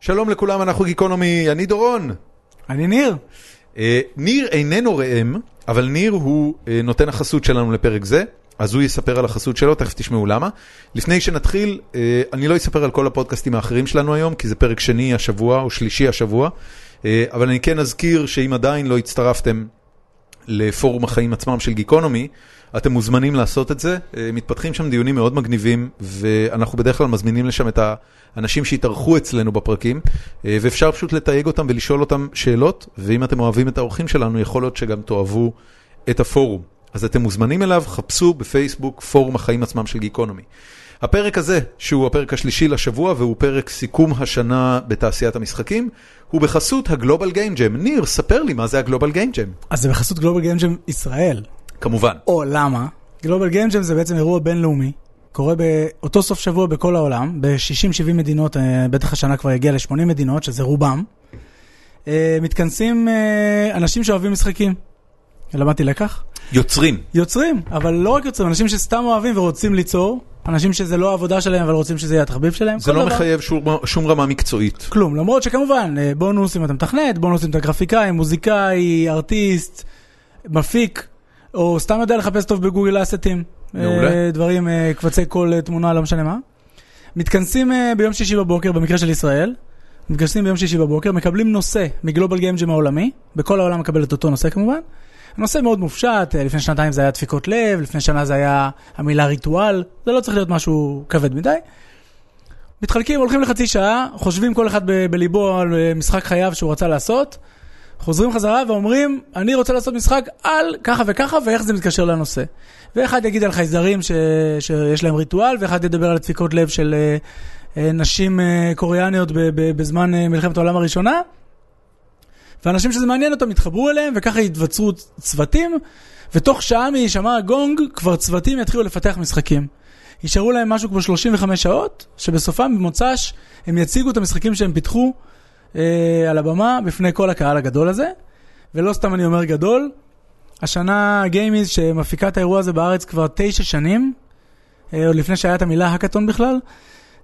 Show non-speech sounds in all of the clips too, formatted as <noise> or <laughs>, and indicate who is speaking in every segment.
Speaker 1: שלום לכולם, אנחנו גיקונומי, אני דורון.
Speaker 2: אני ניר.
Speaker 1: אה, ניר איננו ראם, אבל ניר הוא אה, נותן החסות שלנו לפרק זה, אז הוא יספר על החסות שלו, תכף תשמעו למה. לפני שנתחיל, אה, אני לא אספר על כל הפודקאסטים האחרים שלנו היום, כי זה פרק שני השבוע או שלישי השבוע, אה, אבל אני כן אזכיר שאם עדיין לא הצטרפתם לפורום החיים עצמם של גיקונומי, אתם מוזמנים לעשות את זה. אה, מתפתחים שם דיונים מאוד מגניבים, ואנחנו בדרך כלל מזמינים לשם את האנשים שהתארחו אצלנו בפרקים, אה, ואפשר פשוט לתייג אותם ולשאול אותם שאלות, ואם אתם אוהבים את האורחים שלנו, יכול להיות שגם תאהבו את הפורום. אז אתם מוזמנים אליו, חפשו בפייסבוק פורום החיים עצמם של גיקונומי. הפרק הזה, שהוא הפרק השלישי לשבוע, והוא פרק סיכום השנה בתעשיית המשחקים, הוא בחסות הגלובל גיים ג'ם. ניר, ספר לי מה זה הגלובל גיים ג'ם.
Speaker 2: אז זה בחסות גלובל גיימג'ם ישראל.
Speaker 1: כמובן.
Speaker 2: או למה? גלובל גיימג'ם זה בעצם אירוע בינלאומי, קורה באותו סוף שבוע בכל העולם, ב-60-70 מדינות, אה, בטח השנה כבר הגיע ל-80 מדינות, שזה רובם. אה, מתכנסים אה, אנשים שאוהבים משחקים. למדתי לקח.
Speaker 1: יוצרים.
Speaker 2: יוצרים, אבל לא רק יוצרים, אנשים שסתם אוהבים ורוצים ליצור, אנשים שזה לא העבודה שלהם אבל רוצים שזה יהיה התחביב שלהם.
Speaker 1: זה
Speaker 2: כל
Speaker 1: לא
Speaker 2: דבר.
Speaker 1: מחייב שום- שום רמה מקצועית.
Speaker 2: כלום, למרות שכמובן, אה, בונוס אם אתה מתכנת, בונוס אם אתה גרפיקאי, מוזיקאי, ארטיסט, מפיק, או סתם יודע לחפש טוב בגוגל אסטים. אה,
Speaker 1: מעולה.
Speaker 2: דברים, אה, קבצי קול, אה, תמונה, לא משנה מה. מתכנסים אה, ביום שישי בבוקר, במקרה של ישראל, מתכנסים ביום שישי בבוקר, מקבלים נושא מגלובל גיימג'ם העולמי, בכל העולם מקבל את אותו נושא כמובן. נושא מאוד מופשט, אה, לפני שנתיים זה היה דפיקות לב, לפני שנה זה היה המילה ריטואל, זה לא צריך להיות משהו כבד מדי. מתחלקים, הולכים לחצי שעה, חושבים כל אחד ב- בליבו על אה, משחק חייו שהוא רצה לעשות, חוזרים חזרה ואומרים, אני רוצה לעשות משחק על ככה וככה ואיך זה מתקשר לנושא. ואחד יגיד על חייזרים ש... שיש להם ריטואל, ואחד ידבר על דפיקות לב של אה, אה, נשים אה, קוריאניות ב- ב- בזמן אה, מלחמת העולם הראשונה. ואנשים שזה מעניין אותם יתחברו אליהם, וככה יתווצרו צ- צוותים, ותוך שעה מהישמע הגונג, כבר צוותים יתחילו לפתח משחקים. יישארו להם משהו כמו 35 שעות, שבסופם במוצ"ש הם יציגו את המשחקים שהם פיתחו אה, על הבמה בפני כל הקהל הגדול הזה. ולא סתם אני אומר גדול, השנה גיימיז שמפיקה את האירוע הזה בארץ כבר תשע שנים, אה, עוד לפני שהיה את המילה האקתון בכלל,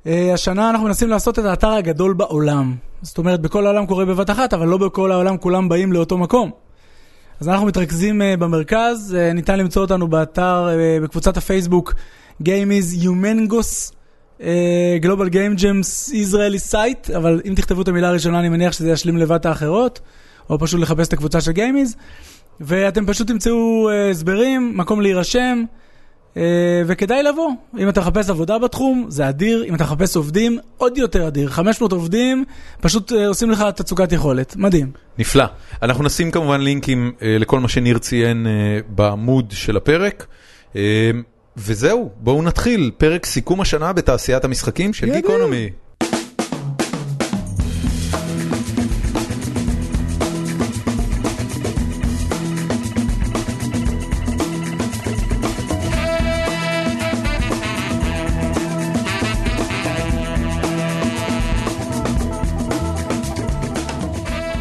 Speaker 2: אה, השנה אנחנו מנסים לעשות את האתר הגדול בעולם. זאת אומרת, בכל העולם קורה בבת אחת, אבל לא בכל העולם כולם באים לאותו מקום. אז אנחנו מתרכזים אה, במרכז, אה, ניתן למצוא אותנו באתר, אה, בקבוצת הפייסבוק Game is Humengos, אה, Global Game Jams Israeli Site, אבל אם תכתבו את המילה הראשונה אני מניח שזה ישלים לבד את האחרות, או פשוט לחפש את הקבוצה של Game is, ואתם פשוט תמצאו אה, הסברים, מקום להירשם, אה, וכדאי לבוא. אם אתה מחפש עבודה בתחום, זה אדיר, אם אתה מחפש עובדים, עוד יותר אדיר. 500 עובדים, פשוט אה, עושים לך תצוגת יכולת, מדהים.
Speaker 1: נפלא. אנחנו נשים כמובן לינקים אה, לכל מה שניר ציין אה, בעמוד של הפרק. אה, וזהו, בואו נתחיל. פרק סיכום השנה בתעשיית המשחקים של
Speaker 2: יאללה.
Speaker 1: גיקונומי.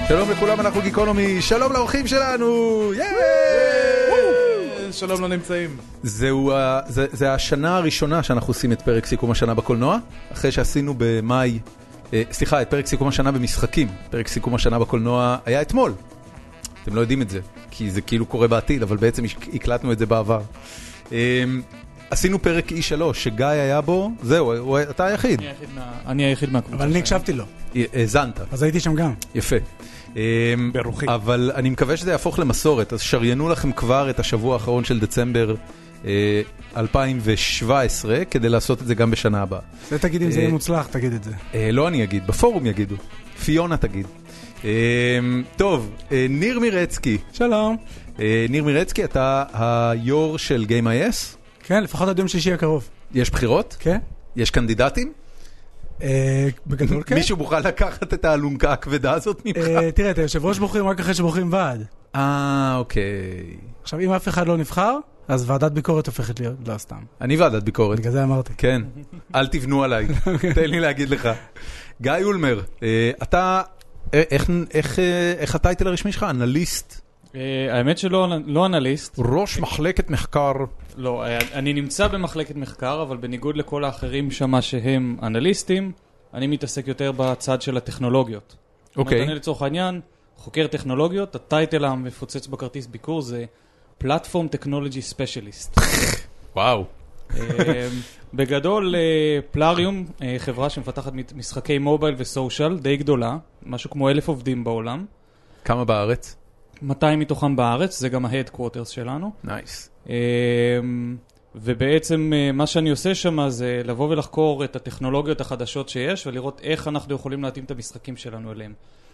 Speaker 1: שלום לכולם, אנחנו גיקונומי. שלום לאורחים שלנו! ייי!
Speaker 3: שלום לא נמצאים.
Speaker 1: זהו, ה- זה זה השנה הראשונה שאנחנו עושים את פרק סיכום השנה בקולנוע, אחרי שעשינו במאי, אה, סליחה, את פרק סיכום השנה במשחקים. פרק סיכום השנה בקולנוע היה אתמול. אתם לא יודעים את זה, כי זה כאילו קורה בעתיד, אבל בעצם הש- הקלטנו את זה בעבר. אה, עשינו פרק E3, שגיא היה בו, זהו, הוא- אתה היחיד. אה,
Speaker 3: אני היחיד מהקבוצה.
Speaker 2: אבל אני הקשבתי לו,
Speaker 1: האזנת.
Speaker 2: אז הייתי שם גם.
Speaker 1: יפה. אמ,
Speaker 3: ברוכי.
Speaker 1: אבל אני מקווה שזה יהפוך למסורת, אז שריינו לכם כבר את השבוע האחרון של דצמבר אה, 2017, כדי לעשות את זה גם בשנה הבאה.
Speaker 2: זה תגיד אם זה יהיה
Speaker 1: אה,
Speaker 2: מוצלח, תגיד את זה.
Speaker 1: אה, לא אני אגיד, בפורום יגידו. פיונה תגיד. אמ, טוב, אה, ניר מירצקי.
Speaker 2: שלום.
Speaker 1: אה, ניר מירצקי, אתה היו"ר של Game.is?
Speaker 2: כן, לפחות עד יום שישי הקרוב.
Speaker 1: יש בחירות?
Speaker 2: כן?
Speaker 1: יש קנדידטים?
Speaker 2: אה, בגדול כן.
Speaker 1: מישהו מוכן לקחת את האלונקה הכבדה הזאת ממך?
Speaker 2: אה, תראה, את היושב ראש בוחרים רק אחרי שבוחרים ועד.
Speaker 1: אה, אוקיי.
Speaker 2: עכשיו, אם אף אחד לא נבחר, אז ועדת ביקורת הופכת להיות, לא סתם.
Speaker 1: אני ועדת ביקורת.
Speaker 2: בגלל זה אמרתי.
Speaker 1: כן, אל תבנו <laughs> עליי, תן לי להגיד לך. גיא אולמר, אה, אתה, אה, איך- איך, אה, איך הטייטל הרשמי שלך? אנליסט,
Speaker 4: אה, האמת שלא לא אנליסט,
Speaker 1: ראש מחלקת מחקר.
Speaker 4: לא, אה, אני נמצא במחלקת מחקר, אבל בניגוד לכל האחרים שמה שהם אנליסטים, אני מתעסק יותר בצד של הטכנולוגיות.
Speaker 1: אוקיי.
Speaker 4: אני לצורך העניין, חוקר טכנולוגיות, הטייטל המפוצץ בכרטיס ביקור זה Platform Technology Specialist.
Speaker 1: וואו.
Speaker 4: אה, בגדול, אה, פלאריום, אה, חברה שמפתחת מת- משחקי מובייל וסושיאל, די גדולה, משהו כמו אלף עובדים בעולם,
Speaker 1: כמה בארץ?
Speaker 4: 200 מתוכם בארץ, זה גם ה-headquarters שלנו.
Speaker 1: נייס.
Speaker 4: אמ, ובעצם אה, מה שאני עושה שם זה לבוא ולחקור את הטכנולוגיות החדשות שיש ולראות איך אנחנו יכולים להתאים את המשחקים שלנו אליהם.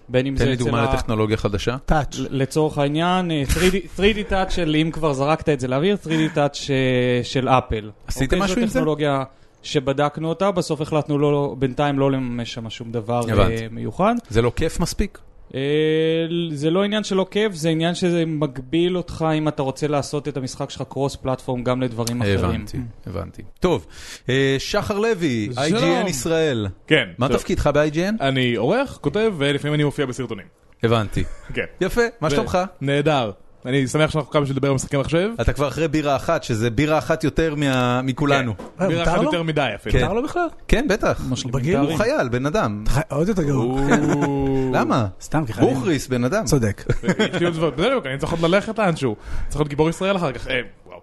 Speaker 4: בין אם
Speaker 1: תן
Speaker 4: זה
Speaker 1: לי
Speaker 4: אצל
Speaker 1: דוגמה
Speaker 4: ה...
Speaker 1: לטכנולוגיה חדשה.
Speaker 2: טאץ'.
Speaker 4: לצורך העניין, אה, 3D 3D touch של, אם כבר זרקת את זה לאוויר, 3D touch אה, של אפל.
Speaker 1: עשיתם
Speaker 4: אוקיי,
Speaker 1: משהו עם
Speaker 4: זו
Speaker 1: זה?
Speaker 4: טכנולוגיה שבדקנו אותה, בסוף החלטנו לא, בינתיים לא לממש שם שום דבר אה,
Speaker 1: הבנתי.
Speaker 4: מיוחד.
Speaker 1: זה לא כיף מספיק?
Speaker 4: אה, זה לא עניין של לא כיף, זה עניין שזה מגביל אותך אם אתה רוצה לעשות את המשחק שלך קרוס פלטפורם גם לדברים אחרים.
Speaker 1: הבנתי, הבנתי. טוב, אה, שחר לוי,
Speaker 4: לא-
Speaker 5: שלום.
Speaker 1: IGN ישראל.
Speaker 5: כן.
Speaker 1: מה
Speaker 5: טוב.
Speaker 1: תפקידך ב-IGN?
Speaker 5: אני עורך, כותב, ולפעמים אני מופיע בסרטונים.
Speaker 1: הבנתי.
Speaker 5: כן.
Speaker 1: יפה, מה שלומך?
Speaker 5: נהדר. אני שמח שאנחנו כמה שנדבר על משחקי מחשב.
Speaker 1: אתה כבר אחרי בירה אחת, שזה בירה אחת יותר מה- מכולנו.
Speaker 5: כן. בירה
Speaker 2: אה, מותר
Speaker 5: אחת
Speaker 2: לו?
Speaker 5: יותר מדי אפילו. <laughs>
Speaker 1: כן.
Speaker 2: מותר לו בכלל?
Speaker 1: כן, בטח.
Speaker 2: בגיל?
Speaker 1: הוא חייל, בן אדם.
Speaker 2: אתה חי- עוד יותר גרוע.
Speaker 5: או. <laughs>
Speaker 1: למה?
Speaker 2: סתם כחיילים.
Speaker 1: בוכריס, בן אדם.
Speaker 2: צודק.
Speaker 1: אה,
Speaker 5: יש לי עוד דבר, בדיוק, אוקיי, אני צריך עוד ללכת לאנשהו. צריך להיות גיבור ישראל אחר כך. אה, וואו.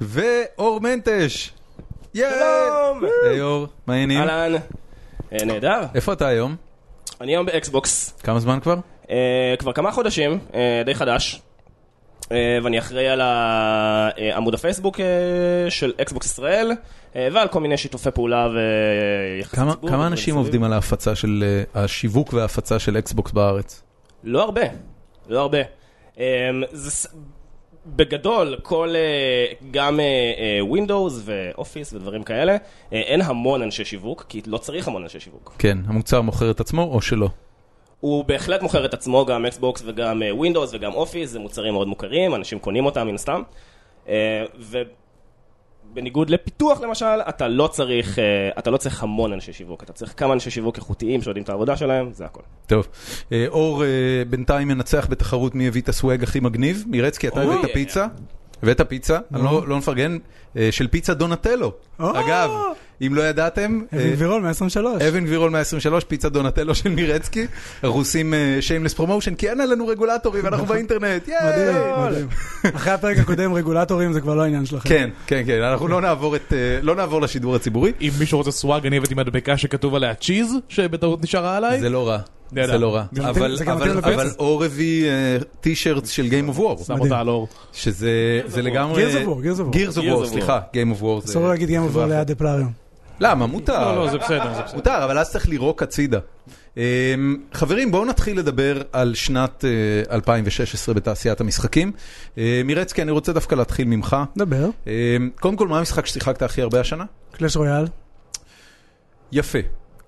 Speaker 1: ואור מנטש. יאי!
Speaker 6: שלום!
Speaker 1: היי אור, מה העניינים?
Speaker 6: אהלן. אה, נהדר.
Speaker 1: איפה אתה היום?
Speaker 6: אני היום באקסבוקס.
Speaker 1: כמה זמן כבר?
Speaker 6: אה, כבר כמה חודשים, אה, די חדש. אה, ואני אחראי על ה- אה, עמוד הפייסבוק אה, של אקסבוקס ישראל, אה, ועל כל מיני שיתופי פעולה ויחסי
Speaker 1: כמה-
Speaker 6: ציבור.
Speaker 1: כמה אנשים עובדים על ההפצה של, אה, השיווק וההפצה של אקסבוקס בארץ?
Speaker 6: לא הרבה, לא הרבה. אמ, זה ס- בגדול, כל, אה, גם Windows ואופיס ודברים כאלה, אה, אין המון אנשי שיווק, כי לא צריך המון אנשי שיווק.
Speaker 1: כן, המוצר מוכר את עצמו או שלא?
Speaker 6: הוא בהחלט מוכר את עצמו, גם אקסבוקס וגם אה, Windows וגם אופיס, זה מוצרים מאוד מוכרים, אנשים קונים אותם מן הסתם. אה, ובניגוד לפיתוח למשל, אתה לא צריך, אה, אתה לא צריך המון אנשי שיווק, אתה צריך כמה אנשי שיווק איכותיים שיודעים את העבודה שלהם, זה הכל.
Speaker 1: טוב. אה, אור אה, בינתיים מנצח בתחרות מי הביא את הסוואג הכי מגניב. מירצקי, אתה
Speaker 6: אוי.
Speaker 1: הבאת פיצה? הבאת פיצה, אני לא לא מפרגן, אה, של פיצה דונטלו.
Speaker 2: או.
Speaker 1: אגב, אם לא ידעתם... אה,
Speaker 2: אבן גבירול מ-23.
Speaker 1: אבן גבירול 123, פיצה דונטלו של מירצקי, אנחנו עושים שיימלס פרומושן, כי אין עלינו רגולטורים, אנחנו באינטרנט,
Speaker 2: נכון. מדהים,
Speaker 1: יאי!
Speaker 2: מדהים. אחרי הפרק הקודם, רגולטורים זה כבר לא העניין שלכם.
Speaker 1: כן, כן, כן, אנחנו לא נעבור את, אה, לא נעבור לשידור הציבורי,
Speaker 5: אם מישהו רוצה סוואג, אני הבאתי מדבקה שכתוב עליה צ'יז, שבטעות נשארה עליי.
Speaker 1: זה לא רע,
Speaker 5: נהדר.
Speaker 1: זה לא רע,
Speaker 5: זה
Speaker 2: גם
Speaker 1: אבל-
Speaker 2: אתם- זה גם
Speaker 1: אבל-
Speaker 2: אתם לבצע.
Speaker 1: אבל אור הביא אה, טי-שירטס של Game of War,
Speaker 5: שם
Speaker 2: מדהים.
Speaker 5: אותה לא. על אור.
Speaker 1: שזה זה לגמרי,
Speaker 2: Gears of War, Gears of War.
Speaker 1: Gears of
Speaker 6: Gears
Speaker 1: War,
Speaker 6: of War.
Speaker 1: סליחה, Game of War, זה-
Speaker 2: אסור להגיד גם עבור ליד הפלאריום.
Speaker 1: למה, מותר,
Speaker 4: לא, לא, זה בסדר, זה בסדר.
Speaker 1: מותר, אבל אז צריך לירוק הצידה. אמ, חברים, בואו נתחיל לדבר על שנת אה, 2016 בתעשיית המשחקים. אה, מירצקי, אני רוצה דווקא להתחיל ממך.
Speaker 2: דבר.
Speaker 1: אמ, קודם כל, מה המשחק ששיחקת הכי הרבה השנה?
Speaker 2: קלאש רויאל.
Speaker 1: יפה.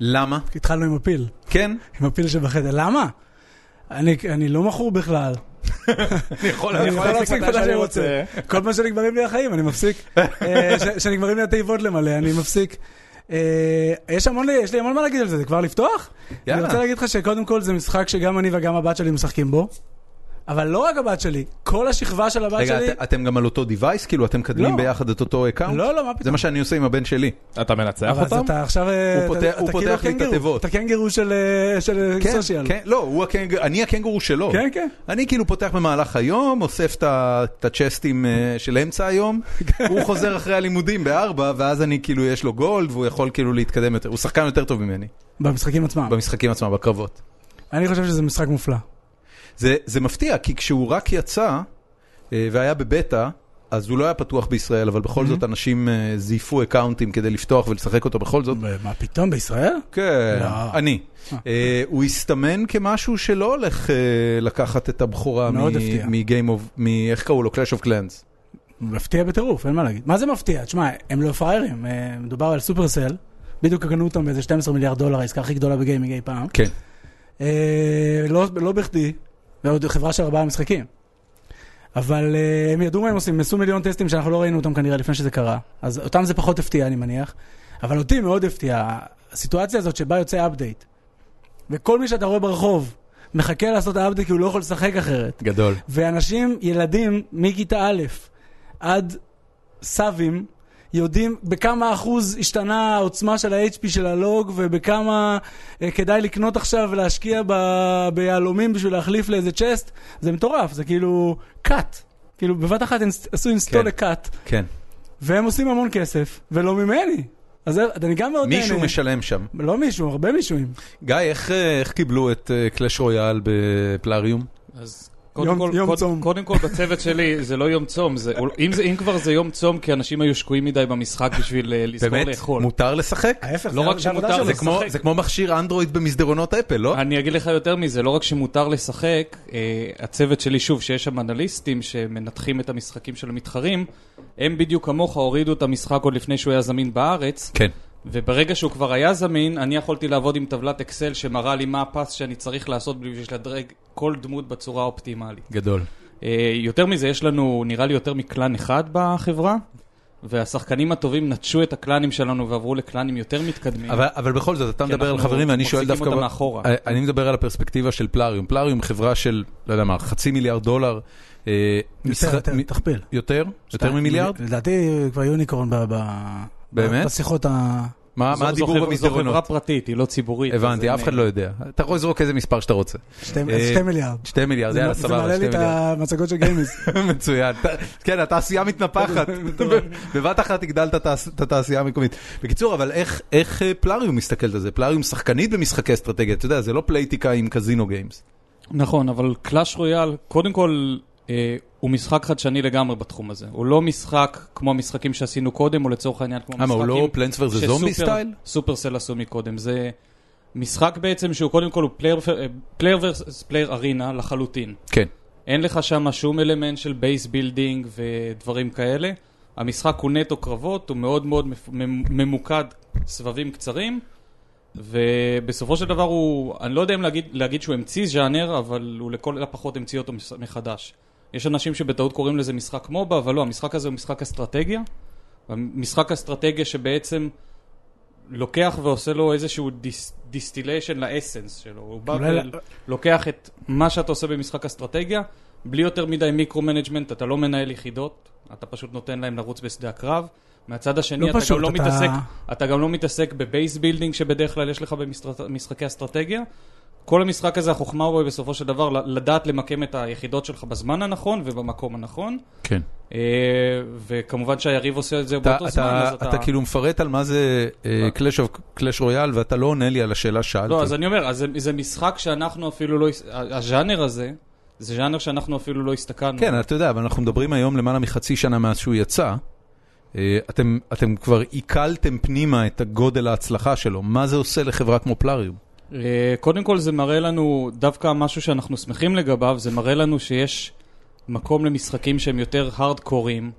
Speaker 1: למה?
Speaker 2: התחלנו עם הפיל.
Speaker 1: כן?
Speaker 2: עם הפיל שבחדר. למה? אני אני לא מכור בכלל.
Speaker 1: אני יכול
Speaker 2: אני יכול להפסיק מתי שאני רוצה. כל פעם שנגמרים לי החיים, אני
Speaker 1: <laughs>
Speaker 2: מפסיק. אה, ש- שנגמרים לי התיבות למלא, אני מפסיק. אה, יש המון, לי- יש לי המון מה להגיד על זה, זה כבר לפתוח?
Speaker 1: יאללה.
Speaker 2: אני רוצה להגיד לך שקודם כל זה משחק שגם אני וגם הבת שלי משחקים בו, אבל לא רק הבת שלי, כל השכבה של הבת
Speaker 1: רגע,
Speaker 2: שלי...
Speaker 1: את- אתם גם על אותו device? כאילו, אתם מקדמים
Speaker 2: לא.
Speaker 1: ביחד את אותו אקאונט?
Speaker 2: לא, לא, מה
Speaker 1: זה
Speaker 2: פתאום.
Speaker 1: מה שאני עושה עם הבן שלי.
Speaker 5: אתה מנצח
Speaker 2: אבל אז
Speaker 5: אותם?
Speaker 2: אתה עכשיו... אה,
Speaker 1: הוא
Speaker 2: אתה-
Speaker 1: פותח-
Speaker 2: אתה
Speaker 1: הוא
Speaker 2: כאילו
Speaker 1: פותח לי את
Speaker 2: הקנגורו,
Speaker 1: התיבות.
Speaker 2: אתה קנגרו של אה, של, אה,
Speaker 1: כן,
Speaker 2: סושיאל.
Speaker 1: כן, לא, הוא הקנג... אני הקנגורו שלו.
Speaker 2: כן, כן.
Speaker 1: אני כאילו פותח במהלך היום, אוסף את ה- את הצ'סטים אה, של אמצע
Speaker 2: <laughs>
Speaker 1: היום, הוא חוזר אחרי הלימודים בארבע, ואז אני כאילו, יש לו גולד, והוא יכול כאילו להתקדם יותר. הוא שחקן יותר טוב ממני,
Speaker 2: במשחקים עצמם.
Speaker 1: במשחקים עצמם, בקרבות.
Speaker 2: אני חושב שזה משחק מופלא.
Speaker 1: זה, זה מפתיע, כי כשהוא רק יצא, אה, והיה בבטא, אז הוא לא היה פתוח בישראל, אבל
Speaker 2: Mm-hmm.
Speaker 1: בכל זאת אנשים אה, זייפו אקאונטים כדי לפתוח ולשחק אותו בכל זאת.
Speaker 2: מה פתאום, בישראל?
Speaker 1: כן,
Speaker 2: לא.
Speaker 1: אני.
Speaker 2: אה.
Speaker 1: אה, הוא הסתמן כמשהו שלא הולך אה, לקחת את הבכורה
Speaker 2: מאוד הפתיע.
Speaker 1: מגיים אוף, איך קראו לו? Clash of Clans.
Speaker 2: מפתיע בטירוף, אין מה להגיד. מה זה מפתיע? תשמע, הם לא פראיירים, אה, מדובר על סופרסל, בדיוק קנו אותם באיזה 12 מיליארד דולר, העסקה הכי גדולה בגיימינג אי פעם.
Speaker 1: כן.
Speaker 2: אה, לא, לא בכדי, ועוד חברה של ארבעה משחקים. אבל אה, הם ידעו מה הם עושים, הם עשו מיליון טסטים שאנחנו לא ראינו אותם כנראה לפני שזה קרה. אז אותם זה פחות הפתיע, אני מניח. אבל אותי מאוד הפתיע, הסיטואציה הזאת שבה יוצא אפדייט, וכל מי שאתה רואה ברחוב מחכה לעשות האפדייט כי הוא לא יכול לשחק אחרת.
Speaker 1: גדול.
Speaker 2: ואנשים, ילדים מכיתה א' עד סבים, יודעים בכמה אחוז השתנה העוצמה של ה-HP של הלוג, ובכמה אה, כדאי לקנות עכשיו ולהשקיע ב- ביהלומים בשביל להחליף לאיזה צ'סט, זה מטורף, זה כאילו cut. כאילו בבת אחת אינסט- עשו אינסטול
Speaker 1: כן.
Speaker 2: לקאט,
Speaker 1: כן.
Speaker 2: והם עושים המון כסף, ולא ממני. אז זה- אני גם מאוד
Speaker 1: מישהו משלם שם.
Speaker 2: לא מישהו, הרבה מישואים.
Speaker 1: גיא, איך, אה, איך קיבלו את קלאש רויאל בפלאריום?
Speaker 4: אז
Speaker 2: יום-
Speaker 4: קודם כל,
Speaker 2: יום
Speaker 4: קוד-
Speaker 2: צום.
Speaker 4: קודם כל בצוות שלי זה לא יום צום, זה, אול- אם, זה, אם כבר זה יום צום כי אנשים היו שקועים מדי במשחק בשביל אה, לזכור
Speaker 1: באמת?
Speaker 4: לאכול.
Speaker 1: מותר לשחק?
Speaker 7: ההפך,
Speaker 4: לא
Speaker 7: זה-
Speaker 4: רק
Speaker 7: זה העבודה
Speaker 4: שמותר,
Speaker 7: שלו.
Speaker 1: זה כמו,
Speaker 4: לשחק.
Speaker 1: זה כמו מכשיר אנדרואיד במסדרונות אפל, לא?
Speaker 4: אני אגיד לך יותר מזה, לא רק שמותר לשחק, אה, הצוות שלי, שוב, שיש שם אנליסטים שמנתחים את המשחקים של המתחרים, הם בדיוק כמוך הורידו את המשחק עוד לפני שהוא היה זמין בארץ,
Speaker 1: כן.
Speaker 4: וברגע שהוא כבר היה זמין, אני יכולתי לעבוד עם טבלת אקסל שמראה לי מה הפס שאני צריך לעשות בשביל לדרג כל דמות בצורה האופטימלית.
Speaker 1: גדול.
Speaker 4: אה, יותר מזה, יש לנו, נראה לי, יותר מקלאן אחד בחברה, והשחקנים הטובים נטשו את הקלאנים שלנו ועברו לקלאנים יותר מתקדמים.
Speaker 1: אבל, אבל בכל זאת, אתה
Speaker 4: כי
Speaker 1: מדבר על
Speaker 4: אנחנו
Speaker 1: חברים, ואני שואל
Speaker 4: מחזיקים
Speaker 1: דווקא...
Speaker 4: אותם
Speaker 1: ב- אה,
Speaker 4: מאחורה.
Speaker 1: אני מדבר על הפרספקטיבה של פלאריום. פלאריום חברה של, לא יודע מה, חצי מיליארד דולר. אה, משחק-
Speaker 2: יותר, יותר,
Speaker 1: מ-
Speaker 2: תכפיל.
Speaker 1: יותר? יותר ממיליארד?
Speaker 2: לדעתי כבר יוניקורן ב... ב-
Speaker 1: באמת?
Speaker 2: בשיחות ה...
Speaker 1: מה
Speaker 4: זו-
Speaker 1: מה
Speaker 4: זו
Speaker 1: הדיבור
Speaker 4: חברה- זו חברה
Speaker 1: במסדרונות?
Speaker 4: פרטית, היא לא ציבורית. אז
Speaker 1: הבנתי,
Speaker 4: הם,
Speaker 1: אף אחד
Speaker 4: אה,
Speaker 1: לא יודע. אתה יכול לזרוק איזה מספר שאתה רוצה.
Speaker 2: שתי
Speaker 1: אה,
Speaker 2: שתי מיליארד.
Speaker 1: שתי מיליארד,
Speaker 2: זה
Speaker 1: יאללה,
Speaker 2: זה מעלה
Speaker 1: סבבה,
Speaker 2: לי
Speaker 1: שתי
Speaker 2: את
Speaker 1: מיליארד.
Speaker 2: המצגות של גיימיז.
Speaker 1: <laughs> מצוין. ת- כן, התעשייה
Speaker 4: <laughs>
Speaker 1: מתנפחת. בבת אחת הגדלת את התעש- את התעשייה המקומית. בקיצור, אבל איך- איך אה, פלאריום מסתכלת על זה? פלאריום שחקנית במשחקי אסטרטגיה, אתה יודע, זה לא פלייטיקה עם קזינו גיימס. לא-
Speaker 4: נכון, אבל קלאש רויאל, קודם כל, אה, הוא משחק חדשני לגמרי בתחום הזה. הוא לא משחק כמו המשחקים שעשינו קודם, או לצורך העניין כמו
Speaker 1: למה,
Speaker 4: המשחקים...
Speaker 1: הוא לא פלנס ורז זומבי
Speaker 4: שסופר-
Speaker 1: סטייל?
Speaker 4: סופרסל עשו מקודם. זה משחק בעצם שהוא קודם כל הוא פלייר ורס פלייר ארינה לחלוטין.
Speaker 1: כן.
Speaker 4: אין לך שם שום אלמנט של בייס בילדינג ודברים כאלה. המשחק הוא נטו קרבות, הוא מאוד מאוד מפ- ממ- ממוקד סבבים קצרים, ובסופו של דבר הוא, אני לא יודע אם להגיד, להגיד שהוא המציא ז'אנר, אבל הוא לכל הפחות המציא אותו מס- מחדש. יש אנשים שבטעות קוראים לזה משחק מובה, אבל לא, המשחק הזה הוא משחק אסטרטגיה. משחק אסטרטגיה שבעצם לוקח ועושה לו איזשהו דיס, דיסטיליישן לאסנס שלו. הוא בא
Speaker 2: אולי-
Speaker 4: ולוקח את מה שאתה עושה במשחק אסטרטגיה, בלי יותר מדי מיקרו-מנג'מנט, אתה לא מנהל יחידות, אתה פשוט נותן להם לרוץ בשדה הקרב. מהצד השני,
Speaker 2: לא
Speaker 4: אתה,
Speaker 2: פשוט,
Speaker 4: גם לא
Speaker 2: אתה-
Speaker 4: מתעסק, אתה גם לא מתעסק בבייס בילדינג שבדרך כלל יש לך במשחקי אסטרטגיה. כל המשחק הזה, החוכמה הוא בסופו של דבר ל- לדעת למקם את היחידות שלך בזמן הנכון ובמקום הנכון.
Speaker 1: כן.
Speaker 4: אה, וכמובן שהיריב עושה את זה
Speaker 1: אתה,
Speaker 4: באותו זמן,
Speaker 1: אתה,
Speaker 4: אז
Speaker 1: אתה...
Speaker 4: אתה... אה.
Speaker 1: אתה כאילו מפרט על מה זה אה, קלאש רויאל, ואתה לא עונה לי על השאלה ששאלתי.
Speaker 4: לא, אז אני אומר, אז זה, זה משחק שאנחנו אפילו לא... הס- הז'אנר הזה, זה ז'אנר שאנחנו אפילו לא הסתכלנו.
Speaker 1: כן, אתה יודע, אבל אנחנו מדברים היום למעלה מחצי שנה מאז שהוא יצא. אה, אתם, אתם כבר עיכלתם פנימה את הגודל ההצלחה שלו. מה זה עושה לחברה כמו פלאריום?
Speaker 4: אה, קודם כל זה מראה לנו דווקא משהו שאנחנו שמחים לגביו, זה מראה לנו שיש מקום למשחקים שהם יותר הארדקורים,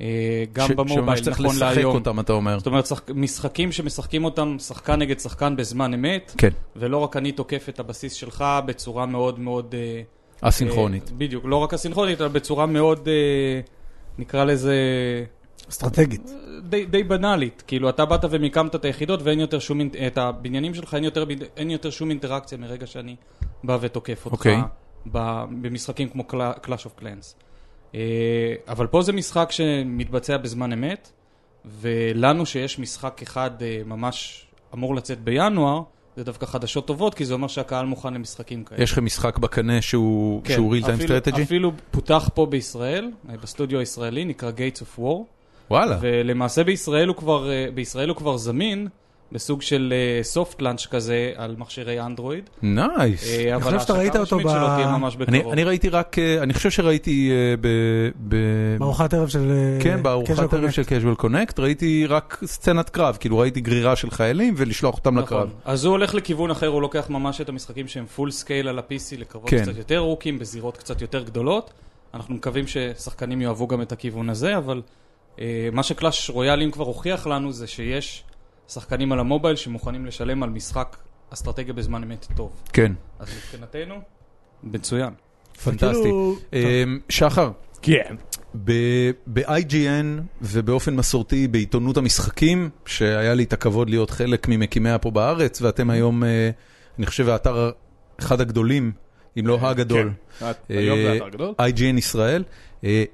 Speaker 4: אה, גם
Speaker 1: ש-
Speaker 4: במובייל,
Speaker 1: שממש צריך
Speaker 4: נכון
Speaker 1: לשחק
Speaker 4: להיום.
Speaker 1: אותם, אתה אומר.
Speaker 4: זאת אומרת, שחק... משחקים שמשחקים אותם שחקן נגד שחקן בזמן אמת,
Speaker 1: כן,
Speaker 4: ולא רק אני תוקף את הבסיס שלך בצורה מאוד מאוד... אה,
Speaker 1: אסינכרונית.
Speaker 4: אה, בדיוק, לא רק הסינכרונית, אלא בצורה מאוד, אה, נקרא לזה,
Speaker 2: אסטרטגית.
Speaker 4: די, די בנאלית. כאילו, אתה באת ומיקמת את היחידות ואין יותר שום, אינט- את הבניינים שלך, אין יותר, ביד- אין יותר שום אינטראקציה מרגע שאני בא ותוקף אותך
Speaker 1: אוקיי.
Speaker 4: ב, במשחקים כמו Cla- Clash of Clans. אה, אבל פה זה משחק שמתבצע בזמן אמת, ולנו שיש משחק אחד אה, ממש אמור לצאת בינואר, זה דווקא חדשות טובות, כי זה אומר שהקהל מוכן למשחקים כאלה.
Speaker 1: יש לכם משחק בקנה שהוא
Speaker 4: כן,
Speaker 1: שהוא real time
Speaker 4: אפילו-
Speaker 1: strategy?
Speaker 4: אפילו פותח פה בישראל, אה, בסטודיו הישראלי, נקרא Gates of War,
Speaker 1: וואלה,
Speaker 4: ולמעשה בישראל הוא כבר, אה, בישראל הוא כבר זמין בסוג של סופט לאנץ' כזה על מכשירי אנדרואיד.
Speaker 1: נייס.
Speaker 4: אה, אבל
Speaker 2: חושב שאתה ראית
Speaker 4: ההשקה
Speaker 2: אותו
Speaker 4: הרשמית שלו
Speaker 2: ב-
Speaker 4: תהיה ממש
Speaker 1: אני
Speaker 4: בקרוב.
Speaker 1: אני ראיתי רק, אה, אני חושב שראיתי אה, ב... ב-
Speaker 2: <laughs> בארוחת ערב של... אה,
Speaker 1: כן,
Speaker 2: Casual
Speaker 1: בארוחת ערב
Speaker 2: Connect.
Speaker 1: של casual connect, ראיתי רק סצנת קרב, כאילו ראיתי גרירה של חיילים ולשלוח אותם לקרב.
Speaker 4: נכון. אז הוא הולך לכיוון אחר, הוא לוקח ממש את המשחקים שהם פול סקייל על ה-PC לקרבות
Speaker 1: כן.
Speaker 4: קצת יותר ארוכים, בזירות קצת יותר גדולות. אנחנו מקווים ששחקנים יאהבו גם את הכיוון הזה, אבל אה, מה שקלאש רויאלים כבר הוכיח לנו זה שיש שחקנים על המובייל שמוכנים לשלם על משחק אסטרטגיה בזמן אמת טוב.
Speaker 1: כן,
Speaker 4: אז מבחינתנו, מצוין.
Speaker 1: פנטסטי.
Speaker 2: כאילו-
Speaker 1: אמ, שחר,
Speaker 5: כן.
Speaker 1: ב- ב-IGN ובאופן מסורתי בעיתונות המשחקים, שהיה לי את הכבוד להיות חלק ממקימיה פה בארץ, ואתם היום, אה, אני חושב, האתר אחד הגדולים, אם לא הגדול,
Speaker 5: כן. היום זה
Speaker 1: אה,
Speaker 5: אתר גדול.
Speaker 1: IGN ישראל. אה,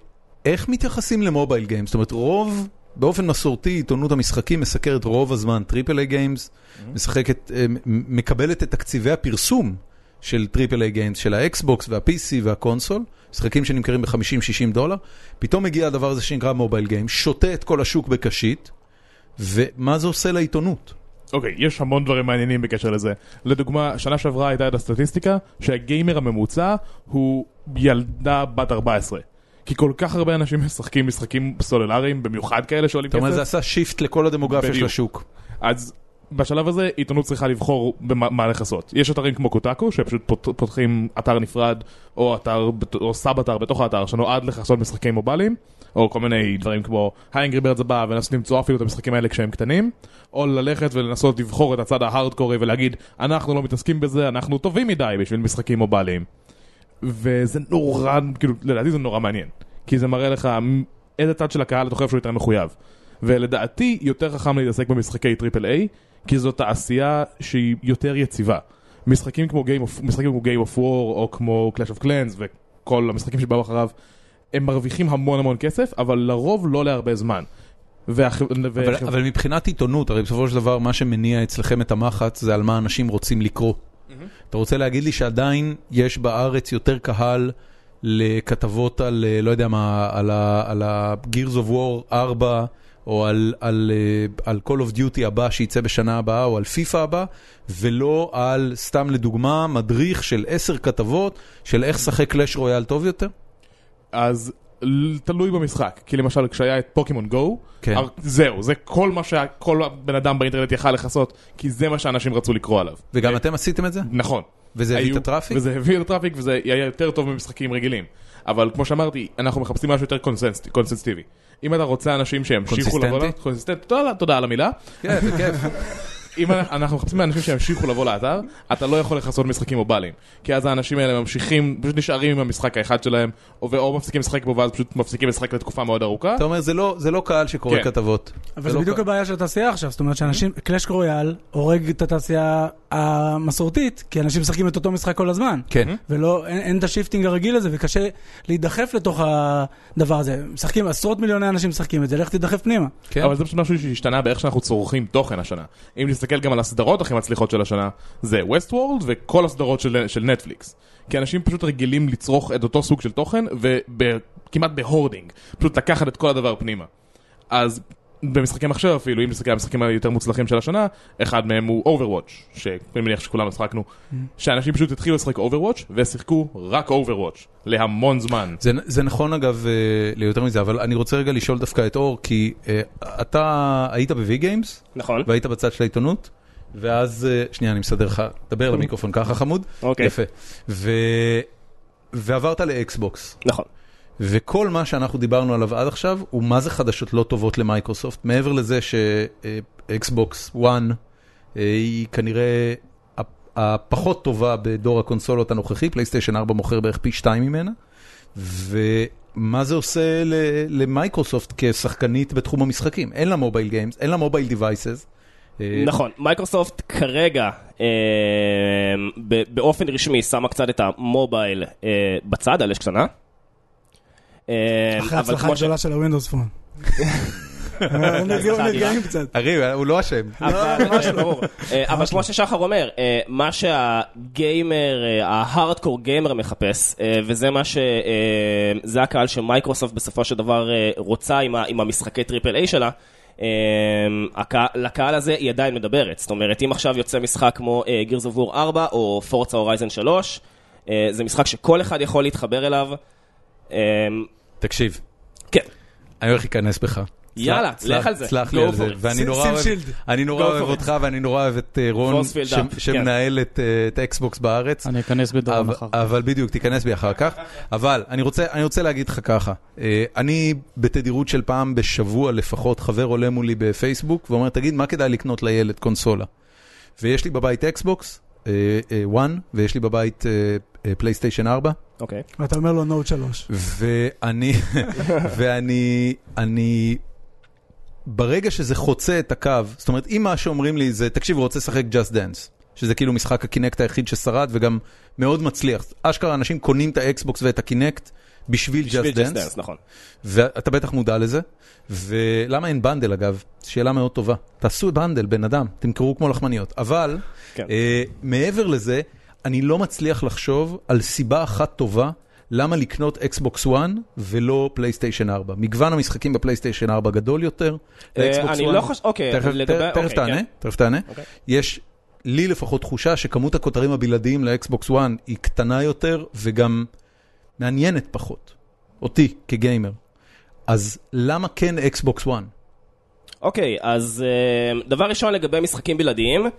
Speaker 1: איך מתייחסים למובייל גיים? זאת אומרת, רוב באופן מסורתי, עיתונות המשחקים מסקרת רוב הזמן טריפל איי גיימס,
Speaker 5: Mhm.
Speaker 1: משחקת, אה, מ- מקבלת את תקציבי הפרסום של טריפל איי גיימס, של האקסבוקס וה-PC והקונסול, משחקים שנמכרים ב-50-60 דולר, פתאום מגיע הדבר הזה שנקרא מובייל גיים, שותה את כל השוק בקשית, ומה זה עושה לעיתונות?
Speaker 5: אוקיי, יש המון דברים מעניינים בקשר לזה. לדוגמה, שנה שעברה הייתה את הסטטיסטיקה שהגיימר הממוצע הוא ילדה בת 14. כי כל כך הרבה אנשים משחקים משחקים סוללריים, במיוחד כאלה שעולים
Speaker 1: אתה אומר, זה
Speaker 5: כסף,
Speaker 1: עשה שיפט לכל הדמוגרפיה של
Speaker 5: בדיוק.
Speaker 1: השוק.
Speaker 5: אז בשלב הזה עיתונות צריכה לבחור במה מה לכסות. יש אתרים כמו קוטקו, שפשוט פות, פותחים אתר נפרד, או אתר, בת- או סאב אתר בתוך האתר, שנועד לכסות משחקי מוביילים, או כל מיני דברים כמו היינגרי ברדס הבא, ולנסות למצוא אפילו את המשחקים האלה כשהם קטנים, או ללכת ולנסות לבחור את הצד ההארדקורי ולהגיד, אנחנו לא מתעסקים בזה, אנחנו טובים מדי בשביל משחקים מוביילים. וזה נורא, כאילו, לדעתי זה נורא מעניין. כי זה מראה לך מ- איזה צד של הקהל אתה חושב שהוא יותר מחויב. ולדעתי, יותר חכם להתעסק במשחקי טריפל איי, כי זו תעשייה שהיא יותר יציבה. משחקים כמו Game of, משחקים כמו Game of War, או כמו Clash of Clans, וכל המשחקים שבאו אחריו, הם מרוויחים המון המון כסף, אבל לרוב לא להרבה זמן. והח...
Speaker 1: אבל,
Speaker 5: והח-
Speaker 1: אבל מבחינת עיתונות, הרי בסופו של דבר מה שמניע אצלכם את המחץ זה על מה אנשים רוצים לקרוא. אתה רוצה להגיד לי שעדיין יש בארץ יותר קהל לכתבות על, אה, לא יודע מה, על ה- על ה-Gears of War 4, או על, על, אה, על Call of Duty הבא שייצא בשנה הבאה, או על FIFA הבא, ולא על, סתם לדוגמה, מדריך של עשר כתבות של איך לשחק קלאש רויאל טוב יותר?
Speaker 5: אז ל- תלוי במשחק. כי למשל כשהיה את פוקימון גו,
Speaker 1: כן.
Speaker 5: הר- זהו, זה כל מה שכל בן אדם באינטרנט יכל לכסות, כי זה מה שאנשים רצו לקרוא עליו.
Speaker 1: וגם
Speaker 5: אה,
Speaker 1: אתם עשיתם את זה?
Speaker 5: נכון.
Speaker 1: וזה הביא את
Speaker 5: היו-
Speaker 1: הטראפיק?
Speaker 5: וזה הביא את הטראפיק וזה היה יותר טוב ממשחקים רגילים. אבל כמו שאמרתי, אנחנו מחפשים משהו יותר קונסנס- קונסנסטיבי. אם אתה רוצה אנשים שימשיכו לבוא...
Speaker 1: קונסיסטנטי?
Speaker 5: ל- קונסיסטנטי? תודה- תודה על המילה.
Speaker 1: כן, זה כיף.
Speaker 5: אם אנחנו אנחנו מחפשים אנשים שימשיכו לבוא לאתר, אתה לא יכול לכסות משחקים מוביילים. כי אז האנשים האלה ממשיכים, פשוט נשארים עם המשחק האחד שלהם, או- ואו מפסיקים לשחק בו ואז פשוט מפסיקים לשחק לתקופה מאוד ארוכה.
Speaker 1: אתה אומר, זה לא, זה לא קהל שקורא
Speaker 5: כן.
Speaker 1: כתבות.
Speaker 2: אבל
Speaker 1: זה
Speaker 2: זה
Speaker 1: לא Mm-hmm.
Speaker 2: בדיוק
Speaker 1: קל.
Speaker 2: הבעיה של התעשייה עכשיו, זאת אומרת שאנשים, קלאש קרויאל הורג את התעשייה המסורתית, כי אנשים משחקים את אותו משחק כל הזמן. Mm-hmm.
Speaker 1: כן.
Speaker 2: ולא, אין, אין את השיפטינג הרגיל הזה, וקשה להידחף לתוך הדבר הזה. משחקים, עשרות מיליוני אנשים משחקים את זה, לך תידחף פנימה.
Speaker 1: כן.
Speaker 5: אבל זה פשוט משהו שהשתנה באיך שאנחנו צורכים תוכן השנה. אם נסתכל גם על הסדרות הכי מצליחות של השנה, זה ווסט וורד וכל הסדרות של, של נטפליקס. כי אנשים פשוט רגילים לצרוך את אותו סוג של תוכן, וכמעט בהורדינג. פשוט לקחת את כל הדבר פנימה. אז במשחקי מחשב אפילו, אם נסתכל על המשחקים היותר מוצלחים של השנה, אחד מהם הוא Overwatch, שאני מניח שכולם משחקנו, שאנשים פשוט התחילו לשחק Overwatch, ושיחקו רק Overwatch, להמון זמן.
Speaker 1: זה, זה נכון אגב אה, ליותר מזה, אבל אני רוצה רגע לשאול דווקא את אור, כי אה, אתה היית בווי גיימס
Speaker 6: נכון?
Speaker 1: והיית בצד של העיתונות, ואז, אה, שנייה, אני מסדר לך, דבר למיקרופון ככה חמוד,
Speaker 6: אוקיי.
Speaker 1: יפה, ו, ועברת לאקסבוקס,
Speaker 6: נכון.
Speaker 1: וכל מה שאנחנו דיברנו עליו עד עכשיו, הוא מה זה חדשות לא טובות למייקרוסופט, מעבר לזה שאקסבוקס 1 היא כנראה הפ- הפחות טובה בדור הקונסולות הנוכחי, פלייסטיישן 4 מוכר בערך פי 2 ממנה, ומה זה עושה ל- למייקרוסופט כשחקנית בתחום המשחקים? אין לה מובייל גיימס, אין לה אה, מובייל דיווייסס.
Speaker 6: נכון, מייקרוסופט כרגע אה, ב- באופן רשמי שמה קצת את המובייל אה, בצד על אש קטנה. אה,
Speaker 2: אחרי
Speaker 6: אבל
Speaker 2: ההצלחה
Speaker 6: כמו ש-
Speaker 2: הגדולה של הווינדוס פון.
Speaker 6: <laughs>
Speaker 2: הם
Speaker 6: הצלחה אדירה.
Speaker 2: נרגעים קצת.
Speaker 1: הרי הוא לא אשם.
Speaker 6: אבל- אה, ברור. אה, אבל כמו ששחר אומר, אה, מה שהגיימר, אה, ההארדקור גיימר מחפש, אה, וזה מה ש... אה, זה הקהל שמייקרוסופט בסופו של דבר אה, רוצה עם ה- עם המשחקי טריפל איי שלה. אה, הקה- לקהל הזה היא עדיין מדברת, זאת אומרת אם עכשיו יוצא משחק כמו אה, Gears of War 4 או Forza Horizon 3, אה, זה משחק שכל אחד יכול להתחבר אליו. אה,
Speaker 1: תקשיב,
Speaker 6: כן,
Speaker 1: אני הולך להיכנס בך.
Speaker 6: יאללה,
Speaker 1: סלח-
Speaker 6: לך על זה.
Speaker 1: סלח לי
Speaker 6: Go
Speaker 1: על זה,
Speaker 6: for it.
Speaker 1: ואני
Speaker 2: שים-
Speaker 1: נורא
Speaker 2: שים
Speaker 1: אוהב-
Speaker 2: שילד.
Speaker 1: אני נורא
Speaker 6: Go
Speaker 1: אוהב
Speaker 6: for it. כן.
Speaker 1: אותך ואני נורא אוהב את אה, רון
Speaker 6: Force field
Speaker 1: ש-
Speaker 6: up,
Speaker 1: שמנהל את, אה, את אקסבוקס בארץ.
Speaker 4: אני אכנס בדרום
Speaker 1: אבל-
Speaker 4: אחר כך.
Speaker 1: אבל בדיוק, תיכנס בי אחר כך. אבל אני רוצה, אני רוצה להגיד לך ככה, אה, אני בתדירות של פעם בשבוע לפחות, חבר עולה מולי בפייסבוק ואומר, תגיד, מה כדאי לקנות לילד קונסולה? ויש לי בבית אקסבוקס, 1, ויש לי בבית אה, פלייסטיישן 4,
Speaker 6: אוקיי.
Speaker 2: ואתה אומר לו נוט שלוש.
Speaker 1: ואני, <laughs> ואני, אני, ברגע שזה חוצה את הקו, זאת אומרת, אם מה שאומרים לי זה, תקשיב, הוא רוצה לשחק Just Dance, שזה כאילו משחק הקינקט היחיד ששרד וגם מאוד מצליח. אשכרה אנשים קונים את האקסבוקס ואת הקינקט בשביל
Speaker 6: בשביל
Speaker 1: Just Dance,
Speaker 6: נכון.
Speaker 1: ואתה בטח מודע לזה. ולמה אין בנדל אגב? שאלה מאוד טובה. תעשו בנדל, בן אדם, תמכרו כמו לחמניות. אבל
Speaker 6: כן.
Speaker 1: אה, מעבר לזה, אני לא מצליח לחשוב על סיבה אחת טובה. למה לקנות Xbox One ולא פלייסטיישן 4? מגוון המשחקים בפלייסטיישן 4 גדול יותר.
Speaker 6: אה,
Speaker 1: ל-Xbox
Speaker 6: אני
Speaker 1: One-
Speaker 6: לא חושב, אוקיי,
Speaker 1: תכף-
Speaker 6: לגבי-
Speaker 1: תכף
Speaker 6: אוקיי,
Speaker 1: תענה,
Speaker 6: כן.
Speaker 1: תכף תענה.
Speaker 6: אוקיי.
Speaker 1: יש לי לפחות תחושה שכמות הכותרים הבלעדיים לאקסבוקס 1 היא קטנה יותר וגם מעניינת פחות, אותי כגיימר. אז למה כן אקסבוקס 1?
Speaker 6: אוקיי, אז אה, דבר ראשון לגבי משחקים בלעדיים.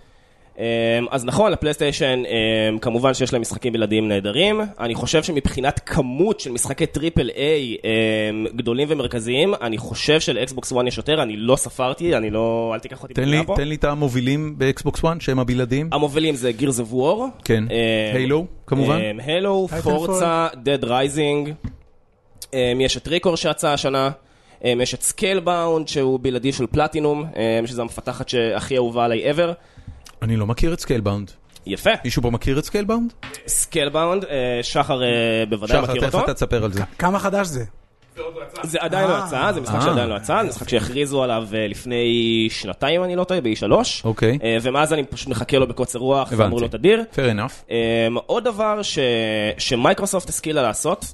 Speaker 6: אה, אז נכון, לפלייסטיישן אה, כמובן שיש להם משחקים בלעדיים נהדרים. אני חושב שמבחינת כמות של משחקי טריפל איי אה, גדולים ומרכזיים, אני חושב שלאקסבוקס 1 יש יותר, אני לא ספרתי, אני לא... אל תיקח אותי
Speaker 1: תן
Speaker 6: במילה
Speaker 1: לי,
Speaker 6: פה.
Speaker 1: תן לי את המובילים באקסבוקס 1 שהם הבלעדיים.
Speaker 6: המובילים זה Gears of War.
Speaker 1: כן,
Speaker 6: אמ- אה,
Speaker 1: הילו כמובן.
Speaker 6: אה, הלו,
Speaker 2: Titanfall.
Speaker 6: פורצה, Dead Rising, אה, יש את ריקור שיצא השנה, אה, יש את סקיילבאונד שהוא בלעדי של פלטינום, אה, שזה המפתחת שהכי אהובה עליי ever.
Speaker 1: אני לא מכיר את סקיילבאונד.
Speaker 6: יפה,
Speaker 1: מישהו פה מכיר את סקיילבאונד?
Speaker 6: סקיילבאונד, אה, שחר אה, בוודאי
Speaker 1: שחר,
Speaker 6: לא, מכיר
Speaker 1: תכף
Speaker 6: אותו. אה.
Speaker 1: אתה תספר על זה.
Speaker 2: כמה חדש זה?
Speaker 6: כן, זה עדיין לא יצא, זה משחק
Speaker 1: אה.
Speaker 6: שעדיין לא יצא, זה משחק שהכריזו עליו אה, לפני שנתיים, אני לא טועה, ב-E3.
Speaker 1: אוקיי.
Speaker 6: ומאז אני פשוט מחכה לו בקוצר רוח,
Speaker 1: הבנתי.
Speaker 6: אמור לו תדיר.
Speaker 1: Fair enough.
Speaker 6: Um, עוד דבר ש... שמייקרוסופט השכילה לעשות,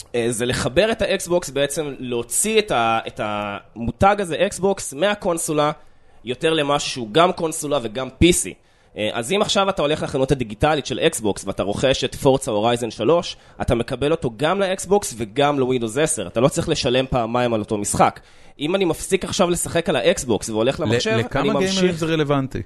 Speaker 6: uh, זה לחבר את האקסבוקס, בעצם להוציא את, ה... את המותג הזה, אקסבוקס, מהקונסולה, יותר למשהו שהוא גם קונסולה וגם PC. Uh, אז אם עכשיו אתה הולך לחנות הדיגיטלית של אקסבוקס ואתה רוכש את פורצה הורייזן 3, אתה מקבל אותו גם לאקסבוקס וגם לווינדוס 10. אתה לא צריך לשלם פעמיים על אותו משחק. אם אני מפסיק עכשיו לשחק על האקסבוקס והולך
Speaker 1: ל-
Speaker 6: למחשב, אני
Speaker 1: לכמה גיימרים
Speaker 6: ממשיך
Speaker 1: זה רלוונטי?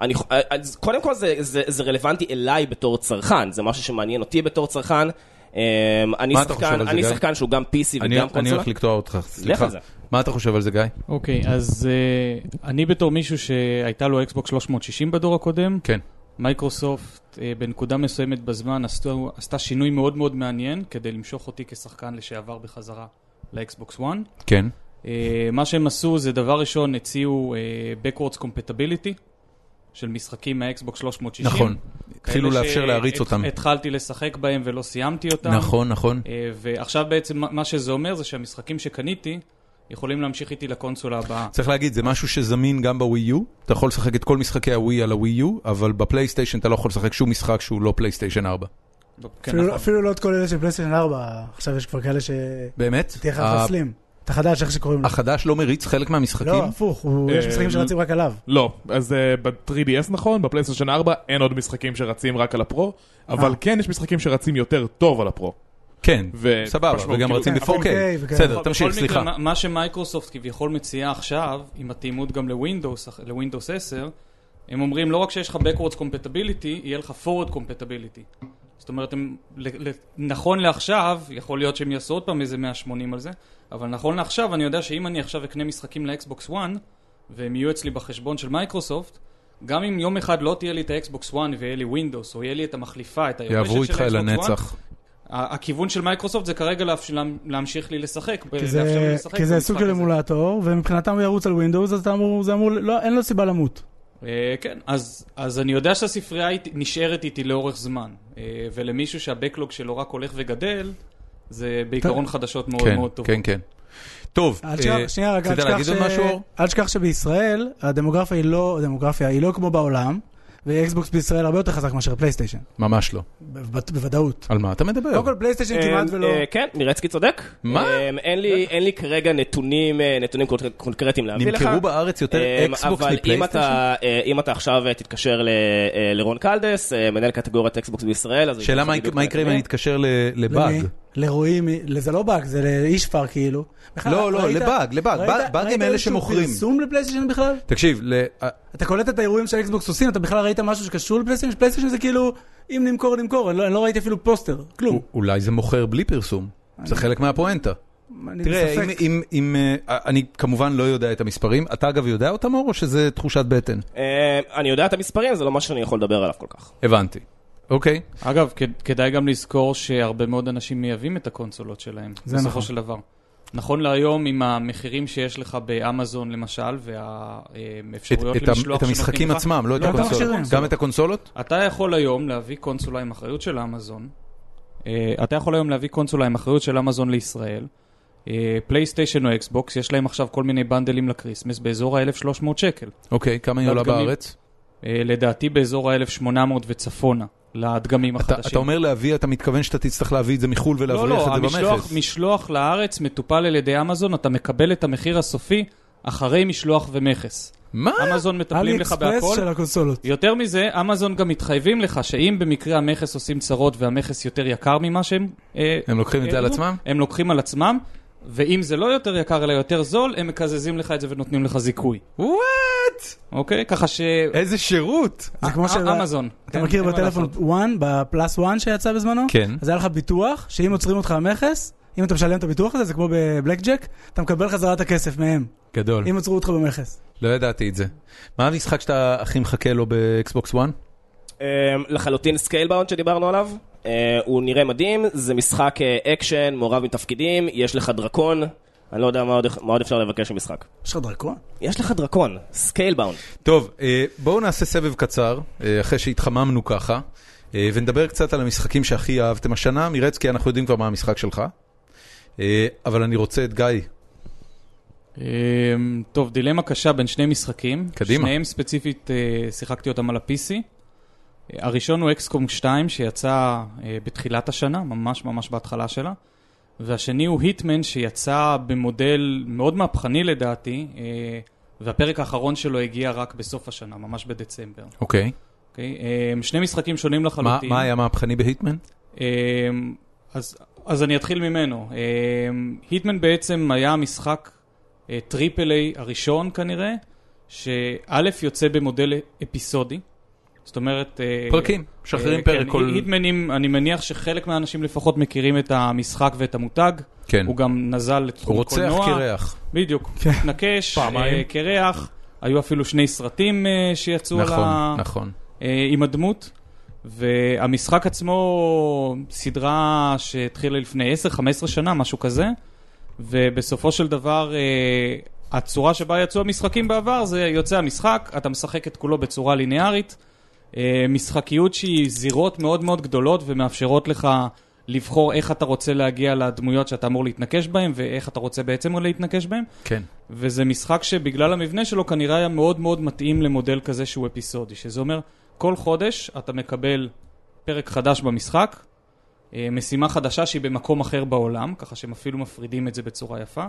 Speaker 6: אני, ח- אה, אז קודם כל זה, זה, זה רלוונטי אליי בתור צרכן, זה משהו שמעניין אותי בתור צרכן. אמ, אני,
Speaker 1: מה אתה חושב על
Speaker 6: שחקן,
Speaker 1: זה,
Speaker 6: אני
Speaker 1: גיא?
Speaker 6: שחקן שהוא גם PC
Speaker 1: אני
Speaker 6: וגם
Speaker 1: אני
Speaker 6: קונסולה.
Speaker 1: הולך לקטוע אותך, סליחה.
Speaker 6: על זה.
Speaker 1: מה אתה חושב על זה, גיא?
Speaker 4: אוקיי, אז אה, אני בתור מישהו שהייתה לו אקסבוק 360 בדור הקודם,
Speaker 1: כן.
Speaker 4: מייקרוסופט אה, בנקודה מסוימת בזמן עשתו, עשתה שינוי מאוד מאוד מעניין כדי למשוך אותי כשחקן לשעבר בחזרה לאקסבוקס 1.
Speaker 1: כן.
Speaker 4: אה, מה שהם עשו זה דבר ראשון, הציעו אה, backwards compatibility של משחקים מהאקסבוקס 360.
Speaker 1: נכון. התחילו
Speaker 4: כאלה
Speaker 1: לאפשר להריץ
Speaker 4: שהת-
Speaker 1: אותם.
Speaker 4: התחלתי לשחק בהם ולא סיימתי אותם.
Speaker 1: נכון, נכון.
Speaker 4: אה, ועכשיו בעצם מה- מה שזה אומר זה שהמשחקים שקניתי יכולים להמשיך איתי לקונסולה הבאה.
Speaker 1: צריך להגיד, זה משהו שזמין גם בווי יו, אתה יכול לשחק את כל משחקי הווי על הווי יו, אבל בפלייסטיישן אתה לא יכול לשחק שום משחק שהוא לא פלייסטיישן 4.
Speaker 4: לא, כן,
Speaker 2: אפילו-
Speaker 4: נכון.
Speaker 2: אפילו לא את כל אלה של פלייסטיישן 4, עכשיו יש כבר כאלה ש...
Speaker 1: באמת?
Speaker 2: תהיה לך
Speaker 1: ה-
Speaker 2: חסלים. את החדש, איך שקוראים לו.
Speaker 1: החדש לא מריץ חלק מהמשחקים?
Speaker 2: לא, הפוך, הוא- יש
Speaker 5: אה,
Speaker 2: משחקים שרצים רק עליו.
Speaker 5: לא, אז uh, ב-3DS נכון, בפלייסטיישן 4 אין עוד משחקים שרצים רק על הפרו, אבל
Speaker 2: אה.
Speaker 5: כן יש משחקים שרצים יותר טוב על הפרו.
Speaker 1: כן,
Speaker 5: ו-
Speaker 1: סבבה,
Speaker 5: משמעות,
Speaker 1: וגם
Speaker 5: כאילו-
Speaker 1: רצים
Speaker 2: כן,
Speaker 1: ב-4K.
Speaker 2: 4K וכאלה.
Speaker 1: בסדר,
Speaker 4: בכל-
Speaker 1: תמשיך,
Speaker 4: בכל מקרה,
Speaker 1: סליחה.
Speaker 4: מה- מה שמייקרוסופט כביכול מציעה עכשיו, עם התאימות גם לווינדוס, אח- לווינדוס 10, הם אומרים לא רק שיש לך backwards compatibility, יהיה לך forward compatibility. זאת אומרת, הם, ל, ל, נכון לעכשיו, יכול להיות שהם יעשו עוד פעם איזה 180 על זה, אבל נכון לעכשיו אני יודע שאם אני עכשיו אקנה משחקים לאקסבוקס 1, והם יהיו אצלי בחשבון של מייקרוסופט, גם אם יום אחד לא תהיה לי את האקסבוקס 1 ויהיה לי ווינדוס, או יהיה לי את המחליפה, את היורשת של
Speaker 1: יעברו איתך אל
Speaker 4: Xbox One,
Speaker 1: הנצח.
Speaker 4: ה- הכיוון של מייקרוסופט זה כרגע להפש- להמ- להמשיך לי לשחק. ב-
Speaker 2: כי
Speaker 4: לאפשר לי
Speaker 2: זה-
Speaker 4: לשחק
Speaker 2: כי זה
Speaker 4: במשחק
Speaker 2: סוג של
Speaker 4: הזה.
Speaker 2: אמולטור, ומבחינתם הוא ירוץ על ווינדוס, אז אתה אמור, זה אמור, לא, אין לו סיבה למות.
Speaker 4: אה, כן, אז, אז אני יודע שהספרייה איתי- נשארת איתי לאורך זמן, אה, ולמישהו שהבקלוג שלו רק הולך וגדל, זה בעיקרון חדשות מאוד
Speaker 1: כן,
Speaker 4: מאוד טובות.
Speaker 1: כן, כן. טוב,
Speaker 2: אל
Speaker 1: אה,
Speaker 2: תשכח- שנייה, רגע, אל
Speaker 1: רצית
Speaker 2: תשכח
Speaker 1: להגיד עוד
Speaker 2: ש-
Speaker 1: משהו? אור?
Speaker 2: אל תשכח שבישראל, הדמוגרפיה היא לא, הדמוגרפיה היא לא כמו בעולם, ואקסבוקס בישראל הרבה יותר חזק מאשר פלייסטיישן,
Speaker 1: ממש לא.
Speaker 2: בו- בוודאות.
Speaker 1: על מה אתה מדבר?
Speaker 2: קודם כל פלייסטיישן
Speaker 6: אמ,
Speaker 2: כמעט ולא...
Speaker 6: אה, כן, מירצקי צודק.
Speaker 1: מה?
Speaker 6: אמ, אין לי- אין לי כרגע נתונים אה, נתונים קונק- קונקרטיים להביא לך.
Speaker 1: נמכרו בארץ יותר
Speaker 6: אמ,
Speaker 1: אקסבוקס
Speaker 6: אבל אם
Speaker 1: מפלייסטיישן?
Speaker 6: אתה- אה, אם אתה עכשיו אה, תתקשר ל- אה, לרון קלדס, אה, מנהל קטגוריית אקסבוקס בישראל, אז... הוא
Speaker 1: שאלה
Speaker 6: יגיד לך
Speaker 1: מה-
Speaker 6: בדיוק
Speaker 1: מה
Speaker 4: אה?
Speaker 1: יקרה אם אני
Speaker 6: הנתונים.
Speaker 1: אתקשר ל-
Speaker 2: למי?
Speaker 1: לבאג?
Speaker 2: לרועי, מ- זה לא באג, זה לאישפר כאילו. בכלל,
Speaker 1: לא, לא,
Speaker 2: ראית-
Speaker 1: לבאג, לבאג.
Speaker 2: ראית-
Speaker 1: באג- באגים
Speaker 2: ראית
Speaker 1: אלה
Speaker 2: איזשהו
Speaker 1: שמוכרים.
Speaker 2: פרסום לפלייסטיישן בכלל?
Speaker 1: תקשיב, ל-
Speaker 2: אתה קולט את האירועים של אקסבוקס עושים, אתה בכלל ראית משהו שקשור לפלייסטיישן? פלייסטיישן זה כאילו, אם נמכור, נמכור, אני לא- אני לא ראיתי אפילו פוסטר, כלום.
Speaker 1: אולי זה מוכר בלי פרסום. זה חלק מהפואנטה.
Speaker 2: אני
Speaker 1: תראה, אם,
Speaker 2: בספק.
Speaker 1: אם, אם, אה, אני כמובן לא יודע את המספרים, אתה אגב יודע אותם אור או שזה תחושת בטן?
Speaker 6: אמ, אני יודע את המספרים, זה לא משהו שאני יכול לדבר עליו כל כך.
Speaker 1: הבנתי. אוקיי,
Speaker 4: אגב, כ- כדאי גם לזכור שהרבה מאוד אנשים מייבאים את הקונסולות שלהם,
Speaker 2: זה
Speaker 4: בסופו
Speaker 2: נכון.
Speaker 4: של דבר. נכון להיום, עם המחירים שיש לך באמזון למשל, והאפשרויות
Speaker 1: את, את, ה-
Speaker 4: לשלוח
Speaker 1: את המשחקים
Speaker 4: שנותנים לך,
Speaker 1: עצמם, לא,
Speaker 4: לא,
Speaker 1: את
Speaker 4: גם
Speaker 1: הקונסולות.
Speaker 2: המכשירים.
Speaker 1: גם את הקונסולות?
Speaker 4: אתה יכול היום להביא קונסולה עם אחריות של האמזון, אה, אתה יכול היום להביא קונסולה עם אחריות של אמזון לישראל. פלייסטיישן או אקסבוקס, יש להם עכשיו כל מיני בנדלים לקריסמס באזור ה-1300 שקל.
Speaker 1: אוקיי, כמה היא עולה
Speaker 4: דווקא מי-
Speaker 1: בארץ?
Speaker 4: אה, לדעתי באזור ה-1800 וצפונה, לדגמים
Speaker 1: אתה-
Speaker 4: החדשים.
Speaker 1: אתה אומר להביא, אתה מתכוון שאתה תצטרך להביא את זה מחו"ל
Speaker 4: לא,
Speaker 1: ולהבריח
Speaker 4: לא,
Speaker 1: את זה
Speaker 4: המשלוח
Speaker 1: במכס.
Speaker 4: משלוח לארץ מטופל על ידי אמזון, אתה מקבל את המחיר הסופי אחרי משלוח ומכס.
Speaker 1: מה?
Speaker 4: אמזון מטפלים
Speaker 2: עלי
Speaker 4: לך
Speaker 2: אקספרס
Speaker 4: בהכל. כן,
Speaker 2: של הקונסולות.
Speaker 4: יותר מזה, אמזון גם מתחייבים לך שאם במקרה המכס עושים צרות והמכס יותר יקר ממה שהם... אה,
Speaker 1: הם לוקחים את זה על
Speaker 4: העלו,
Speaker 1: עצמם?
Speaker 4: הם לוקחים על עצמם, ואם זה לא יותר יקר אלא יותר זול, הם מקזזים לך את זה ונותנים לך זיכוי,
Speaker 1: וואט!
Speaker 4: אוקיי? ככה ש...
Speaker 1: איזה שירות!
Speaker 2: זה כמו ש...
Speaker 4: אמזון.
Speaker 2: אתה
Speaker 4: כן,
Speaker 2: מכיר
Speaker 4: אין מה
Speaker 2: בטלפון
Speaker 4: לעשות.
Speaker 2: 1, בפלאס 1 שיצא בזמנו?
Speaker 1: כן.
Speaker 2: אז היה לך ביטוח, שאם עוצרים אותך המכס, אם אתה משלם את הביטוח הזה, זה כמו בבלק ג'ק, אתה מקבל חזרה את הכסף מהם,
Speaker 1: גדול.
Speaker 2: אם עוצרו אותך במכס.
Speaker 1: לא ידעתי את זה. מה המשחק שאתה הכי מחכה לו באקסבוקס 1?
Speaker 6: אה, לחלוטין סקיילבאונד שדיברנו עליו. אה, הוא נראה מדהים, זה משחק אה, אקשן, מעורב מתפקידים, יש לך דרקון, אני לא יודע מה עוד, מה עוד אפשר לבקש ממשחק.
Speaker 2: יש לך דרקון?
Speaker 6: יש לך דרקון, סקיילבאונד.
Speaker 1: טוב, אה, בואו נעשה סבב קצר, אה, אחרי שהתחממנו ככה, אה, ונדבר קצת על המשחקים שהכי אהבתם השנה. מירץ, כי אנחנו יודעים כבר מה המשחק שלך. אה, אבל אני רוצה את גיא.
Speaker 4: אמ, טוב, דילמה קשה בין שני משחקים.
Speaker 1: קדימה.
Speaker 4: שניהם ספציפית אה, שיחקתי אותם על ה-PC. אה, הראשון הוא אקסקום 2 שיצא אה, בתחילת השנה, ממש ממש בהתחלה שלה. והשני הוא היטמן שיצא במודל מאוד מהפכני לדעתי, אה, והפרק האחרון שלו הגיע רק בסוף השנה, ממש בדצמבר.
Speaker 1: אוקיי.
Speaker 4: אוקיי? אמ, שני משחקים שונים
Speaker 1: מה
Speaker 4: לחלוטין.
Speaker 1: מה היה מהפכני בהיטמן?
Speaker 4: אמ, אז, אז אני אתחיל ממנו. אמ, היטמן בעצם היה המשחק אה, טריפל איי הראשון כנראה, שא' יוצא במודל אפיסודי. זאת אומרת... אה,
Speaker 1: פרקים, משחררים
Speaker 4: אה,
Speaker 1: פרק
Speaker 4: כן,
Speaker 1: כל...
Speaker 4: היטמנים, אני מניח שחלק מהאנשים לפחות מכירים את המשחק ואת המותג.
Speaker 1: כן.
Speaker 4: הוא גם נזל
Speaker 1: הוא
Speaker 4: לתחום
Speaker 1: רוצח
Speaker 4: קולנוע.
Speaker 1: קרח.
Speaker 4: בדיוק.
Speaker 2: כן.
Speaker 4: נקש,
Speaker 5: פעמיים.
Speaker 4: אה, קרח. היו אפילו שני סרטים אה, שיצאו על ה...
Speaker 1: נכון, נכון.
Speaker 4: אה, עם הדמות, והמשחק עצמו סדרה שהתחילה לפני 10-15 שנה, משהו כזה, ובסופו של דבר אה, הצורה שבה יצאו המשחקים בעבר זה יוצא המשחק, אתה משחק את כולו בצורה ליניארית, אה, משחקיות שהיא זירות מאוד מאוד גדולות ומאפשרות לך... לבחור איך אתה רוצה להגיע לדמויות שאתה אמור להתנקש בהן ואיך אתה רוצה בעצם להתנקש בהן.
Speaker 1: כן.
Speaker 4: וזה משחק שבגלל המבנה שלו כנראה היה מאוד מאוד מתאים למודל כזה שהוא אפיסודי, שזה אומר כל חודש אתה מקבל פרק חדש במשחק, אה, משימה חדשה שהיא במקום אחר בעולם, ככה שהם אפילו מפרידים את זה בצורה יפה,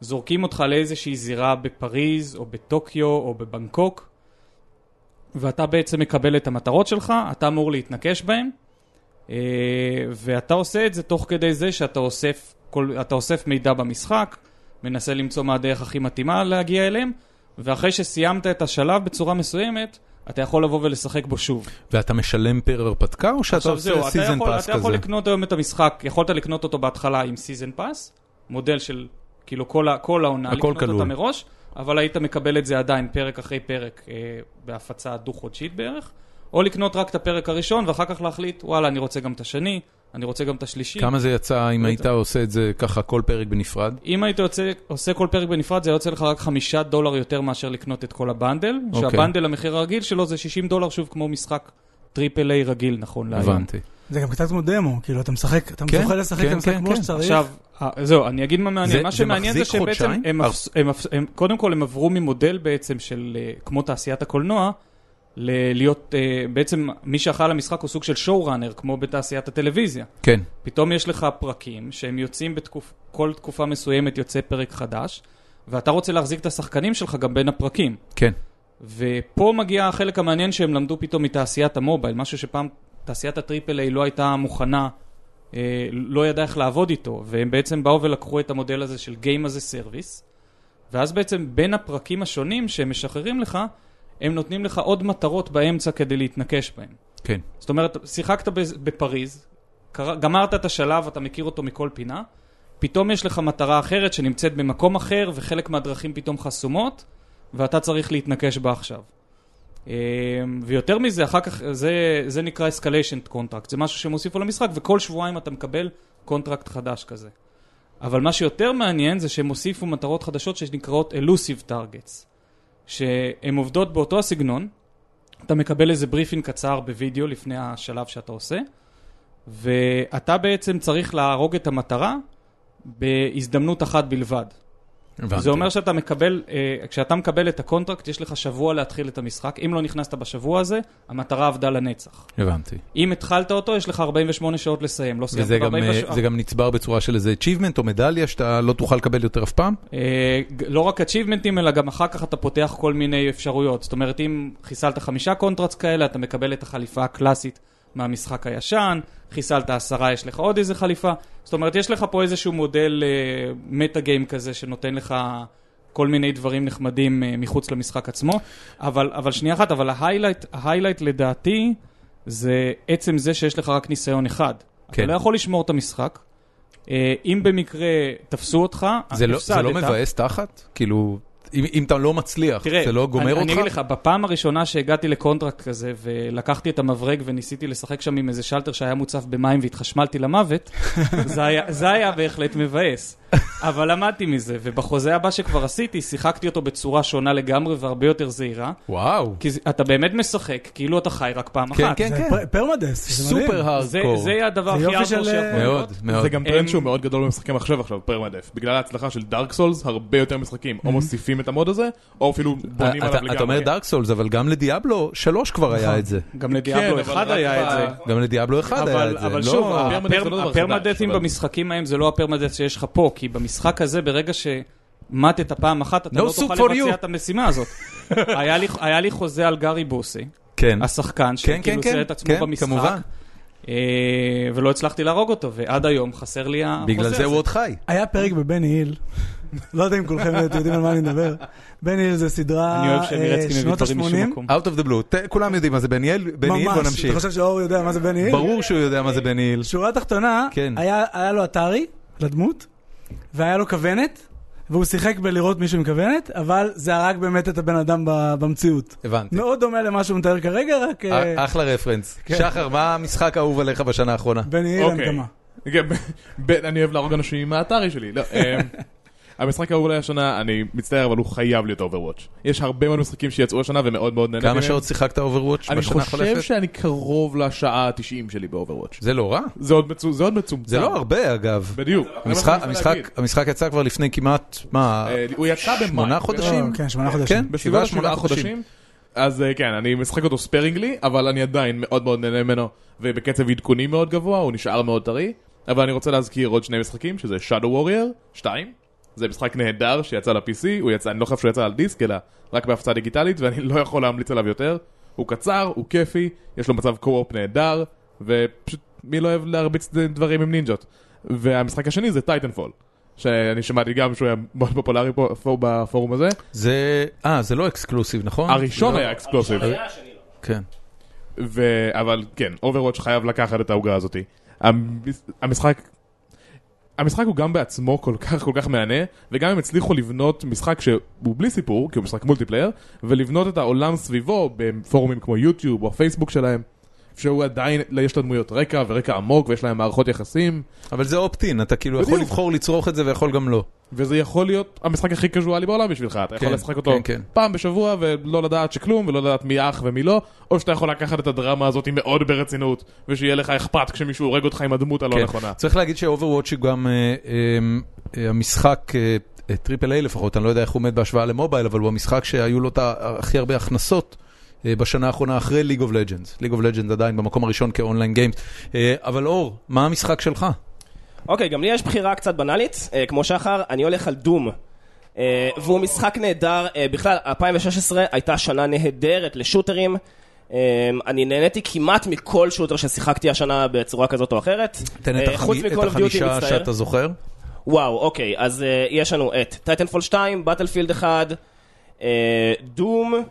Speaker 4: זורקים אותך לאיזושהי זירה בפריז או בטוקיו או בבנקוק, ואתה בעצם מקבל את המטרות שלך, אתה אמור להתנקש בהן, אה, ואתה עושה את זה תוך כדי זה שאתה אוסף, כל, אתה אוסף מידע במשחק, מנסה למצוא מה הדרך הכי מתאימה להגיע אליהם, ואחרי שסיימת את השלב בצורה מסוימת, אתה יכול לבוא ולשחק בו שוב.
Speaker 1: ואתה משלם פר הרפתקה, או שאתה
Speaker 4: עכשיו
Speaker 1: עושה
Speaker 4: זהו, אתה
Speaker 1: סיזן
Speaker 4: יכול,
Speaker 1: פאס
Speaker 4: אתה יכול
Speaker 1: כזה?
Speaker 4: לקנות היום את המשחק, יכולת לקנות אותו בהתחלה עם סיזן פאס, מודל של כאילו כל, ה- כל העונה,
Speaker 1: הכל
Speaker 4: לקנות
Speaker 1: כלול.
Speaker 4: אותה מראש, אבל היית מקבל את זה עדיין פרק אחרי פרק אה, בהפצה דו-חודשית בערך, או לקנות רק את הפרק הראשון ואחר כך להחליט, וואלה, אני רוצה גם את השני, אני רוצה גם את השלישי.
Speaker 1: כמה זה יצא אם
Speaker 4: בטח.
Speaker 1: היית עושה את זה ככה כל פרק בנפרד?
Speaker 4: אם היית יוצא, עושה כל פרק בנפרד, זה היה יוצא לך רק חמישה דולר יותר מאשר לקנות את כל הבנדל, okay.
Speaker 1: אוקיי.
Speaker 4: שהבנדל, המחיר הרגיל שלו זה 60 דולר, שוב, כמו משחק טריפל איי רגיל, נכון להיום.
Speaker 1: הבנתי.
Speaker 2: זה גם קצת כמו דמו, כאילו, אתה משחק, אתה
Speaker 1: כן,
Speaker 2: זוכה לשחק
Speaker 1: כן,
Speaker 2: את המשחק
Speaker 1: כן,
Speaker 2: כמו
Speaker 1: כן.
Speaker 2: שצריך.
Speaker 4: עכשיו, אה, זהו, אני אגיד מה מעניין.
Speaker 1: זה-
Speaker 4: מה
Speaker 1: זה
Speaker 4: שמעניין זה
Speaker 1: מחזיק
Speaker 4: שהם בעצם,
Speaker 1: חודשיים?
Speaker 4: הם אפס- הם אפס- הם- קודם כל הם עברו ממודל בעצם של, אה, כמו תעשיית הקולנוע, ל- להיות, אה, בעצם מי שאחראי על המשחק הוא סוג של שואו-ראנר, כמו בתעשיית הטלוויזיה.
Speaker 1: כן.
Speaker 4: פתאום יש לך פרקים שהם יוצאים בתקופ... כל תקופה מסוימת יוצא פרק חדש, ואתה רוצה להחזיק את השחקנים שלך גם בין הפרקים.
Speaker 1: כן.
Speaker 4: ופה מגיע החלק המעניין שהם למדו פתאום מתעשיית המובייל, משהו שפעם תעשיית הטריפל איי לא הייתה מוכנה, אה, לא ידעה איך לעבוד איתו, והם בעצם באו ולקחו את המודל הזה של Game as a Service, ואז בעצם בין הפרקים השונים שהם משחררים לך, הם נותנים לך עוד מטרות באמצע כדי להתנקש בהם.
Speaker 1: כן.
Speaker 4: זאת אומרת, שיחקת בז- בפריז, קרא- גמרת את השלב, אתה מכיר אותו מכל פינה, פתאום יש לך מטרה אחרת שנמצאת במקום אחר, וחלק מהדרכים פתאום חסומות, ואתה צריך להתנקש בה עכשיו. אמ, ויותר מזה, אחר כך, זה, זה נקרא escalation contract, זה משהו שהם הוסיפו למשחק, וכל שבועיים אתה מקבל קונטרקט חדש כזה. אבל מה שיותר מעניין זה שהם הוסיפו מטרות חדשות שנקראות elusive targets, שהן עובדות באותו הסגנון, אתה מקבל איזה בריפין קצר בווידאו לפני השלב שאתה עושה, ואתה בעצם צריך להרוג את המטרה בהזדמנות אחת בלבד.
Speaker 1: הבנתי.
Speaker 4: זה אומר שאתה מקבל, אה, כשאתה מקבל את הקונטרקט, יש לך שבוע להתחיל את המשחק. אם לא נכנסת בשבוע הזה, המטרה עבדה לנצח.
Speaker 1: הבנתי.
Speaker 4: אם התחלת אותו, יש לך 48 שעות לסיים. לא סיימת
Speaker 1: וזה גם,
Speaker 4: ב-48
Speaker 1: אה, זה גם נצבר בצורה של איזה achievement או מדליה שאתה לא תוכל לקבל יותר אף פעם?
Speaker 4: אה, ג- לא רק achievementים, אלא גם אחר כך אתה פותח כל מיני אפשרויות. זאת אומרת, אם חיסלת חמישה קונטרקטס כאלה, אתה מקבל את החליפה הקלאסית מהמשחק הישן, חיסלת עשרה, יש לך עוד איזה חליפה. זאת אומרת, יש לך פה איזשהו מודל אה, מטה גיים כזה, שנותן לך כל מיני דברים נחמדים אה, מחוץ למשחק עצמו. אבל, אבל שנייה אחת, אבל ההיילייט, ההיילייט לדעתי, זה עצם זה שיש לך רק ניסיון אחד.
Speaker 1: כן.
Speaker 4: אתה לא יכול לשמור את המשחק. אה, אם במקרה תפסו אותך,
Speaker 1: זה לא- זה לא
Speaker 4: הפסדת.
Speaker 1: מבאס תחת? כאילו, אם אם אתה לא מצליח,
Speaker 4: תראה,
Speaker 1: זה לא גומר
Speaker 4: אני,
Speaker 1: אותך?
Speaker 4: אני אגיד לך, בפעם הראשונה שהגעתי לקונטרקט כזה, ולקחתי את המברג וניסיתי לשחק שם עם איזה שלטר שהיה מוצף במים והתחשמלתי
Speaker 1: <laughs>
Speaker 4: למוות, זה, היה, זה היה בהחלט מבאס. אבל למדתי מזה, ובחוזה הבא שכבר עשיתי, שיחקתי אותו בצורה שונה לגמרי והרבה יותר זהירה,
Speaker 1: וואו.
Speaker 4: כי זה, אתה באמת משחק, כאילו אתה חי רק פעם
Speaker 1: כן,
Speaker 4: אחת.
Speaker 1: כן,
Speaker 2: זה
Speaker 1: כן.
Speaker 2: פ- פרמדס, זה מדהים.
Speaker 1: סופר
Speaker 4: זה,
Speaker 1: הארדקור.
Speaker 4: זה הדבר
Speaker 2: זה
Speaker 4: הכי
Speaker 2: יופי
Speaker 4: ארבע
Speaker 2: של,
Speaker 4: שיכול
Speaker 2: אה,
Speaker 4: להיות.
Speaker 1: מאוד, מאוד.
Speaker 5: זה גם טרנד
Speaker 4: הם-
Speaker 5: שהוא מאוד גדול במשחקי מחשב עכשיו, פרמדף. בגלל ההצלחה של דארק סולס, הרבה יותר משחקים. או מוסיפים את המוד הזה, או אפילו בונים עליו
Speaker 1: אה, אתה-
Speaker 5: לגמרי.
Speaker 1: אתה אומר דארק סולס, אבל גם לדיאבלו 3 כבר
Speaker 2: נכון.
Speaker 1: היה את זה.
Speaker 4: גם
Speaker 5: כן,
Speaker 4: לדיאבלו
Speaker 5: אבל
Speaker 4: 1
Speaker 5: רק
Speaker 4: היה את
Speaker 5: ב-
Speaker 4: זה.
Speaker 1: גם לדיאבלו 1 היה
Speaker 4: אבל,
Speaker 1: את זה.
Speaker 4: אבל
Speaker 1: לא-
Speaker 4: שוב,
Speaker 5: הפרמדף זה לא
Speaker 4: אה, הפר-
Speaker 5: דבר חדש,
Speaker 4: הפרמדטים
Speaker 5: אבל-
Speaker 4: במשחקים ההם זה לא הפרמדט שיש לך פה, כי במשחק הזה, ברגע שמטת פעם אחת, אתה
Speaker 1: No
Speaker 4: לא
Speaker 1: soup
Speaker 4: תוכל
Speaker 1: for
Speaker 4: לבצע
Speaker 1: you.
Speaker 4: את המשימה
Speaker 1: <laughs>
Speaker 4: הזאת. היה לי- היה לי חוזה על גארי בוסי,
Speaker 1: כן.
Speaker 4: השחקן,
Speaker 1: כן,
Speaker 4: שכאילו
Speaker 1: כן,
Speaker 4: עושה את עצמו
Speaker 1: כן,
Speaker 4: במשחק,
Speaker 1: כמובן.
Speaker 4: אה, ולא הצלחתי להרוג אותו, ועד היום חסר לי החוזה
Speaker 1: בגלל זה הוא עוד חי.
Speaker 2: היה פרק בבני היל, לא יודע אם כולכם יודעים על מה אני מדבר. בני היל זה סדרה
Speaker 4: אני אוהב שמירצקי
Speaker 2: אה,
Speaker 4: מביא
Speaker 2: שנות
Speaker 4: דברים משום
Speaker 2: ה-80.
Speaker 4: מקום.
Speaker 1: Out of the blue, ת- כולם יודעים מה זה בן היל, בן היל בוא
Speaker 2: ממש,
Speaker 1: נמשיך.
Speaker 2: אתה חושב שאור יודע מה זה בני היל?
Speaker 1: ברור שהוא יודע מה זה בן היל.
Speaker 2: שורה תחתונה,
Speaker 1: כן.
Speaker 2: היה היה לו אתרי, לדמות, והיה לו כוונת, והוא שיחק בלראות מישהו עם כוונת, אבל זה הרג באמת את הבן אדם ב- במציאות.
Speaker 1: הבנתי.
Speaker 2: מאוד דומה למה שהוא מתאר כרגע, רק אה,
Speaker 1: אה, אחלה רפרנס.
Speaker 5: כן.
Speaker 1: שחר, מה המשחק האהוב עליך בשנה האחרונה?
Speaker 2: בני היל
Speaker 5: אוקיי.
Speaker 2: הנקמה.
Speaker 5: כן, ב- ב- אני אוהב להרוג אנשים עם האתרי שלי. לא, אמ, המשחק האהוב עליי השנה, אני מצטער, אבל הוא חייב להיות אוברוואץ'. יש הרבה מאוד משחקים שיצאו השנה ומאוד מאוד נהניתי
Speaker 1: כמה
Speaker 5: מהם.
Speaker 1: שעות שיחקת אוברוואץ'
Speaker 5: אני
Speaker 1: בשנה
Speaker 5: חושב
Speaker 1: החולפת?
Speaker 5: שאני קרוב לשעה ה-90 שלי באוברוואץ'.
Speaker 1: זה לא רע.
Speaker 5: זה עוד מצו- זה עוד מצומצם.
Speaker 1: זה לא הרבה אגב.
Speaker 5: בדיוק. זה מה
Speaker 1: המשחק-
Speaker 5: שאני מנסה
Speaker 1: המשחק-
Speaker 5: להגיד.
Speaker 1: המשחק יצא כבר לפני כמעט, מה,
Speaker 5: אה, הוא יצא במאי.
Speaker 1: שמונה חודשים?
Speaker 2: לא, כן, שמונה
Speaker 1: כן,
Speaker 2: חודשים.
Speaker 5: בסביבות
Speaker 1: שבעה,
Speaker 5: השמונה
Speaker 1: שמונה
Speaker 5: חודשים. אז אה, כן, אני משחק אותו ספרינגלי, אבל אני עדיין מאוד מאוד נהנה ממנו, ובקצב עדכוני מאוד גבוה, הוא נשאר מאוד טרי. אבל אני רוצה להזכיר עוד שני משחקים, שזה Shadow Warrior 2. זה משחק נהדר שיצא ל-PC, הוא יצא, אני לא חושב שהוא יצא על דיסק, אלא רק בהפצה דיגיטלית, ואני לא יכול להמליץ עליו יותר. הוא קצר, הוא כיפי, יש לו מצב קו-אופ נהדר, ופשוט מי לא אוהב להרביץ דברים עם נינג'ות. והמשחק השני זה טייטנפול, שאני שמעתי גם שהוא היה מאוד פופולרי פה פה בפורום הזה.
Speaker 1: זה, אה, זה לא אקסקלוסיב, נכון?
Speaker 5: הראשון
Speaker 1: לא.
Speaker 5: היה אקסקלוסיב,
Speaker 6: היה, השני לא.
Speaker 1: כן.
Speaker 5: ו- אבל כן, אוברוואץ' חייב לקחת את העוגה הזאתי. המס- המשחק... המשחק הוא גם בעצמו כל כך כל כך מהנה, וגם הם הצליחו לבנות משחק שהוא בלי סיפור, כי הוא משחק מולטיפלייר, ולבנות את העולם סביבו בפורומים כמו יוטיוב או הפייסבוק שלהם, שהוא עדיין, יש לו דמויות רקע ורקע עמוק, ויש להם מערכות יחסים,
Speaker 1: אבל זה אופטין, אתה כאילו יכול
Speaker 5: בדיוק.
Speaker 1: לבחור לצרוך את זה ויכול גם לא.
Speaker 5: וזה יכול להיות המשחק הכי קזואלי בעולם בשבילך, אתה יכול
Speaker 1: כן,
Speaker 5: לשחק אותו
Speaker 1: כן, כן.
Speaker 5: פעם בשבוע ולא לדעת שכלום ולא לדעת מי אח ומי לא, או שאתה יכול לקחת את הדרמה הזאת מאוד ברצינות, ושיהיה לך אכפת כשמישהו הורג אותך עם הדמות הלא
Speaker 1: כן.
Speaker 5: לא נכונה.
Speaker 1: צריך להגיד שאוברוואץ' הוא גם אה, אה, אה, המשחק, אה, טריפל איי לפחות, אני לא יודע איך הוא עומד בהשוואה למובייל, אבל הוא המשחק שהיו לו את ה- הכי הרבה הכנסות. אה, בשנה האחרונה אחרי ליג אוף לג'אנס. ליג אוף לג'אנס עדיין במקום הראשון כאונליין גיימס. אה, אבל אור, מה המשחק שלך?
Speaker 6: אוקיי, גם לי יש בחירה קצת בנאלית, אה, כמו שחר, אני הולך על דום. אה, והוא משחק נהדר, אה, בכלל, 2016 הייתה שנה נהדרת לשוטרים. אה, אני נהניתי כמעט מכל שוטר ששיחקתי השנה בצורה כזאת או אחרת.
Speaker 1: תן את
Speaker 6: אה, חוץ
Speaker 1: החמי- את
Speaker 6: מ-Call of Duty,
Speaker 1: החמישה
Speaker 6: מצטער.
Speaker 1: שאתה זוכר.
Speaker 6: וואו, אוקיי, אז אה, יש לנו את טייטנפול 2, באטלפילד 1, אה, דום,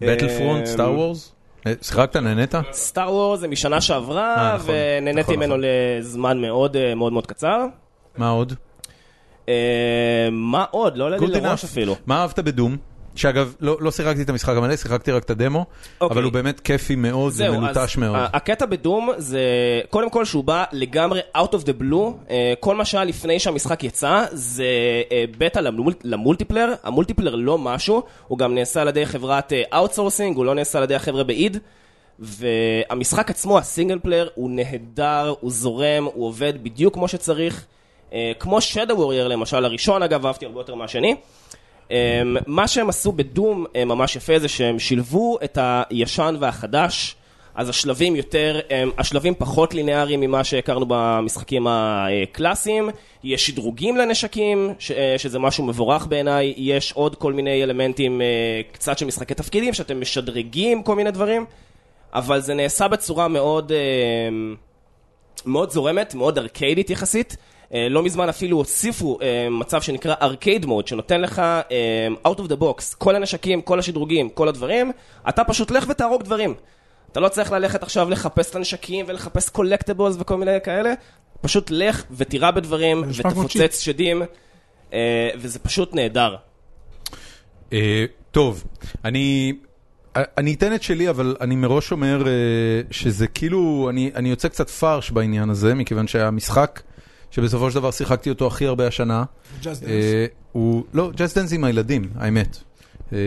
Speaker 1: בטלפרונט,
Speaker 6: אה,
Speaker 1: סטאר וורס. אה, שיחקת, נהנית?
Speaker 6: סטאר וורס זה משנה
Speaker 1: אה,
Speaker 6: שעברה,
Speaker 1: נכון,
Speaker 6: ונהניתי
Speaker 1: נכון,
Speaker 6: ממנו
Speaker 1: נכון.
Speaker 6: לזמן מאוד אה, מאוד מאוד קצר.
Speaker 1: מה עוד?
Speaker 6: אה, מה עוד? לא עולה לי
Speaker 1: Good
Speaker 6: לראש
Speaker 1: enough.
Speaker 6: אפילו.
Speaker 1: מה אהבת בדום? שאגב, לא לא שיחקתי את המשחק המלא, שיחקתי רק את הדמו,
Speaker 6: אוקיי.
Speaker 1: אבל הוא באמת כיפי מאוד ומלוטש מאוד.
Speaker 6: ה- אה, הקטע בדום זה, קודם כל שהוא בא לגמרי out of the blue, אה, כל מה שהיה לפני שהמשחק יצא זה אה, בטא למול, למולטיפלר, אה, המולטיפלר לא משהו, הוא גם נעשה על ידי חברת אאוטסורסינג, הוא לא נעשה על ידי החבר'ה באיד, והמשחק עצמו, הסינגל פלייר, הוא נהדר, הוא זורם, הוא עובד בדיוק כמו שצריך. אה, כמו Shadow Warrior למשל, הראשון אגב אהבתי הרבה יותר מהשני. אה, מה שהם עשו בדום אה, ממש יפה זה שהם שילבו את הישן והחדש, אז השלבים יותר, הם, השלבים פחות לינאריים ממה שהכרנו במשחקים הקלאסיים, יש שדרוגים לנשקים, ש, אה, שזה משהו מבורך בעיניי, יש עוד כל מיני אלמנטים אה, קצת של משחקי תפקידים, שאתם משדרגים כל מיני דברים, אבל זה נעשה בצורה מאוד... אה, מאוד זורמת, מאוד ארקיידית יחסית. אה, לא מזמן אפילו הוסיפו אה, מצב שנקרא ארקייד מוד, שנותן לך אה, out of the box, כל הנשקים, כל השדרוגים, כל הדברים, אתה פשוט לך ותהרוג דברים. אתה לא צריך ללכת עכשיו לחפש את הנשקים ולחפש קולקטבולס וכל מיני כאלה, פשוט לך ותירה בדברים
Speaker 2: נשמע כמו צ'יט.
Speaker 6: ותפוצץ שדים, אה, וזה פשוט נהדר.
Speaker 1: אה, טוב, אני, אה, אני אתן את שלי, אבל אני מראש אומר אה, שזה כאילו, אני, אני יוצא קצת פרש בעניין הזה, מכיוון שהמשחק, שבסופו של דבר שיחקתי אותו הכי הרבה השנה,
Speaker 2: Just Dance.
Speaker 1: אה, הוא, לא, Just Dance עם הילדים, האמת. אה,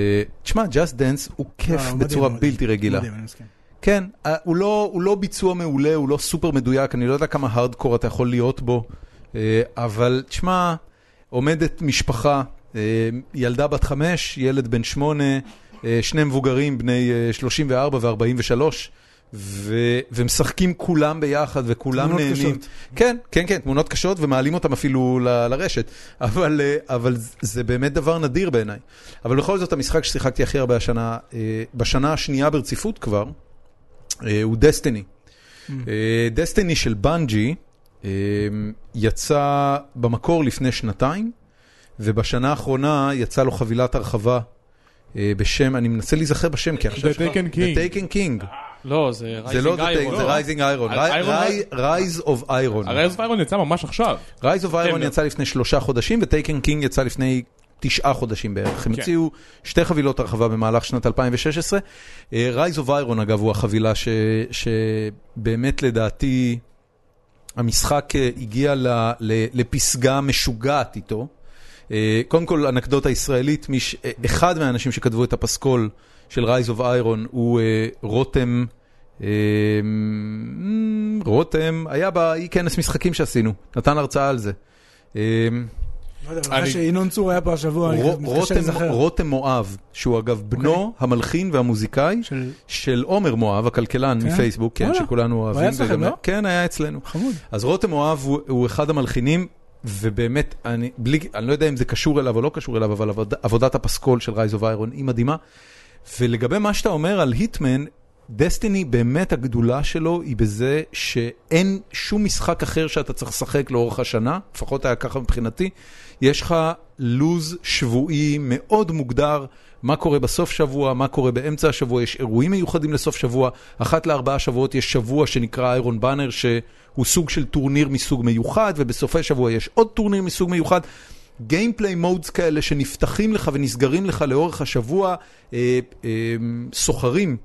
Speaker 1: תשמע, Just Dance הוא כיף
Speaker 2: לא, מדהים,
Speaker 1: בצורה
Speaker 2: מדהים.
Speaker 1: בלתי רגילה.
Speaker 2: מדהים, אני מסכים.
Speaker 1: כן, אה, הוא לא, הוא לא ביצוע מעולה, הוא לא סופר מדויק, אני לא יודע כמה הארדקור אתה יכול להיות בו, אה, אבל תשמע, עומדת משפחה, אה, ילדה בת חמש, ילד בן שמונה, אה, שני מבוגרים בני אה, 34 ו-43, ו- ומשחקים כולם ביחד וכולם
Speaker 2: תמונות
Speaker 1: נהנים.
Speaker 2: קשות.
Speaker 1: כן, כן, כן, תמונות קשות ומעלים אותן אפילו ל- לרשת, אבל, אה, אבל זה באמת דבר נדיר בעיניי. אבל בכל זאת המשחק ששיחקתי הכי הרבה השנה, אה, בשנה השנייה ברציפות כבר, אה, הוא דסטיני. אה, דסטיני של בנג'י אה, יצא במקור לפני שנתיים, ובשנה האחרונה יצאה לו חבילת הרחבה אה, בשם, אני מנסה להיזכר בשם, כי עכשיו...
Speaker 5: The Taken
Speaker 1: נכון. The
Speaker 5: King.
Speaker 1: Taken King.
Speaker 3: לא, זה
Speaker 1: זה לא
Speaker 3: רייזינג
Speaker 1: The Taken, זה Rising Iron.
Speaker 5: Iron-
Speaker 1: Ri- Ri- Rise of Iron.
Speaker 5: הרי אז פיירון יצא ממש עכשיו.
Speaker 1: Rise of Iron
Speaker 5: ספטמבר.
Speaker 1: יצא לפני שלושה חודשים, וטייקן קינג יצא לפני תשעה חודשים בערך. הם
Speaker 5: כן.
Speaker 1: הוציאו שתי חבילות הרחבה במהלך שנת 2016. אה, Rise of Iron, אגב, הוא החבילה ש- שבאמת לדעתי המשחק אה, הגיע ל- ל- לפסגה משוגעת איתו. אה, קודם כל, אנקדוטה ישראלית, מיש, אה, אחד מהאנשים שכתבו את הפסקול של Rise of Iron הוא אה, רותם, אה, רותם, היה באי כנס משחקים שעשינו, נתן הרצאה על זה. אה,
Speaker 2: לא יודע, אבל אחרי
Speaker 5: אני-
Speaker 2: שינון צור היה פה השבוע, אני
Speaker 1: רו-
Speaker 2: מתקשה
Speaker 1: רותם,
Speaker 2: לזכר.
Speaker 1: רותם מואב, שהוא אגב בנו המלחין והמוזיקאי
Speaker 2: אוקיי. של-
Speaker 1: של עומר מואב, הכלכלן
Speaker 2: כן?
Speaker 1: מפייסבוק, כן,
Speaker 2: וואלה.
Speaker 1: שכולנו
Speaker 2: היה
Speaker 1: אוהבים.
Speaker 2: אצלכם,
Speaker 1: וגם-
Speaker 2: לא?
Speaker 1: כן, היה אצלנו.
Speaker 2: חמוד.
Speaker 1: אז רותם אוהב הוא, הוא אחד המלחינים, ובאמת, אני, בלי, אני לא יודע אם זה קשור אליו או לא קשור אליו, אבל עבוד, עבודת הפסקול של רייז אוף איירון היא מדהימה. ולגבי מה שאתה אומר על היטמן, דסטיני באמת הגדולה שלו היא בזה שאין שום משחק אחר שאתה צריך לשחק לאורך השנה, לפחות היה ככה מבחינתי. יש לך לו"ז שבועי מאוד מוגדר, מה קורה בסוף שבוע, מה קורה באמצע השבוע, יש אירועים מיוחדים לסוף שבוע, אחת לארבעה שבועות יש שבוע שנקרא איירון באנר, שהוא סוג של טורניר מסוג מיוחד, ובסופי שבוע יש עוד טורניר מסוג מיוחד. גיימפליי מודס כאלה שנפתחים לך ונסגרים לך לאורך השבוע, אה, אה, סוחרים,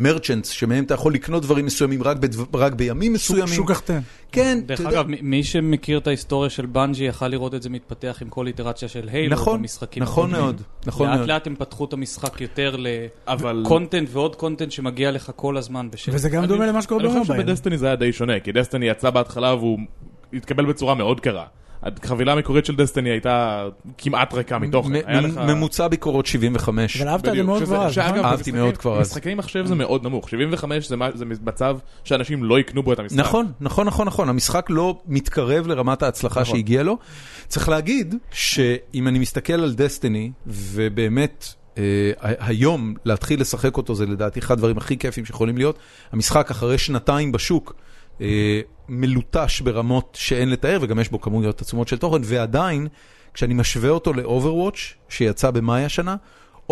Speaker 1: מרצ'נטס, שמהם אתה יכול לקנות דברים מסוימים רק, בדו, רק בימים מסוימים.
Speaker 2: שוק החתן.
Speaker 1: כן,
Speaker 3: דרך
Speaker 1: אתה יודע-
Speaker 3: אגב, מ- מי שמכיר את ההיסטוריה של בנג'י יכל לראות את זה מתפתח עם כל איטרציה של היילו
Speaker 1: נכון,
Speaker 3: במשחקים.
Speaker 1: נכון
Speaker 3: הקודמים.
Speaker 1: מאוד, נכון
Speaker 3: לאט
Speaker 1: מאוד.
Speaker 3: לאט הם פתחו את המשחק יותר
Speaker 5: אבל-
Speaker 3: לקונטנט ועוד קונטנט שמגיע לך כל הזמן בשביל...
Speaker 2: וזה גם
Speaker 5: אני-
Speaker 2: דומה למה
Speaker 1: לא
Speaker 2: שקורה
Speaker 5: אני חושב
Speaker 2: במובייל.
Speaker 5: שבדסטיני זה היה די שונה, כי דסטיני יצא בהתחלה והוא התקבל בצורה מאוד קרה. החבילה המקורית של דסטיני הייתה כמעט ריקה מתוכן.
Speaker 1: מ-
Speaker 5: היה
Speaker 1: מ-
Speaker 5: לך-
Speaker 1: ממוצע ביקורות 75.
Speaker 2: אבל אהבת את זה
Speaker 5: בדיוק,
Speaker 2: מאוד
Speaker 5: שזה-
Speaker 2: כבר אז,
Speaker 5: שאגב,
Speaker 2: נכון?
Speaker 1: אהבתי
Speaker 5: במשחקים-
Speaker 1: מאוד כבר אז.
Speaker 5: משחקי מחשב זה מאוד נמוך, 75 זה מה- זה מצב שאנשים לא יקנו בו את המשחק.
Speaker 1: נכון, נכון, נכון, נכון. המשחק לא מתקרב לרמת ההצלחה
Speaker 5: נכון.
Speaker 1: שהגיע לו. צריך להגיד שאם אני מסתכל על דסטיני, ובאמת אה, ה- היום להתחיל לשחק אותו זה לדעתי אחד הדברים הכי כיפים שיכולים להיות, המשחק אחרי שנתיים בשוק. אה, מלוטש ברמות שאין לתאר, וגם יש בו כמויות עצומות של תוכן, ועדיין, כשאני משווה אותו ל-Overwatch, שיצא במאי השנה,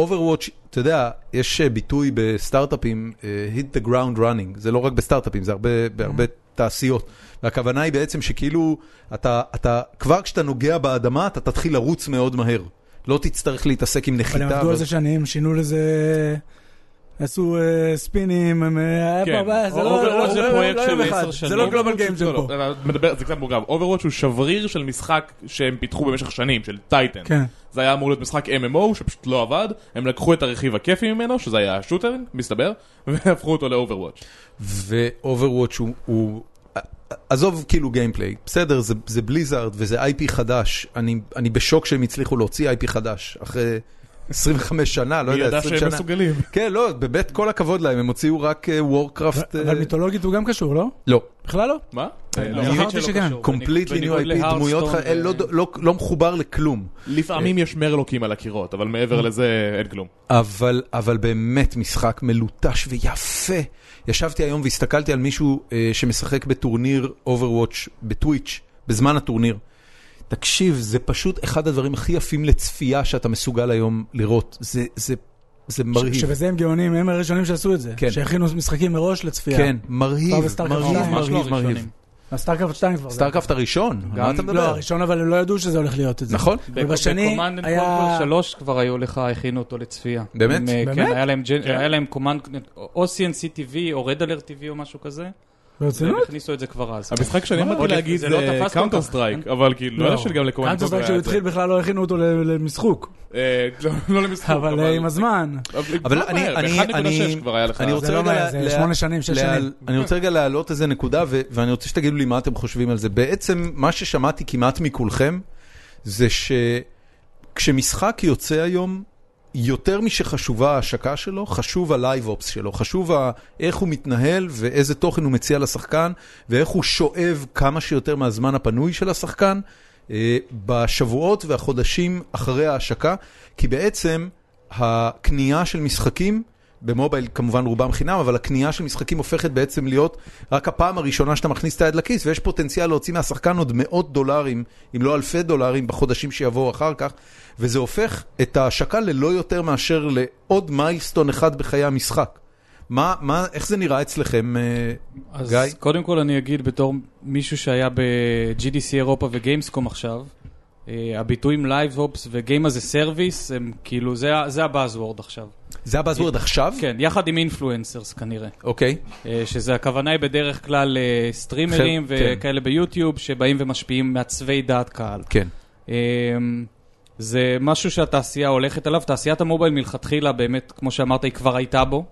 Speaker 1: Overwatch, אתה יודע, יש אה, ביטוי בסטארט-אפים, אה, hit the ground running, זה לא רק בסטארט-אפים, זה הרבה, בהרבה
Speaker 2: Mm-hmm.
Speaker 1: תעשיות. והכוונה היא בעצם שכאילו, אתה, אתה, כבר כשאתה נוגע באדמה, אתה תתחיל לרוץ מאוד מהר. לא תצטרך להתעסק עם
Speaker 2: אבל הם
Speaker 1: נחיתה.
Speaker 2: עבדו על
Speaker 1: אבל-
Speaker 2: זה שנים, שינו לזה עשו אה, ספינים, הם, אה,
Speaker 5: כן.
Speaker 2: היה פה הבעיה, זה לא-
Speaker 4: Overwatch זה
Speaker 2: לא- לא-
Speaker 4: פרויקט
Speaker 2: לא
Speaker 4: של
Speaker 2: יום
Speaker 4: עשר
Speaker 2: אחד. זה
Speaker 4: שנים.
Speaker 2: לא גלובל גיים ג'ם
Speaker 5: לא,
Speaker 2: פה.
Speaker 5: לא, לא, מדבר- זה קצת מורכב. Overwatch הוא שבריר של משחק שהם פיתחו במשך שנים, של טייטן.
Speaker 2: כן.
Speaker 5: זה היה אמור להיות משחק MMO שפשוט לא עבד, הם לקחו את הרכיב הכיפי ממנו, שזה היה השוטרינג, מסתבר, <laughs> והפכו אותו ל-Overwatch.
Speaker 1: ואוברוואץ' הוא, הוא... עזוב כאילו גיימפליי, בסדר, זה, זה בליזארד וזה איי-פי חדש, אני, אני בשוק שהם הצליחו להוציא איי-פי חדש, אחרי 25 שנה, לא
Speaker 5: מי
Speaker 1: יודע,
Speaker 5: ידע
Speaker 1: 20
Speaker 5: שהם
Speaker 1: שנה.
Speaker 5: מסוגלים.
Speaker 1: כן, לא, באמת כל הכבוד להם, הם הוציאו רק וורקראפט...
Speaker 2: אבל מיתולוגית הוא גם קשור, לא?
Speaker 1: לא,
Speaker 2: בכלל לא?
Speaker 5: מה?
Speaker 1: אה,
Speaker 4: לא,
Speaker 2: אני
Speaker 4: האמת
Speaker 2: אמרתי
Speaker 4: שלא
Speaker 2: שכן.
Speaker 4: קשור.
Speaker 1: קומפליטלי ניו
Speaker 4: בניגוד
Speaker 1: איי-פי, דמויות, ח-
Speaker 4: להרסטון,
Speaker 1: אה, לא-
Speaker 4: אה,
Speaker 1: לא- לא מחובר לכלום.
Speaker 5: לפעמים יש מרלוקים על הקירות, אבל מעבר לזה אין כלום.
Speaker 1: אבל, אבל באמת משחק מלוטש ויפה. ישבתי היום והסתכלתי על מישהו אה, שמשחק בטורניר Overwatch בטוויץ', בזמן הטורניר. תקשיב, זה פשוט אחד הדברים הכי יפים לצפייה שאתה מסוגל היום לראות. זה, זה, זה מרהיב.
Speaker 2: ש- שבזה הם גאונים, הם הראשונים שעשו את זה.
Speaker 1: כן.
Speaker 2: שהכינו משחקים מראש לצפייה.
Speaker 1: כן, מרהיב,
Speaker 2: טוב, וסטארקראפט
Speaker 1: מרהיב,
Speaker 2: שתיים.
Speaker 4: ממש לא
Speaker 1: מרהיב, מרהיב.
Speaker 4: הראשונים.
Speaker 2: הסטארקרפט 2 כבר. זה.
Speaker 1: סטארקרפט הראשון, על מה אתה
Speaker 2: לא,
Speaker 1: מדבר?
Speaker 2: הראשון אבל הם לא ידעו שזה הולך להיות את זה.
Speaker 1: נכון?
Speaker 2: ובשני היה...
Speaker 4: היה... שלוש כבר היו לך, הכינו אותו לצפייה.
Speaker 1: באמת?
Speaker 4: הם, אה,
Speaker 2: באמת?
Speaker 4: כן, היה להם, ג'ן... היה להם קומנד, או CNC TV או Red Alert TV או משהו כזה, והם
Speaker 2: ברצינות?
Speaker 4: הכניסו את זה כבר אז.
Speaker 5: המשחק שאני באתי
Speaker 4: עוד לפני-
Speaker 5: להגיד
Speaker 4: זה לא
Speaker 5: זה
Speaker 4: תפס כל
Speaker 5: קאונטר
Speaker 4: כך.
Speaker 5: סטרייק, אבל כאילו, לא יודע שגם לקומנדו
Speaker 2: קאנטר סטרייק שהוא התחיל בכלל לא הכינו אותו ל- למשחוק.
Speaker 5: לא למשחק,
Speaker 2: אבל אה, עם הזמן.
Speaker 1: אבל אני,
Speaker 5: אה,
Speaker 1: אני, אני,
Speaker 5: ב-1.6 כבר היה לך.
Speaker 1: אני
Speaker 2: זה
Speaker 1: רוצה
Speaker 2: לא
Speaker 1: רגע,
Speaker 2: מהר,
Speaker 1: לה-
Speaker 2: זה
Speaker 1: לה-
Speaker 2: שמונה שנים, שש
Speaker 1: לה-
Speaker 2: שנים.
Speaker 1: אני רוצה רגע להעלות איזה נקודה, ו- ואני רוצה שתגידו לי מה אתם חושבים על זה. בעצם, מה ששמעתי כמעט מכולכם, זה שכשמשחק יוצא היום, יותר משחשובה ההשקה שלו, חשוב הלייב אופס שלו, חשוב ה- איך הוא מתנהל ואיזה תוכן הוא מציע לשחקן, ואיך הוא שואב כמה שיותר מהזמן הפנוי של השחקן אה, בשבועות והחודשים אחרי ההשקה, כי בעצם הקנייה של משחקים, במובייל כמובן רובם חינם, אבל הקנייה של משחקים הופכת בעצם להיות רק הפעם הראשונה שאתה מכניס את היד לכיס, ויש פוטנציאל להוציא מהשחקן עוד מאות דולרים, אם לא אלפי דולרים, בחודשים שיבואו אחר כך, וזה הופך את ההשקה ללא יותר מאשר לעוד מיילסטון אחד בחיי המשחק. מה, מה, איך זה נראה אצלכם, אה,
Speaker 4: אז
Speaker 1: גיא?
Speaker 4: קודם כל אני אגיד בתור מישהו שהיה ב-GDC אירופה וגיימסקום עכשיו, אה, הביטויים Live Ops ו-Game as a Service הם כאילו, זה ה- זה הבאזוורד עכשיו.
Speaker 1: זה הבאזוורד עכשיו?
Speaker 4: כן, יחד עם אינפלואנסרס כנראה.
Speaker 1: אוקיי.
Speaker 4: אה, שזה הכוונה היא בדרך כלל אה, סטרימרים
Speaker 1: חלק- כן.
Speaker 4: וכאלה ביוטיוב שבאים ומשפיעים מעצבי דעת קהל.
Speaker 1: כן.
Speaker 4: אמ, זה משהו שהתעשייה הולכת עליו, תעשיית המובייל מלכתחילה באמת, כמו שאמרת, היא כבר הייתה בו,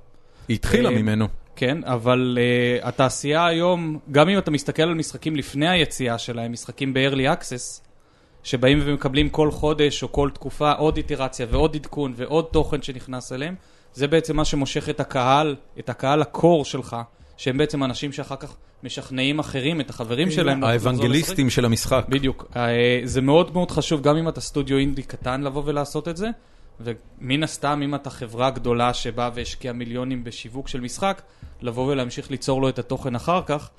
Speaker 1: היא התחילה
Speaker 4: אה,
Speaker 1: ממנו.
Speaker 4: כן, אבל uh, התעשייה היום, גם אם אתה מסתכל על משחקים לפני היציאה שלהם, משחקים ב-early access, שבאים ומקבלים כל חודש או כל תקופה עוד איטרציה ועוד עדכון ועוד תוכן שנכנס אליהם, זה בעצם מה שמושך את הקהל, את הקהל הקור שלך, שהם בעצם אנשים שאחר כך משכנעים אחרים, את החברים שלהם. לחזור לשחק.
Speaker 1: האבנגליסטים של המשחק.
Speaker 4: בדיוק. אה, זה מאוד מאוד חשוב, גם אם אתה סטודיו אינדי קטן, לבוא ולעשות את זה, ומן הסתם, אם אתה חברה גדולה שבאה והשקיעה מיליונים בשיווק של משחק, לבוא ולהמשיך ליצור לו את התוכן אחר כך,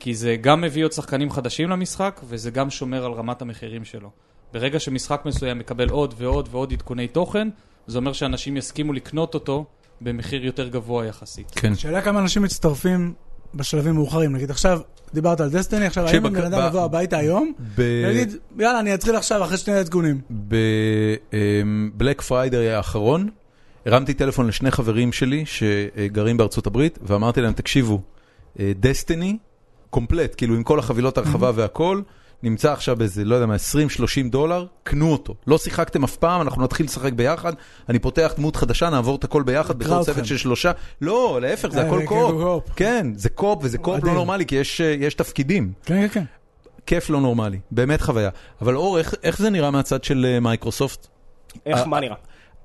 Speaker 4: כי זה גם מביא עוד שחקנים חדשים למשחק, וזה גם שומר על רמת המחירים שלו. ברגע שמשחק מסוים מקבל עוד ועוד ועוד עדכוני תוכן, זה אומר שאנשים יסכימו לקנות אותו במחיר יותר גבוה יחסית.
Speaker 1: כן.
Speaker 2: שאלה כמה אנשים מצטרפים בשלבים מאוחרים. נגיד עכשיו, דיברת על דסטיני, עכשיו האם
Speaker 1: שבק-
Speaker 2: בן
Speaker 1: ב- אה,
Speaker 2: אדם יבוא הביתה היום,
Speaker 1: ב-
Speaker 2: ויגיד, יאללה, אני אתחיל עכשיו אחרי שני עדכונים.
Speaker 1: בבלק פריידיי אמ, האחרון, הרמתי טלפון לשני חברים שלי שגרים בארצות הברית, ואמרתי להם, תקשיבו, דסטיני קומפלט, כאילו עם כל החבילות הרחבה
Speaker 2: Mm-hmm.
Speaker 1: והכל, נמצא עכשיו באיזה, לא יודע מה, 20-30 דולר, קנו אותו. לא שיחקתם אף פעם, אנחנו נתחיל לשחק ביחד, אני פותח דמות חדשה, נעבור את הכל ביחד, בתור
Speaker 2: אתכם.
Speaker 1: צוות של שלושה. לא, להפך, זה
Speaker 2: אה,
Speaker 1: הכל
Speaker 2: כן,
Speaker 1: קו-אופ.
Speaker 2: קו-אופ.
Speaker 1: כן, זה קו-אופ, וזה קו-אופ לא
Speaker 2: מדהים.
Speaker 1: נורמלי, כי יש, אה, יש תפקידים.
Speaker 2: כן, כן, כן.
Speaker 1: כיף לא נורמלי, באמת חוויה. אבל אור, איך, איך זה נראה מהצד של אה, מייקרוסופט?
Speaker 2: אה,
Speaker 6: איך, מה נראה?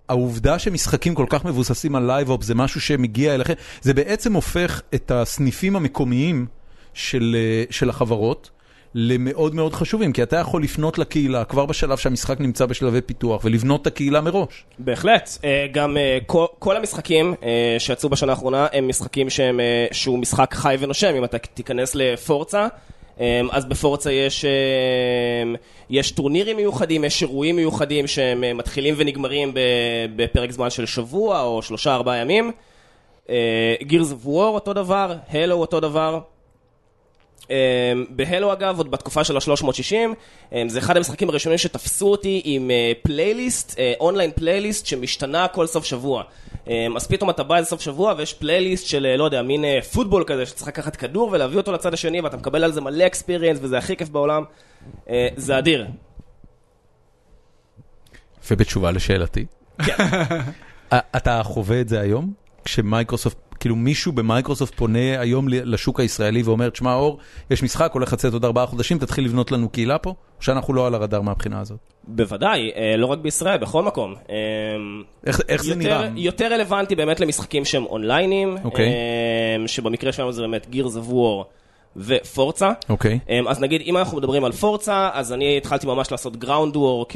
Speaker 1: העובדה שמשחקים כל כך מבוססים על לייב-אופ זה משהו שמגיע אליכם, זה בעצם הופך את הסניפים המקומיים של, אה, של החברות למאוד מאוד חשובים, כי אתה יכול לפנות לקהילה כבר בשלב שהמשחק נמצא בשלבי פיתוח ולבנות את הקהילה מראש.
Speaker 6: בהחלט, אה, גם אה, כל- כל המשחקים אה, שיצאו בשנה האחרונה הם משחקים שהם, אה, שהוא משחק חי ונושם, אם אתה תיכנס לפורצה. אה, אז בפורצה יש, אה, יש טורנירים מיוחדים, יש אירועים מיוחדים שהם אה, מתחילים ונגמרים ב- בפרק זמן של שבוע או שלושה ארבעה ימים. אה, Gears of War אותו דבר, Halo אותו דבר. Um, בהלו אגב, עוד בתקופה של ה-360, um, זה אחד המשחקים הראשונים שתפסו אותי עם uh, פלייליסט, uh, אונליין פלייליסט שמשתנה כל סוף שבוע. Um, אז פתאום אתה בא איזה סוף שבוע ויש פלייליסט של, uh, לא יודע, מין uh, פוטבול כזה, שצריך לקחת כדור ולהביא אותו לצד השני ואתה מקבל על זה מלא אקספיריאנס וזה הכי כיף בעולם. Uh, זה אדיר.
Speaker 1: ובתשובה לשאלתי, א- אתה חווה את זה היום? כשמייקרוסופט, כאילו מישהו במייקרוסופט פונה היום ל- לשוק הישראלי ואומר, תשמע אור, יש משחק, הולך לצאת עוד ארבעה חודשים, תתחיל לבנות לנו קהילה פה, או שאנחנו לא על הרדאר מהבחינה הזאת?
Speaker 6: בוודאי, אה, לא רק בישראל, בכל מקום. אה,
Speaker 1: איך, איך זה נראה?
Speaker 6: יותר, יותר רלוונטי באמת למשחקים שהם אונליינים,
Speaker 1: אוקיי.
Speaker 6: אה, שבמקרה שלנו זה באמת גירס אוף וור ופורצה.
Speaker 1: אוקיי.
Speaker 6: אמ, אז נגיד, אם אנחנו מדברים על פורצה, אז אני התחלתי ממש לעשות גראונד וורק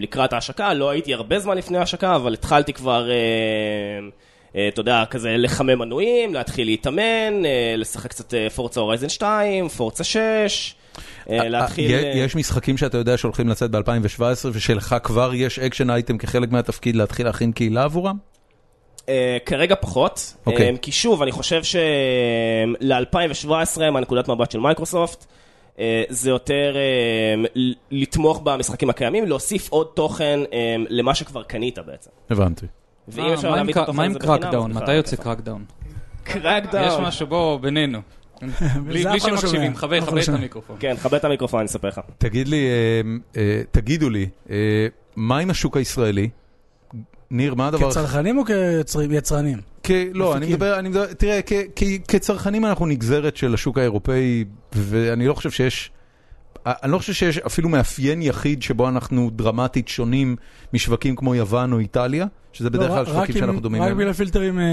Speaker 6: לקראת ההשקה, לא הייתי הרבה זמן לפני ההשקה, אבל התחלתי כבר, אמ, אה, אתה יודע, כזה לחמם מנויים, להתחיל להתאמן, אה, לשחק קצת פורצה הורייזן 2, פורצה 6, אה, להתחיל...
Speaker 1: אה,
Speaker 6: אה,
Speaker 1: יש משחקים שאתה יודע שהולכים לצאת ב-2017 ושלך כבר יש אקשן אייטם כחלק מהתפקיד להתחיל להכין קהילה עבורם?
Speaker 6: אה, כרגע פחות,
Speaker 1: אוקיי.
Speaker 6: אה, כי שוב, אני חושב של-2017, מהנקודת מבט של מייקרוסופט, אה, זה יותר אה, ל- לתמוך במשחקים הקיימים, להוסיף עוד תוכן אה, למה שכבר קנית בעצם.
Speaker 1: הבנתי.
Speaker 6: ואם אפשר
Speaker 4: אה,
Speaker 3: מה
Speaker 6: להביא את
Speaker 3: עם-
Speaker 6: התוכן
Speaker 3: מה עם
Speaker 6: הזה בחינם,
Speaker 3: קרקדאון?
Speaker 6: אז בכלל
Speaker 3: מתי יוצא
Speaker 6: בכיף.
Speaker 3: קרקדאון? יש
Speaker 6: קרקדאון?
Speaker 3: משהו, בוא,
Speaker 2: <laughs>
Speaker 3: בינינו. בלי
Speaker 2: זה
Speaker 3: בלי
Speaker 2: אף אחד לא
Speaker 3: שמקשיבים,
Speaker 2: שומע.
Speaker 3: חבר,
Speaker 2: אף אחד
Speaker 3: חבר
Speaker 2: לא
Speaker 3: את
Speaker 2: שומע.
Speaker 3: המיקרופון.
Speaker 6: כן, תכבד את המיקרופון, אני אספר לך.
Speaker 1: תגיד לי, אה, אה, תגידו לי, אה, מה עם השוק הישראלי? ניר, מה הדבר...
Speaker 2: כצרכנים או כיצרנים?
Speaker 1: כ... לא, אני מדבר, אני מדבר, תראה, כ... כ... כצרכנים אנחנו נגזרת של השוק האירופאי, ואני לא חושב שיש, אני לא חושב שיש אפילו מאפיין יחיד שבו אנחנו דרמטית שונים משווקים כמו יוון או איטליה, שזה בדרך
Speaker 2: לא,
Speaker 1: כלל
Speaker 2: רק
Speaker 1: שווקים
Speaker 2: עם-
Speaker 1: שאנחנו דומים
Speaker 2: רק
Speaker 1: להם.
Speaker 2: בגלל פילטרים אה,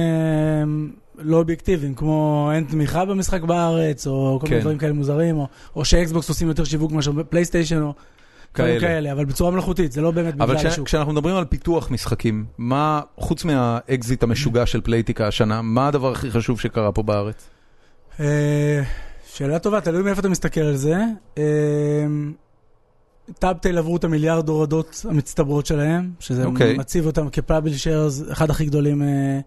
Speaker 2: לא אובייקטיביים, כמו אין תמיכה במשחק בארץ, או כל
Speaker 1: כן.
Speaker 2: מיני דברים כאלה מוזרים, או- או שאקסבוקס עושים יותר שיווק מאשר בפלייסטיישן, או דברים
Speaker 1: כאלה.
Speaker 2: כאלה, אבל בצורה מלאכותית, זה לא באמת
Speaker 1: אבל
Speaker 2: בגלל
Speaker 1: כש...
Speaker 2: השוק.
Speaker 1: כשאנחנו מדברים על פיתוח משחקים, מה, חוץ מהאקזיט המשוגע של פלייטיקה השנה, מה הדבר הכי חשוב שקרה פה בארץ?
Speaker 2: אה, שאלה טובה, תלוי מאיפה אתה מסתכל על זה. טאבטייל עברו את המיליארד הורדות המצטברות שלהם, שזה
Speaker 1: אוקיי.
Speaker 2: מציב אותם כפאבלישרס, אחד הכי גדולים אה,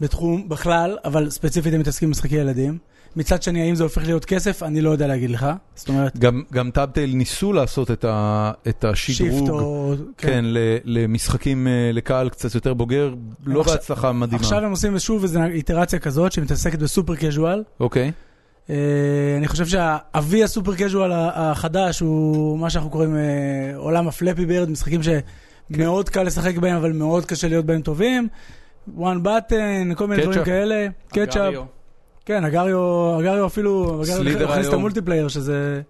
Speaker 2: בתחום בכלל, אבל ספציפית הם מתעסקים במשחקי ילדים. מצד שני, האם זה הופך להיות כסף? אני לא יודע להגיד לך. זאת אומרת,
Speaker 1: גם, גם טאבטייל ניסו לעשות את, ה... את
Speaker 2: שיפט
Speaker 1: השדרוג.
Speaker 2: או...
Speaker 1: כן, ל- למשחקים אה, לקהל קצת יותר בוגר, לא
Speaker 2: עכשיו-
Speaker 1: בהצלחה מדהימה.
Speaker 2: עכשיו הם עושים שוב איזו איטרציה כזאת שמתעסקת בסופר קז'ואל.
Speaker 1: אוקיי.
Speaker 2: אה, אני חושב שהאבי הסופר קז'ואל ה- החדש הוא מה שאנחנו קוראים אה, עולם הפלאפי בירד, משחקים שמאוד קל לשחק בהם, אבל מאוד קשה להיות בהם טובים. וואן בטן, כל מיני דברים
Speaker 1: קטשאפ.
Speaker 2: כאלה. קטשאפ.
Speaker 3: אגריו.
Speaker 2: כן, אגריו, אגריו אפילו,
Speaker 1: סלידר
Speaker 2: אגריו הכניס את
Speaker 1: היום.
Speaker 2: המולטיפלייר, שזה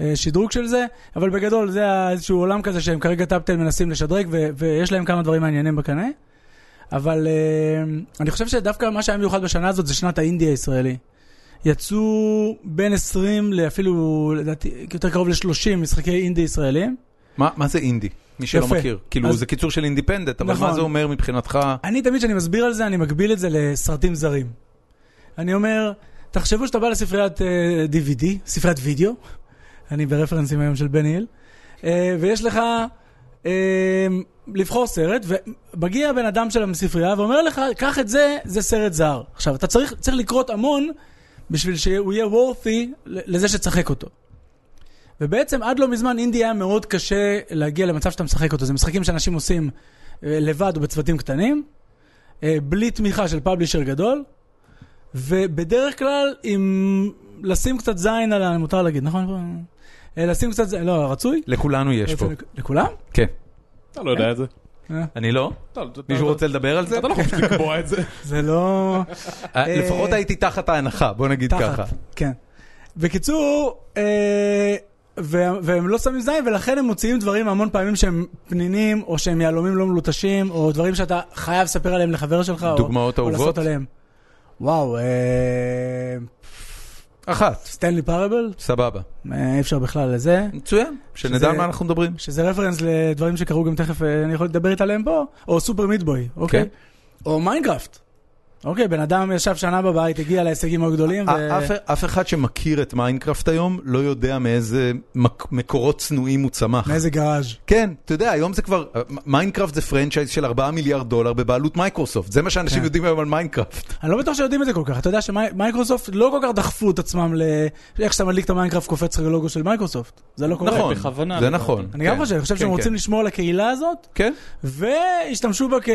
Speaker 2: אה, שדרוג של זה, אבל בגדול זה ה- איזשהו עולם כזה שהם כרגע טאפטל מנסים לשדרג, ו- ויש להם כמה דברים מעניינים בקנה. אבל אה, אני חושב שדווקא מה שהיה מיוחד בשנה הזאת זה שנת האינדי הישראלי. יצאו בין 20 לאפילו, לדעתי, יותר קרוב ל-30 משחקי אינדי ישראלים.
Speaker 1: מה, מה זה אינדי? מי שלא
Speaker 2: יפה.
Speaker 1: מכיר. כאילו,
Speaker 2: אז-
Speaker 1: זה קיצור של אינדיפנדנט, אבל מה
Speaker 2: נכון.
Speaker 1: זה אומר מבחינתך?
Speaker 2: אני תמיד כשאני מסביר על זה, אני מגביל את זה לסרטים זרים. אני אומר, תחשבו שאתה בא לספריית uh, DVD, ספריית וידאו, אני ברפרנסים היום של בן היל, uh, ויש לך uh, לבחור סרט, ומגיע הבן אדם של הספרייה ואומר לך, קח את זה, זה סרט זר. עכשיו, אתה צריך, צריך לקרות המון בשביל שהוא יהיה worthy לזה שתשחק אותו. ובעצם עד לא מזמן אינדי היה מאוד קשה להגיע למצב שאתה משחק אותו. זה משחקים שאנשים עושים אה, לבד או בצוותים קטנים, אה, בלי תמיכה של פאבלישר גדול, ובדרך כלל עם לשים קצת זין על ה... מותר להגיד, נכון? אה, לשים קצת זין, לא, רצוי?
Speaker 1: לכולנו יש פה.
Speaker 2: רצוי לכ- לכולם?
Speaker 1: כן.
Speaker 5: אתה לא יודע את זה.
Speaker 1: אני לא?
Speaker 5: אתה- אתה-
Speaker 1: אה? מישהו
Speaker 5: אתה-
Speaker 1: רוצה לדבר על זה?
Speaker 5: אתה לא חושב לקבוע את זה.
Speaker 2: זה לא...
Speaker 1: אה, לפחות הייתי תחת ההנחה, בוא נגיד ככה.
Speaker 2: תחת, כן. בקיצור, אה, וה- והם לא שמים זין, ולכן הם מוציאים דברים המון פעמים שהם פנינים, או שהם יהלומים לא מלוטשים, או דברים שאתה חייב לספר עליהם לחבר שלך, או-
Speaker 1: דוגמאות
Speaker 2: או
Speaker 1: אהובות?
Speaker 2: לעשות עליהם. וואו, אה,
Speaker 1: אחת,
Speaker 2: סטנלי פארבל,
Speaker 1: סבבה.
Speaker 2: אה, אי אפשר בכלל לזה.
Speaker 1: מצוין. שנדע
Speaker 2: שזה-
Speaker 1: על מה אנחנו מדברים.
Speaker 2: שזה רפרנס לדברים שקרו גם תכף, אה, אני יכול לדבר עליהם פה, או סופר מיטבוי, אוקיי?
Speaker 1: כן.
Speaker 2: או מיינקראפט. אוקיי, בן אדם ישב שנה בבית, הגיע להישגים הגדולים, ו...
Speaker 1: אף, אף אחד שמכיר את מיינקראפט היום לא יודע מאיזה מק, מקורות צנועים הוא צמח.
Speaker 2: מאיזה גראז'.
Speaker 1: כן, אתה יודע, היום זה כבר, מיינקראפט זה פרנצ'ייז של 4 מיליארד דולר בבעלות מייקרוסופט, זה מה שאנשים
Speaker 2: כן.
Speaker 1: יודעים היום על מיינקראפט.
Speaker 2: אני לא בטוח שיודעים את זה כל כך, אתה יודע שמייקרוסופט לא כל כך דחפו את עצמם ל... איך שאתה מדליק את המיינקראפט קופץ לך לוגו של מייקרוסופט, זה לא קורה.
Speaker 1: נכון,
Speaker 4: בכוונה,
Speaker 1: זה
Speaker 4: לדעתי.
Speaker 1: נכון.
Speaker 2: אני גם
Speaker 1: כן,
Speaker 2: חושב, אני חושב
Speaker 1: כן,
Speaker 2: שהם
Speaker 1: כן.
Speaker 2: רוצים לשמור על הקהילה הזאת,
Speaker 1: כן,
Speaker 2: והשתמשו בה כ...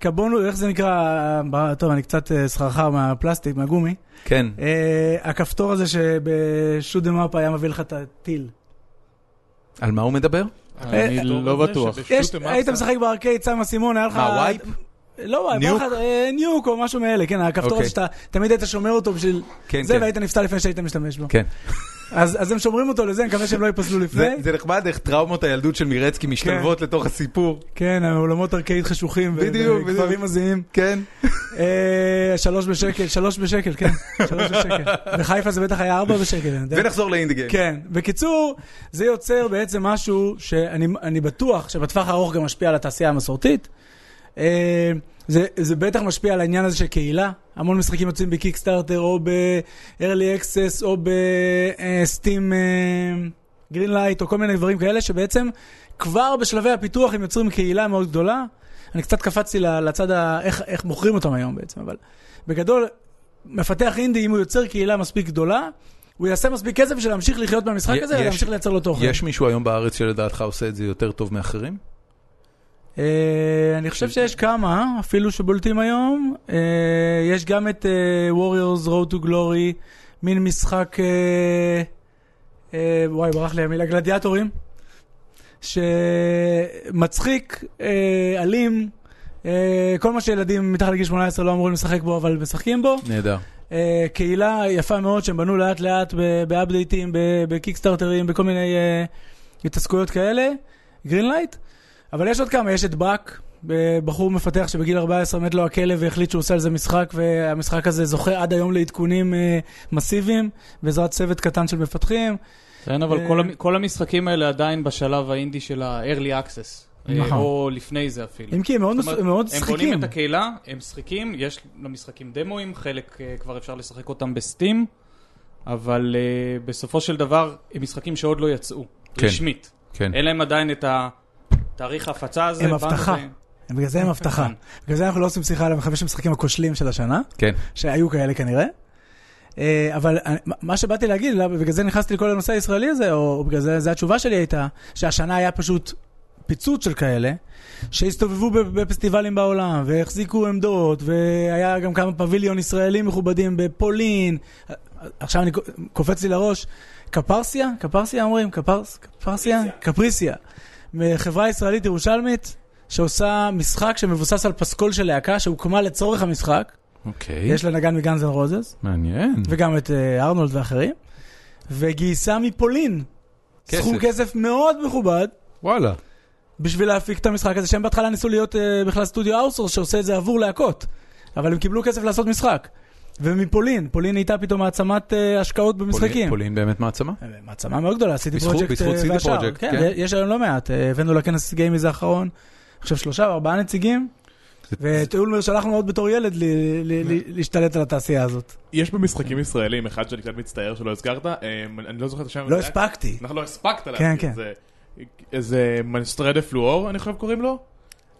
Speaker 2: כבונו, איך זה נקרא? ב- טוב, אני קצת אה, סחרחר מהפלסטיק, מהגומי.
Speaker 1: כן.
Speaker 2: אה, הכפתור הזה שבשודם אפ היה מביא לך את הטיל.
Speaker 1: על מה הוא מדבר?
Speaker 2: אה,
Speaker 4: אני לא בטוח.
Speaker 2: יש, היית משחק בארקייד, שם אסימון, היה לך...
Speaker 1: מה, וייפ?
Speaker 2: לא וייפ, היה
Speaker 1: ניוק?
Speaker 2: לך אה, ניוק או משהו מאלה, כן, הכפתור
Speaker 1: אוקיי.
Speaker 2: הזה שאתה תמיד היית שומר אותו בשביל
Speaker 1: כן,
Speaker 2: זה,
Speaker 1: כן.
Speaker 2: והיית נפסל לפני שהיית משתמש בו.
Speaker 1: כן.
Speaker 2: אז אז הם שומרים אותו לזה, אני מקווה שהם לא ייפסלו לפני.
Speaker 1: זה, זה נחמד איך טראומות הילדות של מירצקי משתלבות לתוך הסיפור.
Speaker 2: כן, העולמות ארקייד חשוכים, ו-
Speaker 1: בדיוק, בדיוק.
Speaker 2: וגברים מזיעים.
Speaker 1: כן.
Speaker 2: אה, שלוש בשקל, שלוש בשקל, כן, שלוש
Speaker 1: <laughs>
Speaker 2: בשקל. בחיפה זה בטח היה ארבע בשקל, אני יודע.
Speaker 1: <laughs> ונחזור לאינדי גיים.
Speaker 2: כן, בקיצור, זה יוצר בעצם משהו שאני אני בטוח שבטווח הארוך גם משפיע על התעשייה המסורתית. אה, זה, זה בטח משפיע על העניין הזה של קהילה. המון משחקים יוצאים בקיקסטארטר או ב-early access או בסטים גרינלייט או כל מיני דברים כאלה שבעצם כבר בשלבי הפיתוח הם יוצרים קהילה מאוד גדולה. אני קצת קפצתי ל- לצד ה... איך, איך מוכרים אותם היום בעצם, אבל בגדול, מפתח אינדי, אם הוא יוצר קהילה מספיק גדולה, הוא יעשה מספיק כסף בשביל להמשיך לחיות מהמשחק
Speaker 1: י-
Speaker 2: הזה
Speaker 1: יש-
Speaker 2: ולהמשיך לייצר לו תוכן.
Speaker 1: יש מישהו היום בארץ שלדעתך עושה את זה יותר טוב מאחרים?
Speaker 2: אה, אני חושב שיש כמה, אפילו שבולטים היום. אה, יש גם את אה, Warriors Road to Glory, מין משחק, אה, אה, וואי, ברח לי המילה, גלדיאטורים, שמצחיק, אה, אלים, אה, כל מה שילדים מתחת לגיל 18 לא אמורים לשחק בו, אבל משחקים בו.
Speaker 1: נהדר.
Speaker 2: אה, קהילה יפה מאוד שהם בנו לאט לאט ב- באפדייטים, ב- בקיקסטארטרים, בכל מיני אה, התעסקויות כאלה, גרינלייט. אבל יש עוד כמה, יש את ברק, אה, בחור מפתח שבגיל 14 מת לו הכלב והחליט שהוא עושה על זה משחק, והמשחק הזה זוכה עד היום לעדכונים אה, מסיביים, בעזרת צוות קטן של מפתחים.
Speaker 4: כן,
Speaker 2: אה,
Speaker 4: אבל כל המ- כל המשחקים האלה עדיין בשלב האינדי של ה-early access. אה,
Speaker 2: נכון.
Speaker 4: או לפני זה אפילו.
Speaker 2: אם כי הם מאוד,
Speaker 4: זאת
Speaker 2: מס-
Speaker 4: אומרת,
Speaker 2: הם מאוד
Speaker 4: הם בונים
Speaker 2: שחיקים.
Speaker 4: את הקהילה, הם שחיקים, יש למשחקים דמוים, חלק אה, כבר אפשר לשחק אותם בסטים, אבל אה, בסופו של דבר הם משחקים שעוד לא יצאו,
Speaker 1: כן.
Speaker 4: רשמית.
Speaker 1: כן.
Speaker 4: אין להם עדיין את התאריך ההפצה הזה.
Speaker 2: הם
Speaker 4: הבנו
Speaker 2: הבטחה.
Speaker 4: זה.
Speaker 2: הם בגלל זה הם הבטחה.
Speaker 4: כן.
Speaker 2: בגלל זה אנחנו לא עושים שיחה עליהם חמש המשחקים הכושלים של השנה.
Speaker 1: כן.
Speaker 2: שהיו כאלה כנראה. אה, אבל אני- מה- מה שבאתי להגיד, למה- בגלל זה נכנסתי לכל הנושא הישראלי הזה, או או בגלל זה, זה התשובה שלי הייתה, שהשנה היה פשוט פיצוץ של כאלה, שהסתובבו ב- בפסטיבלים בעולם, והחזיקו עמדות, והיה גם כמה פביליון ישראלים מכובדים בפולין. אה, עכשיו אני ק- קופץ לי לראש, קפרסיה? קפרסיה אומרים? קפרס, קפרסיה? קפריסיה. חברה ישראלית ירושלמית, שעושה משחק שמבוסס על פסקול של להקה שהוקמה לצורך המשחק.
Speaker 1: אוקיי.
Speaker 2: יש לה נגן מגאנז אנד רוזס,
Speaker 1: מעניין.
Speaker 2: וגם את אה, ארנולד ואחרים, וגייסה מפולין
Speaker 1: כסף.
Speaker 2: סכום כסף מאוד מכובד
Speaker 1: וואלה.
Speaker 2: בשביל להפיק את המשחק הזה, שהם בהתחלה ניסו להיות אה, בכלל סטודיו אאוסורס שעושה את זה עבור להקות, אבל הם קיבלו כסף לעשות משחק. ומפולין, פולין הייתה פתאום מעצמת אה, השקעות
Speaker 1: פולין-
Speaker 2: במשחקים.
Speaker 1: פולין באמת מעצמה?
Speaker 2: אה, מעצמה מאוד גדולה, סיטי
Speaker 1: בזכות-
Speaker 2: פרוג'קט
Speaker 1: בזכות CD
Speaker 2: והשאר.
Speaker 1: Projekt,
Speaker 2: כן,
Speaker 1: כן.
Speaker 2: יש היום לא מעט, אה, הבאנו לכנס גיימיז האחרון, עכשיו שלושה או ארבעה נציגים, ואת אולמר שלחנו עוד בתור ילד ל- ל- ל- להשתלט על התעשייה הזאת.
Speaker 5: יש במשחקים ישראלים אחד שאני קצת מצטער שלא הזכרת, אה, אני לא זוכר את השם.
Speaker 2: לא הספקתי.
Speaker 5: אנחנו לא הספקת
Speaker 2: כן,
Speaker 5: להזכיר
Speaker 2: כן.
Speaker 5: את זה. זה מנסטרדה פלואור, אני חושב קוראים לו.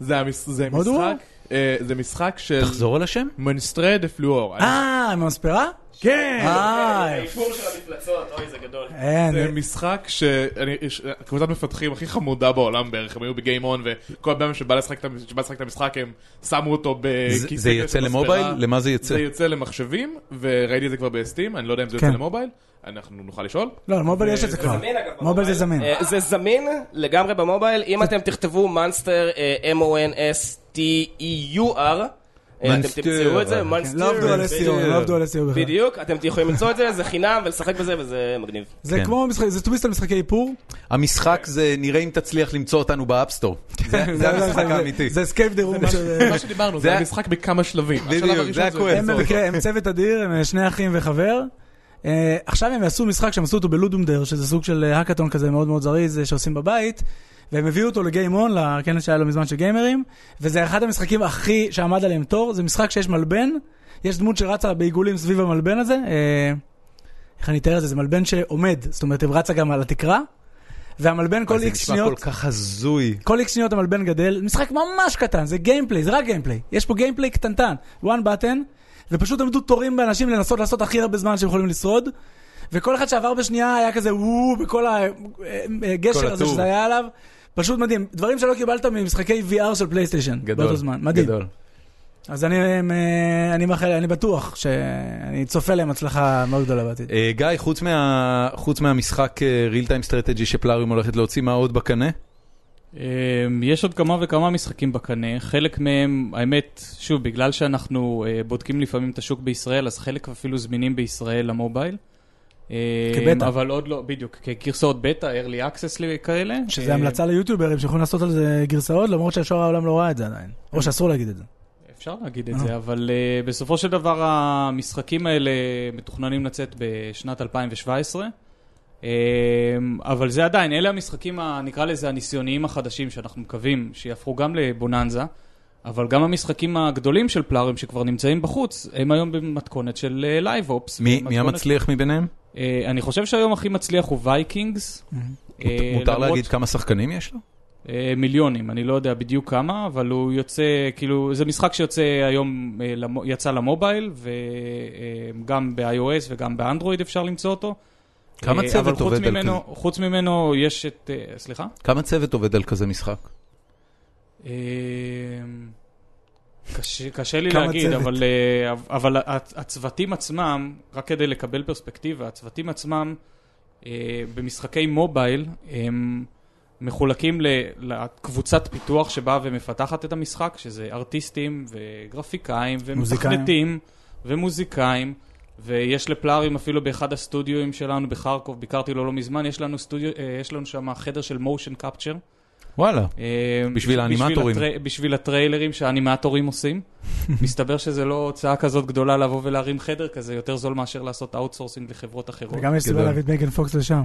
Speaker 5: זה המס- זה
Speaker 2: מה הוא?
Speaker 5: משחק, אה, זה משחק של
Speaker 1: תחזור על השם?
Speaker 5: מנסטרדה פלואור.
Speaker 2: אה, עם המספרה?
Speaker 5: כן!
Speaker 2: אה, יפה.
Speaker 6: האיפור של המפלצות, אוי זה גדול.
Speaker 2: אין,
Speaker 5: זה משחק שאני- ש... קבוצת מפתחים הכי חמודה בעולם בערך, הם היו בגיים און, וכל הבן אדם שבא לשחק את המ- שבא לשחק את המשחק, הם שמו אותו
Speaker 1: זה-
Speaker 5: בכיסא
Speaker 1: זה
Speaker 5: של
Speaker 1: יצא
Speaker 5: מספרה.
Speaker 1: למובייל? למה זה יצא?
Speaker 5: זה יוצא למחשבים, וראיתי את זה כבר בסטים, אני לא יודע אם זה
Speaker 2: כן.
Speaker 5: יוצא למובייל, אנחנו נוכל לשאול.
Speaker 2: לא, למובייל יש את זה כבר.
Speaker 6: זמין, אגב, במובייל.
Speaker 2: מובייל זה זמין. לא
Speaker 6: אה, זה זמין לגמרי במובייל, אם אתם תכתבו אה, מונסטר, M-O-N-S-T-E-U-R, E אה, אתם
Speaker 1: Monster.
Speaker 6: תמצאו את
Speaker 1: כן,
Speaker 6: זה, מונסטר.
Speaker 2: לא עבדו על SEO, לא עבדו על SEO בכלל.
Speaker 6: בדיוק, אתם יכולים למצוא את זה, זה חינם, ולשחק בזה, וזה מגניב.
Speaker 2: זה
Speaker 1: כן.
Speaker 2: כמו משחק, זה טוויסט על משחקי איפור.
Speaker 1: המשחק זה נראה אם תצליח למצוא אותנו באפסטור. זה זה המשחק האמיתי.
Speaker 2: זה סקייפ דה רום של...
Speaker 5: מה שדיברנו,
Speaker 1: זה-
Speaker 5: זה היה משחק בכמה שלבים. השלב
Speaker 1: בדיוק,
Speaker 5: הראשון
Speaker 1: זה הכל.
Speaker 2: הם במקרה, הם צוות אדיר, הם שני אחים אה, וחבר. אה, עכשיו הם יעשו משחק שהם עשו אותו בלודומדר, שזה סוג של אה, האקתון כזה מאוד מאוד זריז אה, שעושים בבית, והם הביאו אותו לגיים און, לכנס שהיה לו מזמן של גיימרים, וזה אחד המשחקים הכי שעמד עליהם תור, זה משחק שיש מלבן, יש דמות שרצה בעיגולים סביב המלבן הזה, אה, איך אני אתאר את זה, זה מלבן שעומד, זאת אומרת, היא רצה גם על התקרה, והמלבן כל
Speaker 1: זה
Speaker 2: איקס
Speaker 1: נשמע
Speaker 2: שניות...
Speaker 1: כל כך הזוי.
Speaker 2: כל איקס שניות המלבן גדל, משחק ממש קטן, זה גיימפליי, זה רק גיימפליי. יש פה גיימפליי קטנטן, one button, ופשוט עמדו תורים באנשים לנסות לעשות הכי הרבה זמן שהם יכולים לשרוד, וכל אחד שעבר בשנייה היה כזה וואו, בכל
Speaker 1: כל
Speaker 2: הגשר אה, הזה
Speaker 1: הטור.
Speaker 2: שזה היה עליו. פשוט מדהים, דברים שלא קיבלת ממשחקי VR של פלייסטיישן,
Speaker 1: גדול.
Speaker 2: באותו זמן, מדהים.
Speaker 1: גדול.
Speaker 2: אז אני, אה, אני, מאחל, אני בטוח שאני צופה להם הצלחה מאוד גדולה בעתיד.
Speaker 1: אה, גיא, חוץ מה- חוץ מהמשחק אה, real time strategy שפלאריום הולכת להוציא, מה עוד בקנה?
Speaker 4: אמ, יש עוד כמה וכמה משחקים בקנה, חלק מהם, האמת, שוב, בגלל שאנחנו אה, בודקים לפעמים את השוק בישראל, אז חלק אפילו זמינים בישראל למובייל. אמ,
Speaker 2: כבטא.
Speaker 4: אבל עוד לא, בדיוק, כגרסאות בטא, early access ל- כאלה.
Speaker 2: שזה
Speaker 4: אה,
Speaker 2: המלצה ליוטיוברים שיכולים לעשות על זה גרסאות, למרות ששאר העולם לא ראה את זה עדיין.
Speaker 1: אה,
Speaker 2: או שאסור להגיד את זה.
Speaker 4: אפשר להגיד את זה, אבל uh, בסופו של דבר המשחקים האלה מתוכננים לצאת בשנת 2017, um, אבל זה עדיין, אלה המשחקים, ה- נקרא לזה הניסיוניים החדשים, שאנחנו מקווים שיהפכו גם לבוננזה, אבל גם המשחקים הגדולים של פלארים שכבר נמצאים בחוץ, הם היום במתכונת של אה, לייב אופס.
Speaker 1: מי מי המצליח מביניהם?
Speaker 4: אה, אני חושב שהיום הכי מצליח הוא אה, וייקינגס.
Speaker 1: מותר להגיד כמה שחקנים יש לו?
Speaker 4: אה, מיליונים, אני לא יודע בדיוק כמה, אבל הוא יוצא, כאילו, זה משחק שיוצא היום, אה, למו- יצא למובייל, וגם ב-iOS וגם באנדרואיד אפשר למצוא אותו.
Speaker 1: כמה
Speaker 4: אה,
Speaker 1: צוות
Speaker 4: אבל חוץ
Speaker 1: עובד על
Speaker 4: ממנו- חוץ ממנו יש את, אה, סליחה?
Speaker 1: כמה צוות עובד על כזה משחק?
Speaker 4: אה, קשה, קשה לי
Speaker 2: כמה
Speaker 4: להגיד,
Speaker 2: צוות?
Speaker 4: אבל, אה, אבל הצ- הצוותים עצמם, רק כדי לקבל פרספקטיבה, הצוותים עצמם אה, במשחקי מובייל הם מחולקים ל- לקבוצת פיתוח שבאה ומפתחת את המשחק, שזה ארטיסטים וגרפיקאים
Speaker 2: מוזיקאים.
Speaker 4: ומתכנתים ומוזיקאים. ויש לפלארים אפילו באחד הסטודיואים שלנו בחרקוב, ביקרתי לו לא מזמן, יש לנו, סטודיו, אה, יש לנו שם חדר של מושן קפצ'ר,
Speaker 1: וואלה.
Speaker 4: אה,
Speaker 1: בשביל האנימטורים.
Speaker 4: הטרי- בשביל הטריילרים שהאנימטורים
Speaker 1: <laughs>
Speaker 4: עושים. מסתבר שזה לא הוצאה כזאת גדולה לבוא ולהרים חדר כזה, יותר זול מאשר לעשות אאוטסורסינג לחברות אחרות.
Speaker 2: וגם יש סיבה
Speaker 1: גדול.
Speaker 2: להביא את מייגן פוקס לשם.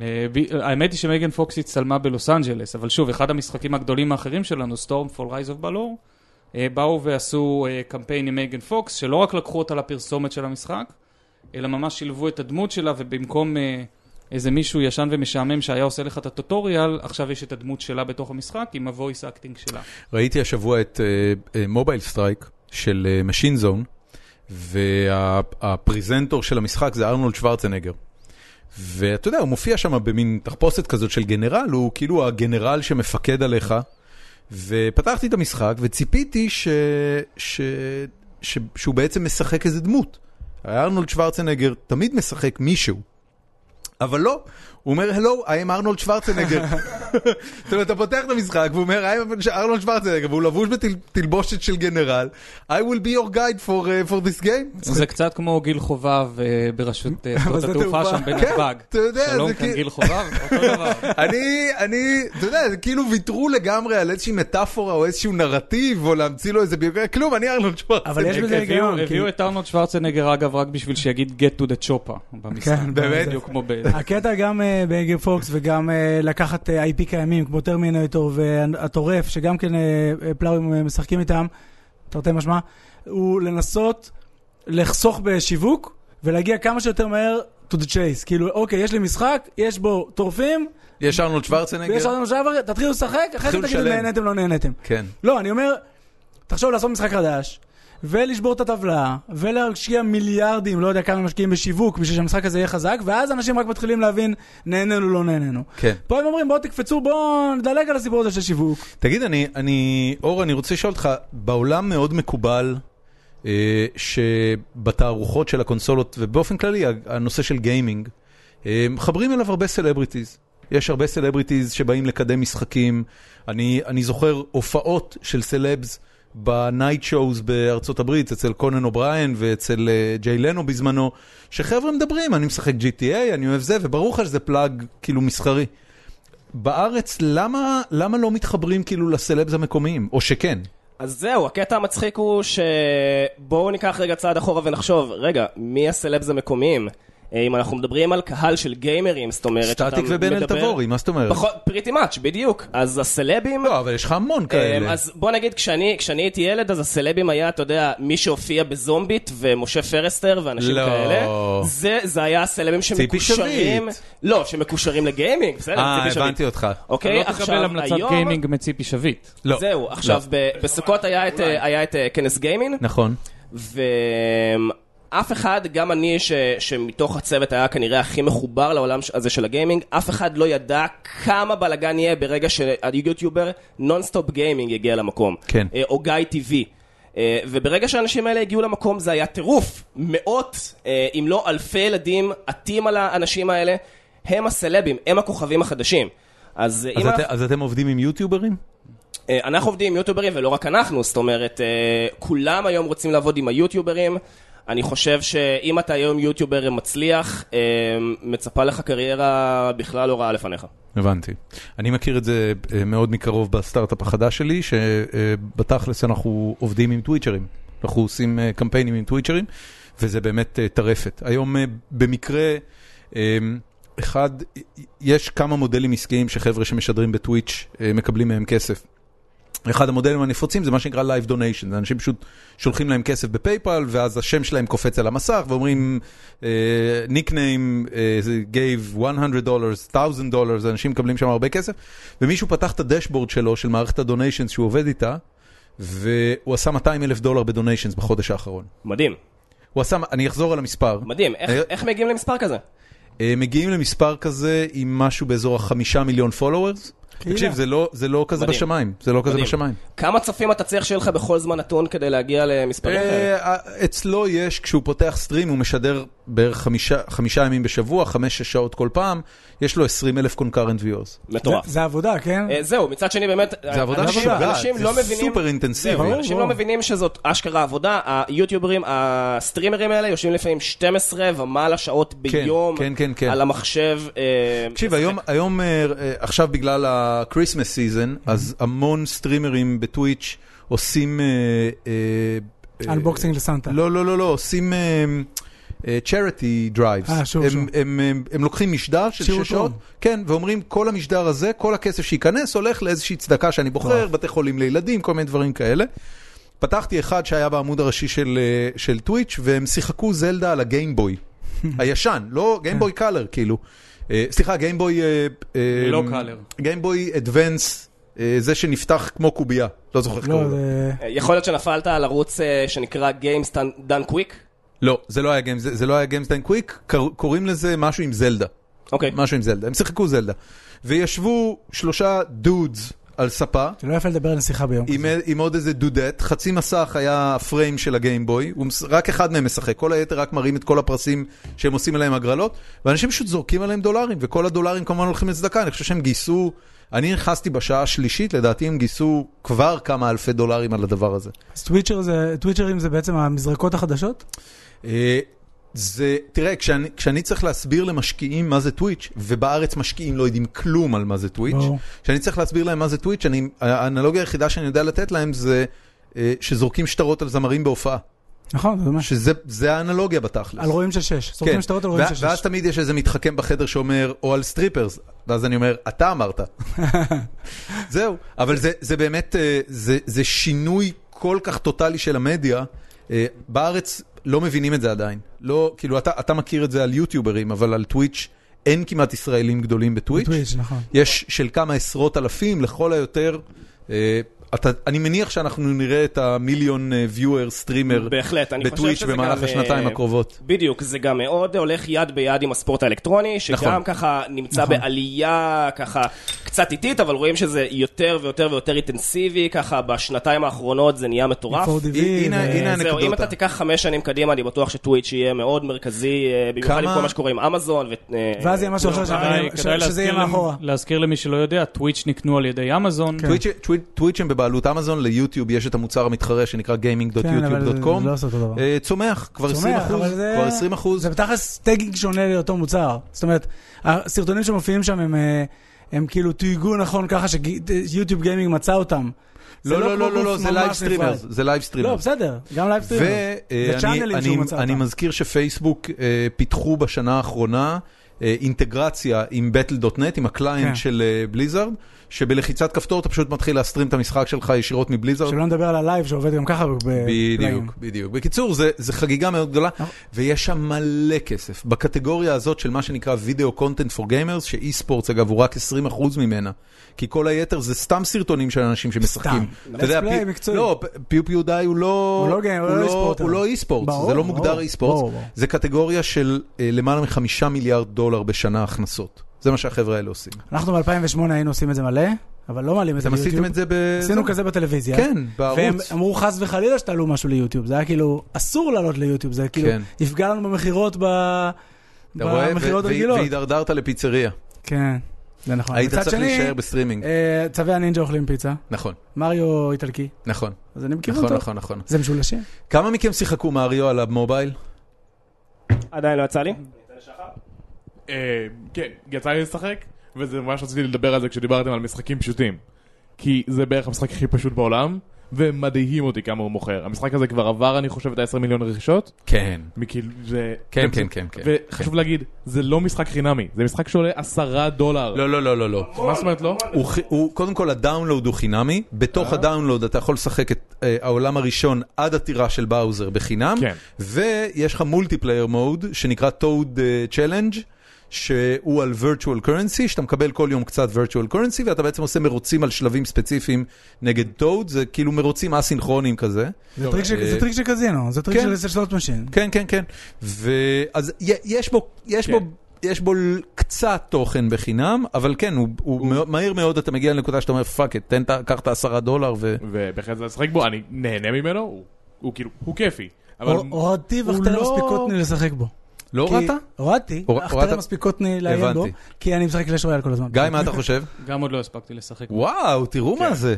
Speaker 4: אה, ב- האמת היא שמייגן פוקס הצטלמה בלוס אנג'לס, אבל שוב, אחד המשחקים הגדולים האחרים שלנו, Stormfall Rise of Balor, אה, באו ועשו אה, קמפיין עם מייגן פוקס, שלא רק לקחו אותה לפרסומת של המשחק, אלא ממש שילבו את הדמות שלה, ובמקום אה, איזה מישהו ישן ומשעמם שהיה עושה לך את הטוטוריאל, עכשיו יש את הדמות שלה בתוך המשחק עם ה-voice acting שלה.
Speaker 1: ראיתי השבוע את אה, מובייל סטרייק של אה, משין זון, והפריזנטור של המשחק זה ארנולד שוורצנגר. ואתה יודע, הוא מופיע שם במין תחפושת כזאת של גנרל, הוא כאילו הגנרל שמפקד עליך. ופתחתי את המשחק וציפיתי ש... ש... ש... שהוא בעצם משחק איזה דמות. ארנולד שוורצנגר תמיד משחק מישהו. אבל לא, הוא אומר, הלו, I am ארנולד שוורצנגר. זאת אומרת, אתה פותח את המשחק והוא אומר, I am ארנולד שוורצנגר, והוא לבוש בתלבושת של גנרל, I will be your guide for, uh, for this game.
Speaker 4: זה קצת כמו גיל חובב אה, ברשות
Speaker 2: <laughs>
Speaker 4: אה, שדות
Speaker 2: זה
Speaker 4: התעופה
Speaker 2: תעופה. כן,
Speaker 4: שם בנתב"ג.
Speaker 1: אתה יודע,
Speaker 4: שלום,
Speaker 1: זה
Speaker 4: כאן
Speaker 1: כאילו-
Speaker 4: גיל חובב,
Speaker 2: <laughs>
Speaker 4: אותו דבר.
Speaker 1: אני, אני, אתה יודע, זה כאילו ויתרו לגמרי על איזושהי מטאפורה או איזשהו נרטיב, או להמציא לו איזה ביוגרפיה, כלום, אני ארנולד שוורצנגר.
Speaker 2: אבל יש בזה
Speaker 4: הביאו-
Speaker 2: היגיון,
Speaker 4: הביאו
Speaker 2: כי-
Speaker 4: את ארנולד שוורצנגר אגב רק בשביל שיגיד get to the chopper במשחק.
Speaker 2: כן,
Speaker 1: באמת.
Speaker 4: בדיוק כמו ב...
Speaker 2: הקטע גם אה, באגר פוקס וגם אה, לקחת אה, IP קיימים כמו טרמינטור והטורף, שגם כן אה, אה, פלארים אה, משחקים איתם, תרתי משמע, הוא לנסות לחסוך בשיווק ולהגיע כמה שיותר מהר to the chase. כאילו, אוקיי, יש לי משחק, יש בו טורפים,
Speaker 1: יש ארנולד
Speaker 2: ויש
Speaker 1: שוורצנגר?
Speaker 2: לנו שעבר, תתחילו לשחק, אחרי זה
Speaker 1: תתחילו
Speaker 2: תגידו
Speaker 1: לשלם.
Speaker 2: נהניתם, לא נהניתם.
Speaker 1: כן.
Speaker 2: לא, אני אומר, תחשוב לעשות משחק חדש, ולשבור את הטבלה, ולהשקיע מיליארדים, לא יודע כמה משקיעים בשיווק, בשביל שהמשחק הזה יהיה חזק, ואז אנשים רק מתחילים להבין, נהנינו, לא נהנינו.
Speaker 1: כן.
Speaker 2: פה הם אומרים, בואו תקפצו, בואו נדלג על הסיפור הזה של שיווק.
Speaker 1: תגיד, אני, אני, אור, אני רוצה לשאול אותך, בעולם מאוד מקובל אה, שבתערוכות של הקונסולות, ובאופן כללי, ה- הנושא של גיימינג, אה, מחברים אליו הרבה סלבריטיז. יש הרבה סלבריטיז שבאים לקדם משחקים. אני, אני זוכר הופעות של סלבס בנייט שואוז בארצות הברית, אצל קונן אובריין ואצל אה, ג'יי לנו בזמנו, שחבר'ה מדברים, אני משחק GTA, אני אוהב זה, וברור לך שזה פלאג כאילו מסחרי. בארץ, למה, למה לא מתחברים כאילו לסלבס המקומיים? או שכן.
Speaker 6: אז זהו, הקטע המצחיק הוא שבואו ניקח רגע צעד אחורה ונחשוב, רגע, מי הסלבס המקומיים? אה, אם אנחנו מדברים על קהל של גיימרים, זאת אומרת, אתה
Speaker 1: סטטיק ובן אל
Speaker 6: מדבר-
Speaker 1: תבורי, מה זאת אומרת?
Speaker 6: פחות, פריטי מאץ', בדיוק. אז הסלבים...
Speaker 1: לא, אבל יש לך המון
Speaker 6: אמ,
Speaker 1: כאלה.
Speaker 6: אז בוא נגיד, כשאני, כשאני הייתי ילד, אז הסלבים היה, אתה יודע, מי שהופיע בזומבית ומשה פרסטר ואנשים
Speaker 1: לא.
Speaker 6: כאלה. זה, זה היה הסלבים שמקושרים...
Speaker 1: שביט.
Speaker 6: לא, שמקושרים לגיימינג, בסדר,
Speaker 1: אה,
Speaker 6: ציפי שביט.
Speaker 1: הבנתי אותך.
Speaker 6: אוקיי,
Speaker 4: לא
Speaker 6: עכשיו,
Speaker 4: תקבל המלצת
Speaker 6: היום...
Speaker 4: גיימינג מציפי שביט.
Speaker 1: לא.
Speaker 6: זהו, עכשיו,
Speaker 1: לא.
Speaker 6: ב- בסוכות היה את, אה, היה את אה, כנס גיימינג,
Speaker 1: נכון.
Speaker 6: ואף אחד, גם אני, ש... שמתוך הצוות היה כנראה הכי מחובר לעולם ש- הזה של הגיימינג, אף אחד לא ידע כמה בלאגן יהיה ברגע שהיוטיובר נונסטופ גיימינג יגיע למקום.
Speaker 1: כן.
Speaker 6: אה, או גיא טיווי. אה, וברגע שהאנשים האלה הגיעו למקום זה היה טירוף. מאות, אה, אם לא אלפי ילדים עטים על האנשים האלה. הם הסלבים, הם הכוכבים החדשים. אז, אה,
Speaker 1: אז
Speaker 6: אם
Speaker 1: את-
Speaker 6: אנחנו-
Speaker 1: אז אתם עובדים עם יוטיוברים?
Speaker 6: אה, אנחנו עובדים עם יוטיוברים ולא רק אנחנו, זאת אומרת, אה, כולם היום רוצים לעבוד עם היוטיוברים. אני חושב שאם אתה היום יוטיובר מצליח, אה, מצפה לך קריירה בכלל לא רעה לפניך.
Speaker 1: הבנתי. אני מכיר את זה אה, מאוד מקרוב בסטארט-אפ החדש שלי, שבתכלס אנחנו עובדים עם טוויצ'רים. אנחנו עושים אה, קמפיינים עם טוויצ'רים, וזה באמת אה, טרפת. היום אה, במקרה, אה, אחד, אה, יש כמה מודלים עסקיים שחבר'ה שמשדרים בטוויץ' אה, מקבלים מהם כסף. אחד המודלים הנפוצים זה מה שנקרא Live Donation, זה אנשים פשוט שולחים להם כסף בפייפל ואז השם שלהם קופץ על המסך ואומרים אה, ניקניים gave 100 dollars, 1000 dollars, אנשים מקבלים שם הרבה כסף ומישהו פתח את הדשבורד שלו של מערכת הדוניישנס שהוא עובד איתה והוא עשה 200 אלף דולר בדוניישנס בחודש האחרון.
Speaker 6: מדהים,
Speaker 1: הוא עשה, אני אחזור על המספר,
Speaker 6: מדהים. איך,
Speaker 1: אה,
Speaker 6: איך מגיעים למספר כזה?
Speaker 1: אה, מגיעים למספר כזה עם משהו באזור החמישה מיליון followers. תקשיב, זה לא, זה לא כזה
Speaker 6: מדהים.
Speaker 1: בשמיים, זה לא כזה
Speaker 6: מדהים.
Speaker 1: בשמיים.
Speaker 6: כמה צופים אתה צריך שיהיה לך בכל זמן נתון כדי להגיע למספרים כאלה?
Speaker 1: אה, אה, אצלו יש, כשהוא פותח סטרים, הוא משדר בערך חמישה- חמישה ימים בשבוע, חמש-שש שעות כל פעם, יש לו 20 אלף קונקרנט ויוז.
Speaker 6: מטורף.
Speaker 2: זה עבודה, כן?
Speaker 6: אה, זהו, מצד שני באמת,
Speaker 1: זה עבודה
Speaker 6: אנשים-
Speaker 1: משוגעת,
Speaker 6: אה, אנשים
Speaker 1: זה
Speaker 6: לא מבינים,
Speaker 1: סופר אינטנסיבי.
Speaker 6: זהו,
Speaker 1: ברור,
Speaker 6: אנשים
Speaker 2: ברור.
Speaker 6: לא מבינים שזאת אשכרה עבודה, היוטיוברים, הסטרימרים האלה יושבים לפעמים 12 ומעלה שעות ביום,
Speaker 1: כן, כן, כן.
Speaker 6: על המחשב, אה,
Speaker 1: תקשיב, היום, היום, אה, אה, עכשיו בגלל ה-Christmas season, אז המון סטרימרים בטוויץ' עושים... אה, אה, אה,
Speaker 2: אנבוקסינג לסנטה.
Speaker 1: לא, לא, לא, לא, עושים אה, charity drives.
Speaker 2: אה, שוב,
Speaker 1: הם,
Speaker 2: שוב.
Speaker 1: הם, הם, הם לוקחים משדר של
Speaker 2: שירות
Speaker 1: ששות,
Speaker 2: רום.
Speaker 1: כן, ואומרים כל המשדר הזה, כל הכסף שייכנס הולך לאיזושהי צדקה שאני בוחר,
Speaker 2: נכון.
Speaker 1: בתי חולים לילדים, כל מיני דברים כאלה. פתחתי אחד שהיה בעמוד הראשי של, אה, של טוויץ', והם שיחקו זלדה על
Speaker 2: <laughs>
Speaker 1: הגיימבוי. הישן, לא גיימבוי
Speaker 2: כן.
Speaker 1: קלר כאילו. אה, סליחה, גיימבוי... אה, אה,
Speaker 3: לא Color.
Speaker 1: גיימבוי אדוונס, אה, זה שנפתח כמו קובייה, לא זוכר איך
Speaker 2: לא,
Speaker 1: קראו לו.
Speaker 2: זה...
Speaker 6: אה, יכול להיות שנפלת על ערוץ אה, שנקרא Games Done- Done Quick,
Speaker 1: לא, זה לא היה גיימס, זה לא היה גיימס דיין קוויק, קוראים לזה משהו עם זלדה.
Speaker 6: אוקיי,
Speaker 1: משהו עם זלדה, הם שיחקו זלדה. וישבו שלושה דודס על ספה,
Speaker 2: זה לא יפה לדבר על שיחה ביום.
Speaker 1: עם, עם עוד איזה דודט, חצי מסך היה הפריים של הגיימבוי, הוא מס- רק אחד מהם משחק, כל היתר רק מראים את כל הפרסים שהם עושים עליהם הגרלות, ואנשים פשוט זורקים עליהם דולרים, וכל הדולרים כמובן הולכים לצדקה, אני חושב שהם גייסו, אני נכנסתי בשעה השלישית, לדעתי הם גייסו כבר כמה אלפי דולרים על הדבר הזה.
Speaker 2: אז טוויצ'ר זה, טוויצ'רים זה בעצם המזרקות החדשות?
Speaker 1: אה, זה, תראה, כשאני, כשאני צריך להסביר למשקיעים מה זה טוויץ', ובארץ משקיעים לא יודעים כלום על מה זה טוויץ',
Speaker 2: ברור.
Speaker 1: כשאני צריך להסביר להם מה זה טוויץ', אני, האנלוגיה היחידה שאני יודע לתת להם זה אה, שזורקים שטרות על זמרים בהופעה.
Speaker 2: נכון, זה ממש.
Speaker 1: שזה זה האנלוגיה בתכלס.
Speaker 2: על רועים של שש.
Speaker 1: כן,
Speaker 2: סורקים שטרות על רועים
Speaker 1: וה-
Speaker 2: של שש.
Speaker 1: ואז תמיד יש איזה מתחכם בחדר שאומר, או על סטריפרס, ואז אני אומר, אתה
Speaker 2: <laughs>
Speaker 1: אמרת. זהו, אבל זה, זה באמת, אה, זה, זה שינוי כל כך טוטאלי של המדיה. אה, בארץ לא מבינים את זה עדיין. לא, כאילו, אתה, אתה מכיר את זה על יוטיוברים, אבל על טוויץ' אין כמעט ישראלים גדולים בטוויץ'.
Speaker 2: טוויץ', נכון.
Speaker 1: יש של כמה עשרות אלפים, לכל היותר. אה, אתה, אני מניח שאנחנו נראה את המיליון ויואר סטרימר
Speaker 6: בהחלט, אני חושב
Speaker 1: בטוויץ'
Speaker 6: שזה
Speaker 1: במהלך
Speaker 6: גם, אה,
Speaker 1: השנתיים הקרובות.
Speaker 6: בדיוק, זה גם מאוד הולך יד ביד עם הספורט האלקטרוני, שגם
Speaker 1: נכון.
Speaker 6: ככה נמצא בעלייה ככה קצת איטית, אבל רואים שזה יותר ויותר ויותר אינטנסיבי, ככה בשנתיים האחרונות זה נהיה מטורף.
Speaker 2: 4DV,
Speaker 1: הנה-
Speaker 2: ו-
Speaker 1: הנה-
Speaker 6: אה, זהו, אם
Speaker 1: אנקדוטה.
Speaker 6: אתה תיקח חמש שנים קדימה, אני בטוח שטוויץ' יהיה מאוד מרכזי, אה, במיוחד עם
Speaker 1: כמה-
Speaker 6: כל מה שקורה עם אמזון. ו- אה,
Speaker 2: ואז יהיה משהו אחר
Speaker 6: לא,
Speaker 2: שאני- ש- אה, שזה יהיה מאחורה.
Speaker 4: להזכיר למי שלא יודע, טוויץ' נקנו על ידי אמזון.
Speaker 2: כן.
Speaker 1: טוויץ'- טוויץ'- טוויץ' הם בבעלות אמזון, ליוטיוב יש את המוצר המתחרה שנקרא
Speaker 2: כן, אבל זה
Speaker 1: gaming.youtube.com.
Speaker 2: לא עושה אותו דבר.
Speaker 1: אה, צומח, כבר 20
Speaker 2: צומח,
Speaker 1: אחוז,
Speaker 2: אבל זה-
Speaker 1: כבר 20 אחוז.
Speaker 2: זה בתכלס טגינג שונה לאותו מוצר. זאת אומרת, הסרטונים שמופיעים שם הם אה, הם כאילו תויגו נכון ככה שיוטיוב גיימינג מצא אותם. זה
Speaker 1: לא, לא,
Speaker 2: כמו
Speaker 1: לא, לא,
Speaker 2: גוף
Speaker 1: לא, זה
Speaker 2: ממש
Speaker 1: לייב
Speaker 2: נפרד.
Speaker 1: סטרימר, זה לייב סטרימר.
Speaker 2: לא, בסדר, גם לייב סטרימר.
Speaker 1: אה,
Speaker 2: וצ'אנלים שהוא מצא
Speaker 1: ואני
Speaker 2: אותם.
Speaker 1: מזכיר שפייסבוק אה, פיתחו בשנה האחרונה אה, אינטגרציה עם battle.net, עם
Speaker 2: כן.
Speaker 1: הקליינט של אה, בליזארד, שבלחיצת כפתור אתה פשוט מתחיל להסטרים את המשחק שלך ישירות מבליזארד.
Speaker 2: שלא נדבר על הלייב שעובד גם ככה. ב- ב-
Speaker 1: בדיוק, בדיוק. בקיצור, זה, זה חגיגה מאוד גדולה,
Speaker 2: אה.
Speaker 1: ויש שם מלא כסף. בקטגוריה הזאת של מה שנקרא Video Content for Gamers, שאי-ספורטס אגב הוא רק 20% ממנה, כי כל היתר זה סתם סרטונים של אנשים שמשחקים.
Speaker 2: סתם.
Speaker 1: אתה יודע,
Speaker 2: Let's play
Speaker 1: פי-
Speaker 2: מקצועי.
Speaker 1: לא, פ- פיו פיו די הוא לא...
Speaker 2: הוא לא גיים, הוא
Speaker 1: הוא
Speaker 2: לא
Speaker 1: לא-
Speaker 2: e-sports,
Speaker 1: הוא לא
Speaker 2: אבל.
Speaker 1: אי-ספורטס,
Speaker 2: ברור,
Speaker 1: זה לא
Speaker 2: ברור,
Speaker 1: מוגדר
Speaker 2: ברור,
Speaker 1: אי-ספורטס,
Speaker 2: ברור.
Speaker 1: זה קטגוריה של אה, למעלה מחמישה מיליארד דולר בשנה הכנסות. זה מה שהחבר'ה האלה עושים.
Speaker 2: אנחנו ב-2008 היינו עושים את זה מלא, אבל לא מעלים את זה
Speaker 1: אתם
Speaker 2: ביוטיוב.
Speaker 1: עשיתם את זה ב...
Speaker 2: עשינו
Speaker 1: זה?
Speaker 2: כזה בטלוויזיה.
Speaker 1: כן,
Speaker 2: והם
Speaker 1: בערוץ.
Speaker 2: אמרו חס וחלילה שתעלו משהו ליוטיוב, זה היה כאילו, אסור לעלות ליוטיוב, זה כאילו,
Speaker 1: כן.
Speaker 2: יפגע לנו במכירות ב...
Speaker 1: אתה רואה?
Speaker 2: במכירות
Speaker 1: ו-
Speaker 2: הרגילות.
Speaker 1: והידרדרת לפיצריה.
Speaker 2: כן, זה נכון.
Speaker 1: היית
Speaker 2: מצד
Speaker 1: צריך
Speaker 2: שני,
Speaker 1: להישאר בסטרימינג.
Speaker 2: אה, צווי הנינג'ה אוכלים פיצה,
Speaker 1: נכון,
Speaker 2: מריו איטלקי,
Speaker 1: נכון.
Speaker 2: אז אני מכיוון
Speaker 1: נכון,
Speaker 2: טוב.
Speaker 1: נכון, נכון.
Speaker 2: זה משולשים.
Speaker 1: כמה מכם שיחקו מריו על המובייל?
Speaker 6: עדיין לא יצא לי.
Speaker 5: אה, כן, יצא לי לשחק, וזה ממש רציתי לדבר על זה כשדיברתם על משחקים פשוטים. כי זה בערך המשחק הכי פשוט בעולם, ומדהים אותי כמה הוא מוכר. המשחק הזה כבר עבר, אני חושב, את ה-10 מיליון רכישות.
Speaker 1: כן.
Speaker 5: מכאילו, זה...
Speaker 1: כן,
Speaker 5: זה-
Speaker 1: כן, כן, כן.
Speaker 5: וחשוב להגיד, זה לא משחק חינמי, זה משחק שעולה עשרה דולר.
Speaker 1: לא, לא, לא, לא, לא.
Speaker 5: מה זאת אומרת לא?
Speaker 1: הוא חי- הוא, קודם כל הדאונלוד הוא חינמי, בתוך הדאונלוד אתה יכול לשחק את אה, העולם הראשון עד הטירה של באוזר בחינם,
Speaker 5: כן.
Speaker 1: ויש לך מולטיפלייר מוד שנקרא Toad אה, Challenge, שהוא על virtual currency, שאתה מקבל כל יום קצת virtual currency, ואתה בעצם עושה מרוצים על שלבים ספציפיים נגד Toad, זה כאילו מרוצים אסינכרונים כזה.
Speaker 2: זה טריק של-
Speaker 1: אה,
Speaker 2: זה טריק של קזינו, זה טריק
Speaker 1: כן.
Speaker 2: של- של סלוט משין.
Speaker 1: כן, כן, כן. ואז י- יש בו, יש
Speaker 5: כן.
Speaker 1: בו, יש בו ל- קצת תוכן בחינם, אבל כן, הוא, הוא, הוא... מהר מאוד אתה מגיע לנקודה שאתה אומר, פאק את, תן, את- קח את העשרה דולר ו...
Speaker 5: ובהחלט זה לשחק בו, אני נהנה ממנו, הוא- הוא כאילו, הוא כיפי. אבל
Speaker 2: הור- הורדתי
Speaker 1: הוא
Speaker 2: וחטר
Speaker 1: לא-
Speaker 2: מספיק קוטני לשחק בו.
Speaker 1: לא
Speaker 2: כי-
Speaker 1: הורדת?
Speaker 2: הורדתי,
Speaker 1: הור-
Speaker 2: החטר
Speaker 1: הורדת?
Speaker 2: מספיק קוטני לעיין בו,
Speaker 1: הבנתי.
Speaker 2: כי אני משחק קלאש רויאל כל הזמן.
Speaker 1: גיא, מה אתה
Speaker 2: <laughs>
Speaker 1: חושב?
Speaker 4: גם עוד לא הספקתי לשחק.
Speaker 1: וואו, תראו
Speaker 2: כן.
Speaker 1: מה זה.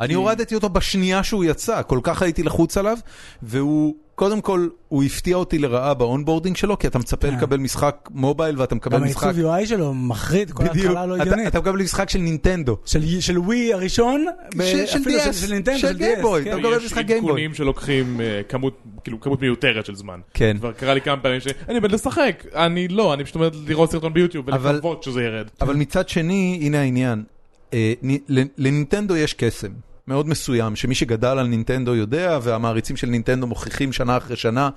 Speaker 1: אני הורדתי אותו בשנייה שהוא יצא, כל כך הייתי לחוץ עליו, והוא, קודם כל, הוא הפתיע אותי לרעה באונבורדינג שלו, כי אתה מצפה
Speaker 2: כן.
Speaker 1: לקבל משחק מובייל ואתה מקבל
Speaker 2: גם
Speaker 1: משחק...
Speaker 2: העיצוב UI שלו מחריד, כל ההתחלה לא
Speaker 1: אתה-
Speaker 2: הגיונית.
Speaker 1: אתה מקבל משחק של נינטנדו.
Speaker 2: של- של ווי הראשון, ב-
Speaker 1: של- של
Speaker 2: אפילו
Speaker 1: DS,
Speaker 2: של נינטנדו,
Speaker 1: של
Speaker 2: של
Speaker 1: Game Boy,
Speaker 2: DS. כן.
Speaker 1: אתה לא- מקבל
Speaker 5: יש
Speaker 1: משחק Game Boy.
Speaker 5: עדכונים שלוקחים אה, כמות, כאילו, כמות מיותרת של זמן.
Speaker 1: כן.
Speaker 5: כבר קרה לי כמה פעמים שאני בן לשחק, אני לא, אני פשוט עומד לראות סרטון ביוטיוב
Speaker 1: אבל-
Speaker 5: ולקוות שזה ירד.
Speaker 1: אבל
Speaker 2: כן.
Speaker 1: מצד שני, הנה העניין. אה, נ- ל- לנינטנדו יש קסם מאוד מסוים, שמי שגדל על נינטנדו יודע, והמעריצים של נינטנדו מוכיחים שנה אחרי שנה,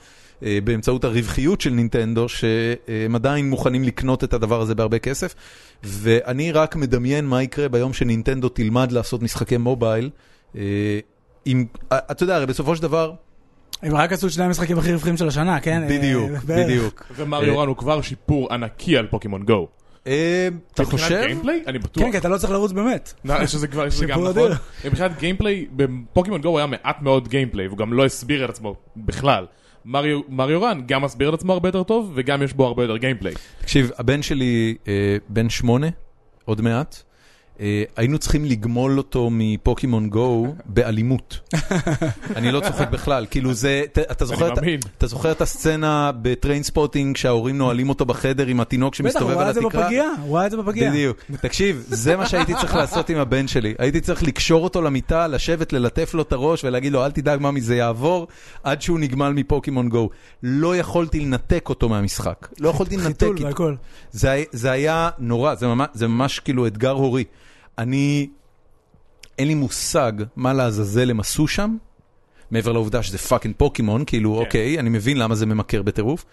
Speaker 1: אה, באמצעות הרווחיות של נינטנדו, שהם עדיין מוכנים לקנות את הדבר הזה בהרבה כסף. ואני רק מדמיין מה יקרה ביום שנינטנדו תלמד לעשות משחקי מובייל. אה, עם, אה, אתה יודע, הרי בסופו של דבר,
Speaker 2: הם רק עשו את שני המשחקים הכי רווחיים של השנה, כן?
Speaker 1: בדיוק,
Speaker 2: אה, בערך.
Speaker 1: בדיוק.
Speaker 5: ומריו רן הוא כבר שיפור ענקי על פוקימון גו.
Speaker 1: אה, אתה
Speaker 5: מבחינת
Speaker 1: חושב?
Speaker 5: גיימפליי? אני בטוח.
Speaker 2: כן, כי אתה לא צריך לרוץ באמת.
Speaker 5: נראה שזה כבר, שזה גם
Speaker 2: שיפור
Speaker 5: נכון.
Speaker 2: אדיר.
Speaker 5: מבחינת גיימפליי, בפוקימון גו היה מעט מאוד גיימפליי, והוא גם לא הסביר את עצמו בכלל. מריו- מריו רן גם מסביר את עצמו הרבה יותר טוב, וגם יש בו הרבה יותר גיימפליי.
Speaker 1: תקשיב, הבן שלי אה, בן שמונה, עוד מעט. אה, היינו צריכים לגמול אותו מפוקימון גו באלימות. אני לא צוחק בכלל, כאילו זה, ת- אתה זוכר, את-
Speaker 5: מאמין.
Speaker 1: אתה זוכר את הסצנה בטריין ספוטינג שההורים נועלים אותו בחדר עם התינוק
Speaker 2: בטח, הוא
Speaker 1: שמסתובב
Speaker 2: ראה
Speaker 1: על
Speaker 2: את זה לא
Speaker 1: התקרה?
Speaker 2: בפגייה, הוא ראה את זה בפגייה.
Speaker 1: בדיוק. תקשיב, זה מה שהייתי צריך לעשות עם הבן שלי. הייתי צריך לקשור אותו למיטה, לשבת, ללטף לו את הראש ולהגיד לו, אל תדאג מה מזה יעבור, עד שהוא נגמל מפוקימון גו. לא יכולתי לנתק אותו מהמשחק. לא יכולתי לנתק
Speaker 2: חיתול
Speaker 1: איתו.
Speaker 2: והכל.
Speaker 1: זה, הי- זה היה נורא, זה ממש, זה ממש כאילו אתגר הורי. אני, אין לי מושג מה לעזאזל הם עשו שם, מעבר לעובדה שזה פאקינג פוקימון, כאילו,
Speaker 5: כן.
Speaker 1: אוקיי, אני מבין למה זה ממכר בטירוף,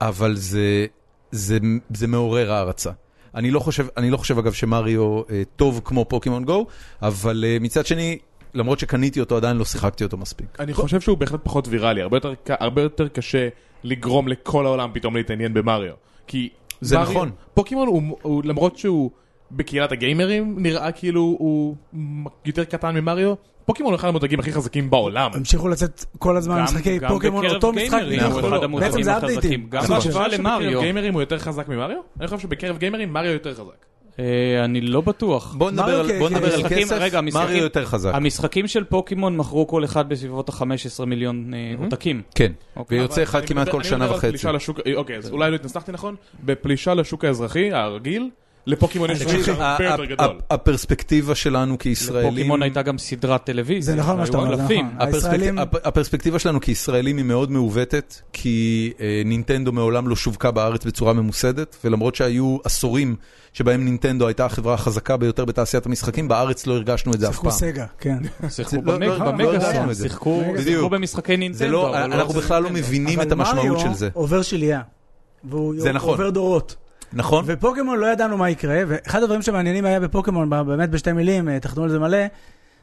Speaker 1: אבל זה, זה, זה מעורר הערצה. אני לא חושב, אני לא חושב אגב שמריו אה, טוב כמו פוקימון גו, אבל אה, מצד שני, למרות שקניתי אותו, עדיין לא שיחקתי אותו מספיק.
Speaker 5: אני חושב שהוא בהחלט פחות ויראלי, הרבה יותר, ק- הרבה יותר קשה לגרום לכל העולם פתאום להתעניין במריו. כי...
Speaker 1: זה
Speaker 5: מריו-
Speaker 1: נכון.
Speaker 5: פוקימון הוא, הוא, למרות שהוא בקהילת הגיימרים, נראה כאילו הוא מ- יותר קטן ממריו, פוקימון הוא אחד המותגים הכי חזקים בעולם.
Speaker 2: המשיכו לצאת כל הזמן
Speaker 3: גם-
Speaker 2: משחקי
Speaker 3: גם
Speaker 2: פוקימון,
Speaker 3: בקרב
Speaker 2: אותו משחק
Speaker 3: גיימרים נכון.
Speaker 2: בדיוק.
Speaker 3: הוא
Speaker 5: אחד
Speaker 2: בעצם
Speaker 5: המותגים
Speaker 2: זה
Speaker 3: החזקים.
Speaker 2: updating.
Speaker 3: גם
Speaker 2: נכון.
Speaker 3: בהשוואה
Speaker 5: אני חושב שבקרב
Speaker 3: למריו.
Speaker 5: גיימרים הוא יותר חזק ממריו? אני חושב שבקרב גיימרים מריו יותר חזק.
Speaker 3: אה, אני לא בטוח.
Speaker 1: בוא נדבר
Speaker 2: מריו
Speaker 1: על,
Speaker 2: כ-
Speaker 1: בוא נדבר על
Speaker 3: המשחקים-
Speaker 1: כסף,
Speaker 3: רגע, המשחקים-
Speaker 1: מריו יותר חזק.
Speaker 3: המשחקים של פוקימון מכרו כל אחד בסביבות ה-15 מיליון אה, עותקים.
Speaker 1: כן,
Speaker 3: אוקיי.
Speaker 1: ויוצא אחד
Speaker 5: אני
Speaker 1: כמעט
Speaker 5: מדבר-
Speaker 1: כל שנה
Speaker 5: אני מדבר על אה,
Speaker 1: וחצי.
Speaker 5: פלישה לשוק, אוקיי, אז אולי לא התנסחתי נכון, בפלישה לשוק האזרחי, הרגיל, לפוקימון יש ריץ' הרבה
Speaker 1: אה,
Speaker 5: יותר גדול.
Speaker 1: הפרספקטיבה שלנו כישראלים...
Speaker 4: פוקימון הייתה גם סדרת טלוויזיה.
Speaker 2: זה נכון מה שאתה אומר,
Speaker 4: היו
Speaker 2: זה
Speaker 4: אלפים.
Speaker 2: נכון.
Speaker 1: הפרספק-
Speaker 2: הישראלים-
Speaker 1: הפ- הפרספקטיבה שלנו כישראלים היא מאוד מעוותת, כי אה, נינטנדו מעולם לא שווקה בארץ בצורה ממוסדת, ולמרות שהיו עשורים שבהם נינטנדו הייתה החברה החזקה ביותר בתעשיית המשחקים, בארץ לא הרגשנו את זה אף
Speaker 2: שיחקו
Speaker 1: פעם.
Speaker 2: סגה, כן.
Speaker 4: שיחקו
Speaker 1: לא-
Speaker 4: במג-
Speaker 1: לא- לא ידענו
Speaker 4: במגה-סון,
Speaker 1: את זה.
Speaker 4: שיחקו
Speaker 1: בדיוק.
Speaker 4: שיחקו במשחקי נינטנדו.
Speaker 1: זה לא,
Speaker 4: אבל
Speaker 1: אנחנו
Speaker 4: זה אה,
Speaker 1: בכלל לא
Speaker 4: נינטנדו.
Speaker 1: מבינים
Speaker 2: אבל
Speaker 1: את המשמעות
Speaker 2: מריו
Speaker 1: של זה,
Speaker 2: עובר שלייה. והוא
Speaker 1: זה נכון.
Speaker 2: עובר דורות.
Speaker 1: נכון?
Speaker 2: ופוקימון לא ידענו מה יקרה, ואחד הדברים שמעניינים היה בפוקימון, ב- באמת בשתי מילים, אה, תחתמו על זה מלא,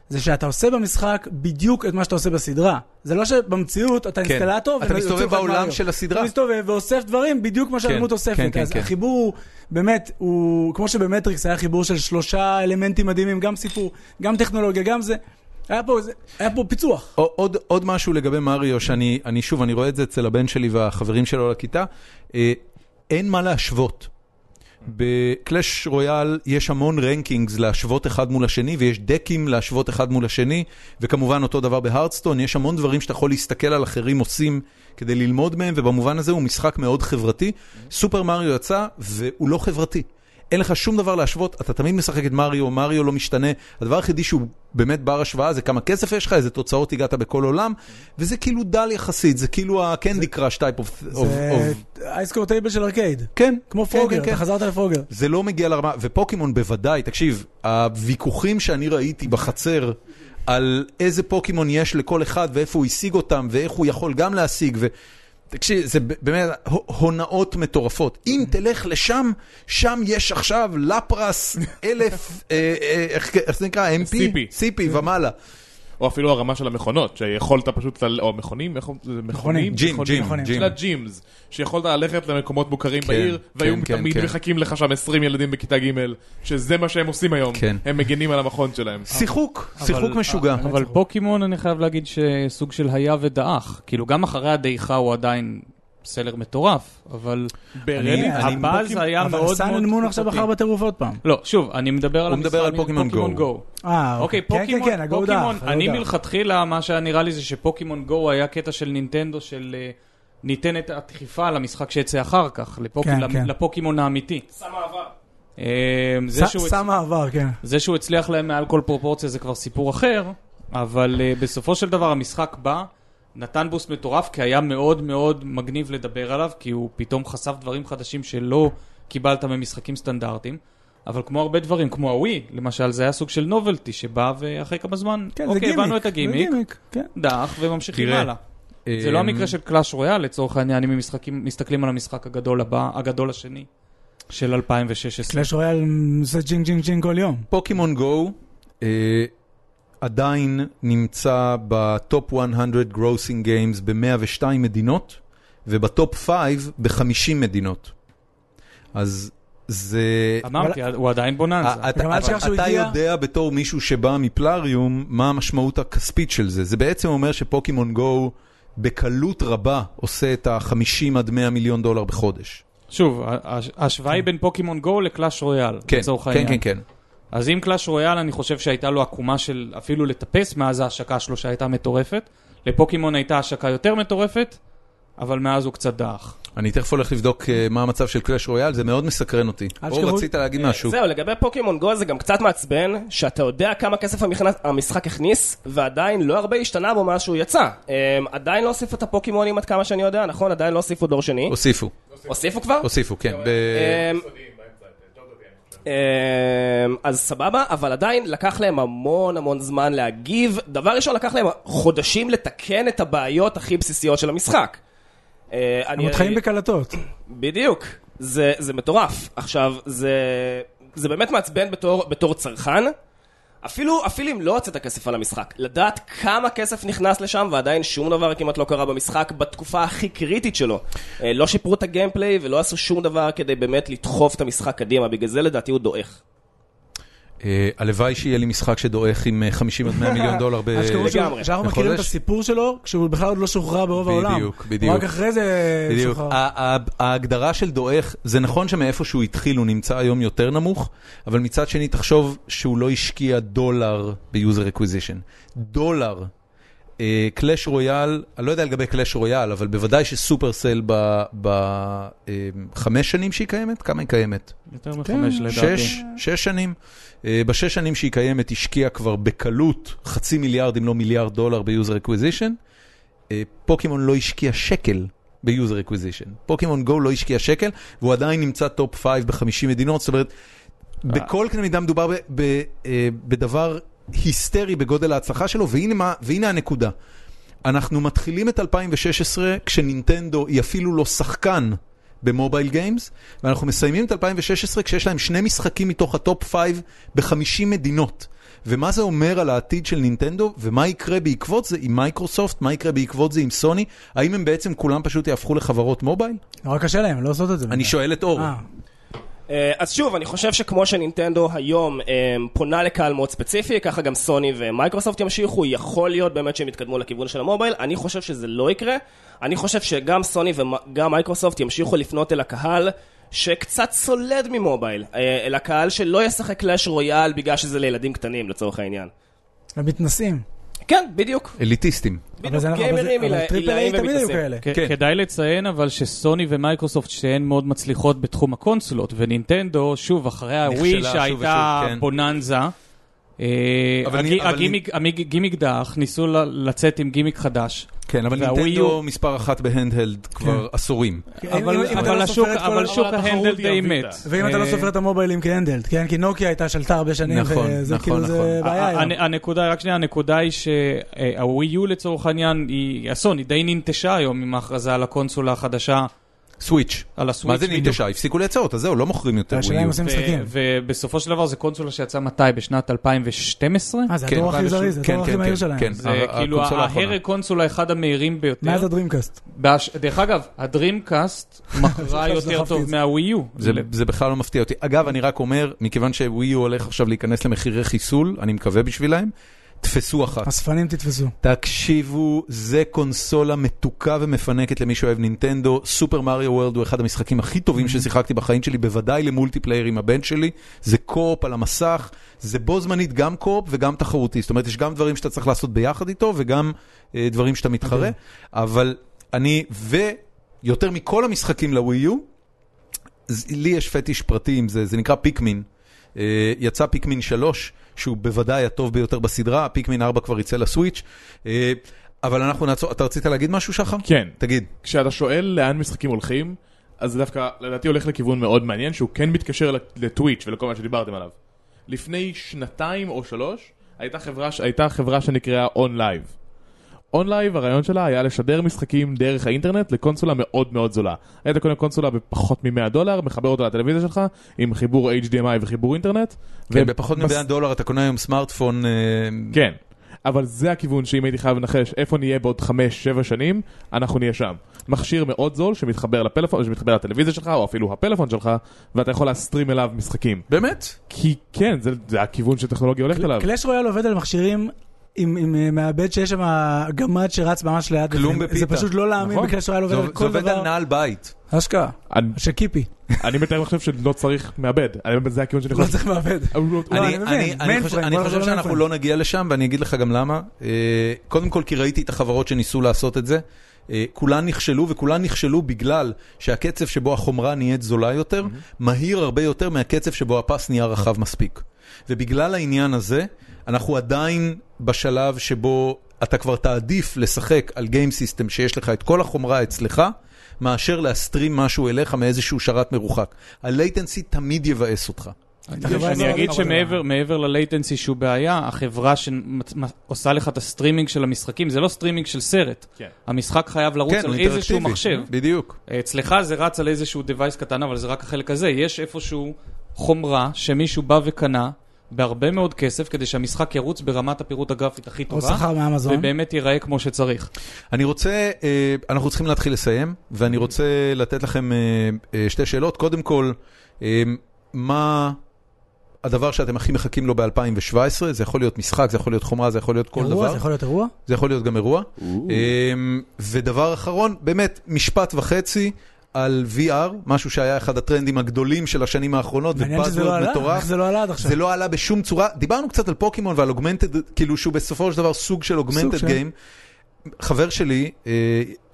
Speaker 2: זה שאתה עושה במשחק בדיוק את מה שאתה עושה בסדרה. זה לא שבמציאות אתה
Speaker 1: כן.
Speaker 2: אינסטלטור,
Speaker 1: אתה
Speaker 2: ויוצאים לך
Speaker 1: מסתובב בעולם
Speaker 2: מריו.
Speaker 1: של הסדרה.
Speaker 2: אתה מסתובב ואוסף דברים בדיוק מה שהדמות אוספת.
Speaker 1: כן, כן,
Speaker 2: אז
Speaker 1: כן.
Speaker 2: החיבור הוא, באמת, הוא, כמו שבמטריקס היה חיבור של שלושה אלמנטים מדהימים, גם סיפור, גם טכנולוגיה, גם זה. היה פה, זה- היה פה פיצוח.
Speaker 1: עוד, עוד משהו לגבי מריו, שאני, אני, שוב, אני רואה את זה אצל הבן שלי והחברים שלו לכיתה, אה, אין מה להשוות. בקלאש רויאל יש המון רנקינגס להשוות אחד מול השני, ויש דקים להשוות אחד מול השני, וכמובן אותו דבר בהרדסטון, יש המון דברים שאתה יכול להסתכל על אחרים עושים כדי ללמוד מהם, ובמובן הזה הוא משחק מאוד חברתי. סופר מריו יצא, והוא לא חברתי. אין לך שום דבר להשוות, אתה תמיד משחק את מריו, מריו לא משתנה. הדבר היחידי שהוא באמת בר השוואה זה כמה כסף יש לך, איזה תוצאות הגעת בכל עולם, וזה כאילו דל יחסית, זה כאילו הקנדי קראש טייפ אוף...
Speaker 2: זה אייסקור טייבל של ארקייד.
Speaker 1: כן,
Speaker 2: כמו
Speaker 1: כן,
Speaker 2: פרוגר,
Speaker 1: כן, כן.
Speaker 2: אתה חזרת לפרוגר.
Speaker 1: זה לא מגיע לרמה, ופוקימון בוודאי, תקשיב, הוויכוחים שאני ראיתי בחצר על איזה פוקימון יש לכל אחד ואיפה הוא השיג אותם ואיך הוא יכול גם להשיג ו... תקשיב, זה ב- באמת הו- הונאות מטורפות. אם תלך לשם, שם יש עכשיו לפרס אלף, אה, אה, איך איך זה נקרא? MP?
Speaker 5: סיפי.
Speaker 1: סיפי ומעלה.
Speaker 4: כן.
Speaker 5: או אפילו הרמה של המכונות, שיכולת פשוט, ל- או מכונים, איך זה, מכונים?
Speaker 1: ג'ים,
Speaker 5: מכונים,
Speaker 1: ג'ים,
Speaker 5: מכונים.
Speaker 1: ג'ים.
Speaker 5: של הג'ימס, שיכולת ללכת למקומות מוכרים בעיר, והיו
Speaker 1: כן, כן,
Speaker 5: תמיד
Speaker 1: כן.
Speaker 5: מחכים לך שם 20 ילדים בכיתה ג', שזה מה שהם עושים היום,
Speaker 1: כן.
Speaker 5: הם מגנים על המכון שלהם.
Speaker 1: שיחוק,
Speaker 4: אבל-
Speaker 1: שיחוק משוגע.
Speaker 4: אבל פוקימון, אני חייב להגיד שסוג של היה ודעך. כאילו, גם אחרי הדעיכה הוא עדיין סלר מטורף, אבל
Speaker 5: ברלי,
Speaker 1: אני-
Speaker 4: הבאז היה מאוד מאוד...
Speaker 2: אבל סאנן מון עכשיו
Speaker 4: תקופתי.
Speaker 2: בחר בטירוף עוד פעם.
Speaker 4: לא, שוב, אני מדבר על
Speaker 1: הוא מדבר
Speaker 4: המשחק
Speaker 1: על פוקימון
Speaker 4: מפוקימון
Speaker 1: גו.
Speaker 4: גו.
Speaker 2: אה,
Speaker 4: אוקיי,
Speaker 2: כן,
Speaker 4: פוקימון,
Speaker 2: כן, כן, הגו
Speaker 4: פוקימון,
Speaker 2: דף, הגו
Speaker 4: אני
Speaker 2: דף.
Speaker 4: מלכתחילה, מה שהיה נראה לי זה שפוקימון גו היה קטע של נינטנדו של אה, ניתנת הדחיפה למשחק שיצא אחר כך, לפוק-
Speaker 2: כן,
Speaker 4: למ-
Speaker 2: כן.
Speaker 4: לפוקימון האמיתי. אה, זה שהוא
Speaker 2: ס-
Speaker 4: הצ-
Speaker 2: סם העבר, כן.
Speaker 4: זה שהוא הצליח להם מעל כל פרופורציה זה כבר סיפור אחר, אבל אה, בסופו של דבר המשחק בא, נתן בוסט מטורף, כי היה מאוד מאוד מגניב לדבר עליו, כי הוא פתאום חשף דברים חדשים שלא קיבלת ממשחקים סטנדרטיים. אבל כמו הרבה דברים, כמו הווי, למשל, זה היה סוג של נובלטי שבא ואחרי כמה זמן,
Speaker 2: כן, זה
Speaker 4: אוקיי,
Speaker 2: גימיק.
Speaker 4: הבנו את הגימיק,
Speaker 2: זה גימיק, כן.
Speaker 4: דח, וממשיכים
Speaker 1: תראה,
Speaker 4: הלאה. זה לא
Speaker 1: אמ,
Speaker 4: המקרה של קלאש רויאל, לצורך העניין, אם הם משחקים- מסתכלים על המשחק הגדול הבא, הגדול השני, של 2016.
Speaker 2: קלאש רויאל עושה ג'ינג ג'ינג ג'ינג כל יום.
Speaker 1: פוקימון גו אה, עדיין נמצא בטופ 100 גרוסינג גיימס ב-102 מדינות, ובטופ 5 ב-50 מדינות. אז זה...
Speaker 2: כן.
Speaker 1: אה,
Speaker 4: אמרתי, הוא עדיין בוננזה.
Speaker 1: אתה,
Speaker 2: גם אל
Speaker 1: אתה,
Speaker 2: תשכח שהוא
Speaker 1: אתה
Speaker 2: הגיע-
Speaker 1: יודע בתור מישהו שבא מפלאריום, מה המשמעות הכספית של זה. זה בעצם אומר שפוקימון גו בקלות רבה עושה את ה-50 עד 100 מיליון דולר בחודש.
Speaker 4: שוב, ה- הש- ההשוואה היא בין פוקימון גו לקלאש רויאל,
Speaker 1: כן,
Speaker 4: לצורך
Speaker 1: כן,
Speaker 4: העניין.
Speaker 1: כן, כן.
Speaker 4: אז עם קלאש רויאל, אני חושב שהייתה לו עקומה של אפילו לטפס, מאז ההשקה שלו שהייתה מטורפת. לפוקימון הייתה השקה יותר מטורפת, אבל מאז הוא קצת דעך.
Speaker 1: אני תכף הולך לבדוק אה, מה המצב של קלאש רויאל, זה מאוד מסקרן אותי.
Speaker 2: אל
Speaker 1: אור,
Speaker 2: תשכחו- אה,
Speaker 1: רצית להגיד משהו.
Speaker 6: זהו, לגבי פוקימון גו זה גם קצת מעצבן, שאתה יודע כמה כסף המכנס, המשחק הכניס, ועדיין לא הרבה השתנה בו מאז שהוא יצא. אמ, עדיין לא הוסיפו את הפוקימונים עד כמה שאני יודע, נכון? עדיין לא הוסיפו דור
Speaker 2: אוקיי.
Speaker 6: שני.
Speaker 1: הוסיפו,
Speaker 6: הוסיפו כבר?
Speaker 1: הוסיפו, כן. ב-
Speaker 2: אה,
Speaker 6: אמ, אמ, אז סבבה, אבל עדיין לקח להם המון המון זמן להגיב. דבר ראשון, לקח להם חודשים לתקן את הבעיות הכי בסיסיות של המשחק. אה,
Speaker 2: הם
Speaker 6: אני-
Speaker 2: עוד חיים בקלטות.
Speaker 4: אה,
Speaker 6: בדיוק. זה, זה מטורף. עכשיו, זה, זה באמת מעצבן בתור, בתור צרכן. אפילו, אפילו אם לא הוצאת כסף על המשחק, לדעת כמה כסף נכנס לשם ועדיין שום דבר כמעט לא קרה במשחק בתקופה הכי קריטית שלו. אה, לא שיפרו את הגיימפליי ולא עשו שום דבר כדי באמת לדחוף את המשחק קדימה, בגלל זה לדעתי הוא דועך.
Speaker 1: אה, הלוואי שיהיה לי משחק שדועך עם אה, 50 עד 100
Speaker 2: <laughs>
Speaker 1: מיליון דולר ב...
Speaker 2: אז כמו
Speaker 6: לגמרי.
Speaker 2: שהוא- שאנחנו מכירים את
Speaker 1: בחודש?
Speaker 2: הסיפור שלו, כשהוא בכלל עוד לא שוחרר ברוב העולם.
Speaker 1: בדיוק, בדיוק.
Speaker 2: רק אחרי זה
Speaker 1: בדיוק. אה.
Speaker 2: שוחרר.
Speaker 1: ה- ה- ההגדרה של דועך, זה נכון שמאיפה שהוא התחיל הוא נמצא היום יותר נמוך, אבל מצד שני תחשוב שהוא לא השקיע דולר ביוזר אקוויזישן. דולר. קלאש רויאל, אני לא יודע לגבי קלאש רויאל, אבל בוודאי שסופרסל בחמש שנים שהיא קיימת, כמה היא קיימת?
Speaker 4: יותר מחמש לדעתי.
Speaker 1: כן, שש, שש שנים. אה, בשש שנים שהיא קיימת, השקיעה כבר בקלות חצי מיליארד, אם לא מיליארד דולר ביוזר אקוויזישן. אה, פוקימון לא השקיע שקל ביוזר אקוויזישן. פוקימון גו לא השקיע שקל, והוא עדיין נמצא טופ 5 ב-50 מדינות, זאת אומרת, בכל קנה מידה מדובר ב- ב- אה, בדבר היסטרי בגודל ההצלחה שלו, והנה, מה, והנה הנקודה. אנחנו מתחילים את 2016 כשנינטנדו היא אפילו לא שחקן במובייל גיימס, ואנחנו מסיימים את 2016 כשיש להם שני משחקים מתוך הטופ 5 ב-50 מדינות. ומה זה אומר על העתיד של נינטנדו, ומה יקרה בעקבות זה עם מייקרוסופט, מה יקרה בעקבות זה עם סוני, האם הם בעצם כולם פשוט יהפכו לחברות מובייל?
Speaker 2: נורא קשה להם, לא לעשות את זה.
Speaker 1: אני שואל את אור.
Speaker 2: אה,
Speaker 6: אה, אז שוב, אני חושב שכמו שנינטנדו היום אה, פונה לקהל מאוד ספציפי, ככה גם סוני ומייקרוסופט ימשיכו, יכול להיות באמת שהם יתקדמו לכיוון של המובייל, אני חושב שזה לא יקרה, אני חושב שגם סוני וגם מייקרוסופט ימשיכו לפנות אל הקהל שקצת סולד ממובייל, אה, אל הקהל שלא ישחק קלאש רויאל בגלל שזה לילדים קטנים לצורך העניין.
Speaker 2: למתנסים.
Speaker 6: כן, בדיוק.
Speaker 1: אליטיסטים.
Speaker 2: אבל זה
Speaker 6: בדיוק,
Speaker 2: נכון, אבל זה-
Speaker 6: גיימרים,
Speaker 2: אבל
Speaker 6: עילאים
Speaker 2: טריפל איי תמיד היו
Speaker 6: ומתנסים.
Speaker 2: כאלה.
Speaker 4: כ-
Speaker 1: כן.
Speaker 4: כדאי לציין אבל שסוני ומייקרוסופט שתיהן מאוד מצליחות בתחום הקונסולות, ונינטנדו, שוב, אחרי הווי
Speaker 1: שוב
Speaker 4: שהייתה
Speaker 1: ושוב, כן.
Speaker 4: בוננזה, אה,
Speaker 1: אבל
Speaker 4: הגי-
Speaker 1: נ- אבל
Speaker 4: הגימיק- המיג- גימיק דאח, ניסו ל- לצאת עם גימיק חדש.
Speaker 1: כן, אבל
Speaker 4: והווי
Speaker 1: נינטנדו כן.
Speaker 4: יו-
Speaker 1: מספר אחת בהנדהלד כבר עשורים.
Speaker 2: אם-
Speaker 4: אבל
Speaker 2: אם אתה
Speaker 4: אבל
Speaker 2: לא
Speaker 4: השוק-
Speaker 2: סופר את כל
Speaker 4: אבל
Speaker 2: ה-
Speaker 4: שוק
Speaker 5: אבל התחרות
Speaker 4: ההנדל
Speaker 5: היא
Speaker 4: די
Speaker 5: הביטה.
Speaker 4: מת.
Speaker 2: ואם אתה לא
Speaker 4: אה,
Speaker 2: סופר את המוביילים כהנדלד, כן? כי נוקיה הייתה שלטה הרבה שנים,
Speaker 1: נכון,
Speaker 2: וזה
Speaker 1: נכון,
Speaker 2: כאילו זה
Speaker 1: נכון.
Speaker 2: בעיה היום.
Speaker 4: הנ- הנקודה, רק שנייה, הנקודה היא שהווי יו לצורך העניין, היא, הסוני די ננטשה היום עם ההכרזה על הקונסולה החדשה,
Speaker 1: סוויץ'.
Speaker 4: על הסוויץ'.
Speaker 1: מה זה
Speaker 4: בדיוק.
Speaker 1: ננטשה? הפסיקו לייצר אותה, זהו, לא מוכרים יותר
Speaker 2: השאלה
Speaker 1: ווי
Speaker 2: אם
Speaker 1: יו.
Speaker 2: עושים משחקים. אה,
Speaker 4: ו- ובסופו של דבר זה קונסולה שיצאה מתי? בשנת 2012?
Speaker 2: אה, זה
Speaker 1: כן,
Speaker 2: הדור הכי
Speaker 1: 2012,
Speaker 2: זריז, זה
Speaker 1: כן,
Speaker 2: הדור הכי
Speaker 1: כן,
Speaker 2: מהיר
Speaker 1: כן,
Speaker 2: שלהם.
Speaker 1: כן.
Speaker 4: זה
Speaker 1: ה-
Speaker 4: כאילו
Speaker 1: הקונסולה האחרונה.
Speaker 4: ההרג קונסולה אחד המהירים
Speaker 2: מאז
Speaker 4: ביותר.
Speaker 2: הדרימקאסט.
Speaker 4: בהש- דרך אגב, הדרימקאסט מכרה
Speaker 2: סליחה
Speaker 4: יותר
Speaker 2: שדחפתי את
Speaker 4: טוב
Speaker 2: זה.
Speaker 4: מהווי יו.
Speaker 1: זה, זה בכלל לא מפתיע אותי. אגב, אני רק אומר, מכיוון שווי יו הולך עכשיו להיכנס למחירי חיסול, אני מקווה בשבילהם, תפסו אחת.
Speaker 2: אספנים תתפסו.
Speaker 1: תקשיבו, זה קונסולה מתוקה ומפנקת למי שאוהב נינטנדו. סופר מריו וורלד הוא אחד המשחקים הכי טובים ששיחקתי בחיים שלי, בוודאי למולטיפלייר עם הבן שלי. זה קו-אופ על המסך, זה בו זמנית גם קו-אופ וגם תחרותי. זאת אומרת, יש גם דברים שאתה צריך לעשות ביחד איתו וגם אה, דברים שאתה מתחרה. אבל אני, ויותר מכל המשחקים לווי יו, אז לי יש פטיש פרטי עם זה, זה נקרא פיקמין. אה, יצא פיקמין 3, שהוא בוודאי הטוב ביותר בסדרה, פיקמין 4 כבר יצא לסוויץ', אה, אבל אנחנו נעצור, אתה רצית להגיד משהו שחר?
Speaker 5: כן.
Speaker 1: תגיד.
Speaker 5: כשאתה שואל לאן משחקים הולכים, אז זה דווקא לדעתי הולך לכיוון מאוד מעניין, שהוא כן מתקשר לט- לטוויץ' ולכל מה שדיברתם עליו. לפני שנתיים או שלוש, הייתה חברה, ש- הייתה חברה שנקראה אונלייב. אונלייב, הרעיון שלה היה לשדר משחקים דרך האינטרנט לקונסולה מאוד מאוד זולה. היית קונה קונסולה בפחות מ-100 דולר, מחבר אותה לטלוויזיה שלך, עם חיבור HDMI וחיבור אינטרנט.
Speaker 1: כן,
Speaker 5: ו-
Speaker 1: בפחות
Speaker 5: בס-
Speaker 1: מ-100 דולר אתה קונה היום סמארטפון, אה,
Speaker 5: כן, אבל זה הכיוון שאם הייתי חייב לנחש איפה נהיה בעוד 5-7 שנים, אנחנו נהיה שם. מכשיר מאוד זול שמתחבר לפלאפון, שמתחבר לטלוויזיה שלך, או אפילו הפלאפון שלך, ואתה יכול להסטרים אליו משחקים.
Speaker 1: באמת?
Speaker 5: כי כן, זה, זה הכיוון שטכנולוגיה הולכת אליו.
Speaker 2: קלאש רויאל עובד על מכשירים עם- עם אה, מעבד שיש שם גמד שרץ ממש ליד.
Speaker 1: כלום
Speaker 2: זה-
Speaker 1: בפיתה.
Speaker 2: זה פשוט לא להאמין
Speaker 5: נכון.
Speaker 2: בקלאש רויאל
Speaker 1: זה
Speaker 2: עובד על
Speaker 1: זה
Speaker 2: כל
Speaker 1: עובד על
Speaker 2: דבר.
Speaker 1: נעל בית.
Speaker 2: השקעה.
Speaker 5: אני,
Speaker 2: של קיפי.
Speaker 5: אני מתאר לחשוב שלא צריך מעבד, אני- זה הכיוון
Speaker 1: נכון.
Speaker 5: שאני
Speaker 2: לא
Speaker 5: חושב.
Speaker 2: צריך מעבד.
Speaker 5: אבל-
Speaker 2: לא,
Speaker 1: אני-
Speaker 2: אני מבין,
Speaker 1: אני- אני
Speaker 2: מיינפריים,
Speaker 1: חושב-
Speaker 2: בוא
Speaker 1: אני
Speaker 2: נחזור
Speaker 1: חושב שאנחנו
Speaker 2: למיינפריים.
Speaker 1: לא נגיע לשם, ואני אגיד לך גם למה. אה, קודם כל, כי ראיתי את החברות שניסו לעשות את זה. אה, כולן נכשלו, וכולן נכשלו בגלל שהקצב שבו החומרה נהיית זולה יותר, מהיר הרבה יותר מהקצב שבו הפס נהיה רחב מספיק. ובגלל העניין הזה, אנחנו עדיין בשלב שבו אתה כבר תעדיף לשחק על גיים סיסטם שיש לך את כל החומרה אצלך, מאשר להסטרים משהו אליך מאיזשהו שרת מרוחק. ה-latency תמיד יבאס אותך.
Speaker 2: חברה
Speaker 4: אני
Speaker 2: ישראלית
Speaker 4: אגיד
Speaker 2: עובדת על
Speaker 4: שמעבר מעבר ללייטנסי שהוא בעיה, החברה שעושה לך את הסטרימינג של המשחקים, זה לא סטרימינג של סרט.
Speaker 5: כן.
Speaker 4: המשחק חייב לרוץ
Speaker 1: כן, הוא
Speaker 4: על
Speaker 1: אינטראקטיבי. Mm-hmm.
Speaker 4: איזשהו מחשב.
Speaker 1: בדיוק.
Speaker 4: אצלך זה רץ על איזשהו device קטן, אבל זה רק החלק הזה. יש איפשהו חומרה שמישהו בא וקנה בהרבה מאוד כסף כדי שהמשחק ירוץ ברמת הפירוט הגרפית הכי
Speaker 2: או
Speaker 4: טובה,
Speaker 2: שכר
Speaker 1: לא?
Speaker 2: מאמזון.
Speaker 4: ובאמת ייראה כמו שצריך.
Speaker 1: אני רוצה, אה, אנחנו צריכים להתחיל לסיים, ואני רוצה לתת לכם אה, אה, שתי שאלות. קודם כל, אה, מה הדבר שאתם הכי מחכים לו ב-2017? זה יכול להיות משחק, זה יכול להיות חומרה, זה יכול להיות כל
Speaker 2: אירוע?
Speaker 1: דבר.
Speaker 2: זה יכול להיות אירוע?
Speaker 1: זה יכול להיות גם אירוע. אה, ודבר אחרון, באמת, משפט וחצי. על VR, משהו שהיה אחד הטרנדים הגדולים של השנים האחרונות,
Speaker 2: מעניין שזה
Speaker 1: buzzword
Speaker 2: לא עלה,
Speaker 1: מטורף.
Speaker 2: איך זה לא עלה עד עכשיו.
Speaker 1: זה לא עלה בשום צורה, דיברנו קצת על פוקימון ועל אוגמנטד, כאילו שהוא בסופו של דבר סוג של
Speaker 2: סוג
Speaker 1: אוגמנטד
Speaker 2: של-
Speaker 1: גיים. חבר שלי, אה,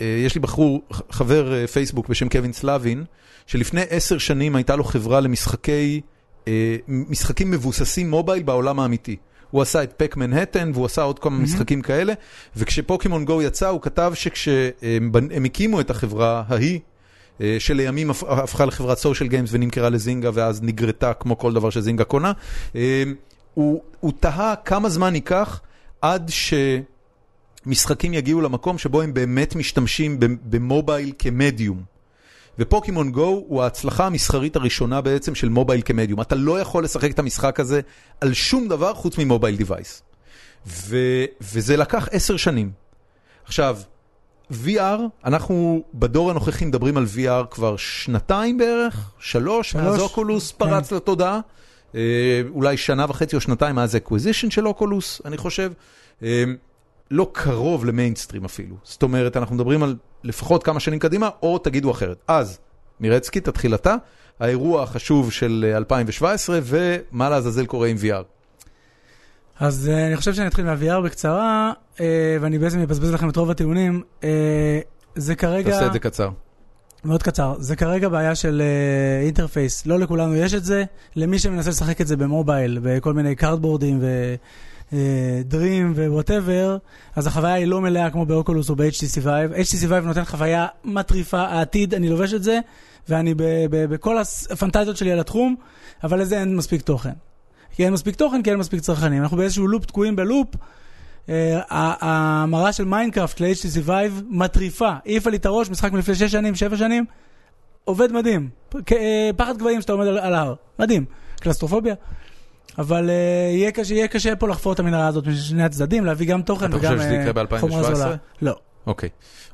Speaker 1: אה, יש לי בחור, ח- חבר אה, פייסבוק בשם קווין סלבין, שלפני עשר שנים הייתה לו חברה למשחקי, אה, משחקים מבוססים מובייל בעולם האמיתי. הוא עשה את פק מנהטן והוא עשה עוד כמה משחקים כאלה, וכשפוקימון גו יצא הוא כתב שכשהם בנ- הם הקימו את החברה ההיא, אה, שלימים הפ- הפכה לחברת סושיאל גיימס ונמכרה לזינגה ואז נגרטה כמו כל דבר שזינגה קונה. אה, הוא, הוא תהה כמה זמן ייקח עד שמשחקים יגיעו למקום שבו הם באמת משתמשים במ- במובייל כמדיום. ופוקימון גו הוא ההצלחה המסחרית הראשונה בעצם של מובייל כמדיום. אתה לא יכול לשחק את המשחק הזה על שום דבר חוץ ממובייל דיווייס. ו, וזה לקח עשר שנים. עכשיו, VR, אנחנו בדור הנוכחי מדברים על VR כבר שנתיים בערך, שלוש, מאז
Speaker 2: שלוש,
Speaker 1: אוקולוס פרץ לתודעה. אה, אולי שנה וחצי או שנתיים מאז אקוויזישן של אוקולוס, אני חושב. אה, לא קרוב למיינסטרים אפילו. זאת אומרת, אנחנו מדברים על לפחות כמה שנים קדימה, או תגידו אחרת. אז, מירצקי, תתחיל אתה, האירוע החשוב של אה, 2017, ומה לעזאזל קורה עם VR.
Speaker 2: אז אה, אני חושב שאני אתחיל מה-VR בקצרה, אה, ואני בעצם אבזבז לכם את רוב הטיעונים. אה, זה כרגע...
Speaker 1: תעשה את זה קצר.
Speaker 2: מאוד קצר. זה כרגע בעיה של אה, אינטרפייס. לא לכולנו יש את זה. למי שמנסה לשחק את זה במובייל, בכל מיני אה, קארדבורדים ודרים ווואטאבר, אז החוויה היא לא מלאה כמו באוקולוס או ב-HTC Vive. HTC Vive נותן חוויה מטריפה, העתיד, אני לובש את זה, ואני ב- ב- בכל הפנטזיות שלי על התחום, אבל לזה אין מספיק תוכן. כי אין מספיק תוכן, כי אין מספיק צרכנים. אנחנו באיזשהו לופ תקועים בלופ. אה, ה- ההמרה של מיינקראפט ל-HTC Vive מטריפה, העיפה לי את הראש, משחק מלפני 6 שנים, 7 שנים, עובד מדהים. פ- כ- אה, פחד גבהים שאתה עומד על על ההר, מדהים. קלסטרופוביה. אבל אה, יהיה קשה, יהיה קשה פה לחפור את המנהרה הזאת משני הצדדים, להביא גם תוכן
Speaker 1: אתה
Speaker 2: וגם
Speaker 1: חושב שזה
Speaker 2: אה,
Speaker 1: יקרה ב-
Speaker 2: חומרה
Speaker 1: 2017?
Speaker 2: זולה. לא.
Speaker 1: אוקיי.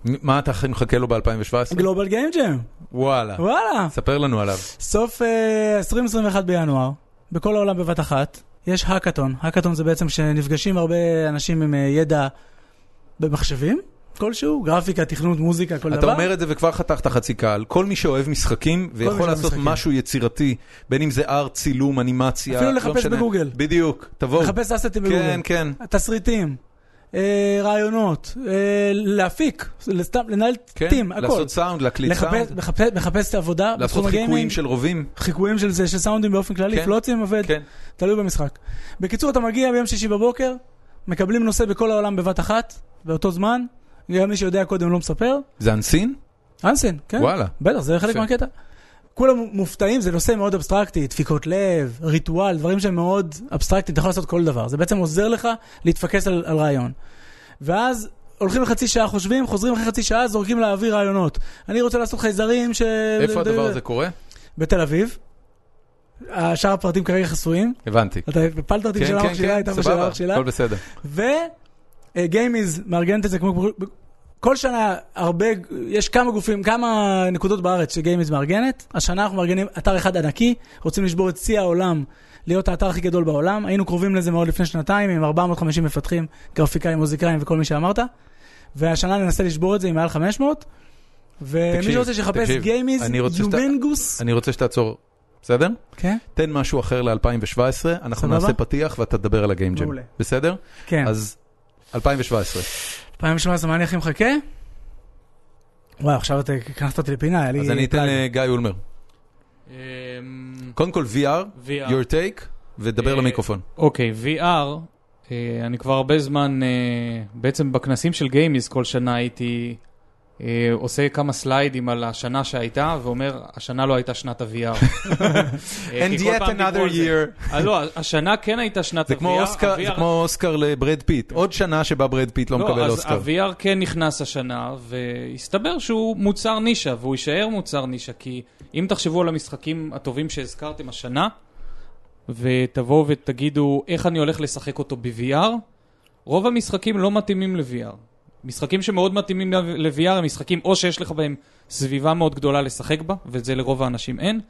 Speaker 1: מ- מה אתה הכי מחכה לו ב-2017?
Speaker 2: גלובל גיים ג'ם,
Speaker 1: וואלה.
Speaker 2: וואלה.
Speaker 1: ספר לנו עליו.
Speaker 2: סוף אה, 2021 בינואר, בכל העולם בבת אחת, יש האקתון. האקתון זה בעצם שנפגשים הרבה אנשים עם אה, ידע במחשבים כלשהו, גרפיקה, תכנות, מוזיקה, כל
Speaker 1: אתה
Speaker 2: דבר.
Speaker 1: אומר את זה וכבר חתכת חצי קהל. כל מי שאוהב משחקים
Speaker 2: מי
Speaker 1: ויכול
Speaker 2: שאוהב
Speaker 1: לעשות
Speaker 2: משחקים.
Speaker 1: משהו יצירתי, בין אם זה ארט, צילום, אנימציה,
Speaker 2: אפילו
Speaker 1: לא
Speaker 2: לחפש
Speaker 1: משנה.
Speaker 2: בגוגל.
Speaker 1: בדיוק, תבואו.
Speaker 2: לחפש אסטים בגוגל.
Speaker 1: כן, כן.
Speaker 2: תסריטים, אה, רעיונות, אה, להפיק, לסתם, לנהל
Speaker 1: כן.
Speaker 2: טים, הכל.
Speaker 1: לעשות סאונד, להקליט
Speaker 2: לחפש,
Speaker 1: סאונד.
Speaker 2: לחפש, לחפש את העבודה
Speaker 1: לעשות
Speaker 2: בתחום
Speaker 1: חיקויים
Speaker 2: הגיימינג,
Speaker 1: של רובים.
Speaker 2: חיקויים של זה, של סאונדים באופן כללי,
Speaker 1: כן.
Speaker 2: פלוצים עובד,
Speaker 1: כן.
Speaker 2: תלוי במשחק. בקיצור, אתה מגיע ביום שישי בבוקר, מקבלים נושא בכל העולם בבת אחת, באותו זמן, גם מי שיודע קודם לא מספר,
Speaker 1: זה אנסין?
Speaker 2: אנסן, כן?
Speaker 1: וואלה.
Speaker 2: בטח, זה חלק
Speaker 1: יפה.
Speaker 2: מהקטע. כולם מופתעים, זה נושא מאוד אבסטרקטי, דפיקות לב, ריטואל, דברים שהם מאוד אבסטרקטיים, אתה יכול לעשות כל דבר. זה בעצם עוזר לך להתפקס על, על רעיון. ואז הולכים לחצי שעה, חושבים, חוזרים אחרי חצי שעה, זורקים לאוויר רעיונות. אני רוצה לעשות חייזרים ש...
Speaker 1: איפה הדבר הזה קורה?
Speaker 2: בתל אביב. שאר הפרטים כרגע חסויים.
Speaker 1: הבנתי.
Speaker 2: אתה הפלת אותי
Speaker 1: כן,
Speaker 2: בשביל האח שלה, הייתה בשביל האח שלה.
Speaker 1: הכל בסדר.
Speaker 2: וגיימיז אה, מארגנת את זה כמו... כל שנה הרבה, יש כמה גופים, כמה נקודות בארץ שגיימיז מארגנת. השנה אנחנו מארגנים אתר אחד ענקי, רוצים לשבור את שיא העולם, להיות האתר הכי גדול בעולם. היינו קרובים לזה מאוד לפני שנתיים, עם 450 מפתחים, גרפיקאים, מוזיקאים וכל מי שאמרת. והשנה ננסה לשבור את זה עם מעל 500. ומי
Speaker 1: תקשיב,
Speaker 2: שרוצה שיחפש
Speaker 1: תקשיב,
Speaker 2: גיימיז,
Speaker 1: אני רוצה שאתה-
Speaker 2: יומנגוס.
Speaker 1: אני רוצה שתעצור. בסדר?
Speaker 2: כן?
Speaker 1: תן משהו אחר ל-2017, אנחנו
Speaker 2: סבבה?
Speaker 1: נעשה פתיח ואתה תדבר על הגיים ג'ם.
Speaker 2: מעולה.
Speaker 1: בסדר?
Speaker 2: כן.
Speaker 1: אז 2017.
Speaker 2: 2017, מה אני הכי מחכה? וואי, עכשיו אתה הכנסת אותי לפינה, היה לי...
Speaker 1: אז אני אתן
Speaker 2: פלאג.
Speaker 1: לגיא אולמר.
Speaker 4: אמ,
Speaker 1: קודם כל VR,
Speaker 4: VR.
Speaker 1: your take, ודבר
Speaker 4: אה,
Speaker 1: למיקרופון.
Speaker 3: אוקיי, VR, אה, אני כבר הרבה זמן, אה, בעצם בכנסים של גיימיז כל שנה הייתי אה, עושה כמה סליידים על השנה שהייתה, ואומר, השנה לא הייתה שנת <laughs> ה-VR.
Speaker 1: And yet another year.
Speaker 3: לא, השנה כן הייתה שנת
Speaker 1: זה
Speaker 3: ה-VR.
Speaker 1: כמו אוסקר- זה כמו אוסקר לברד פיט. עוד שנה שבה ברד פיט לא מקבל אוסקר.
Speaker 3: אז ה-VR כן נכנס השנה, והסתבר שהוא מוצר נישה, והוא יישאר מוצר נישה, כי אם תחשבו על המשחקים הטובים שהזכרתם השנה, ותבואו ותגידו איך אני הולך לשחק אותו ב-VR, רוב המשחקים לא מתאימים ל-VR. משחקים שמאוד מתאימים ל-VR הם משחקים או שיש לך בהם סביבה מאוד גדולה לשחק בה, ואת זה לרוב האנשים אין,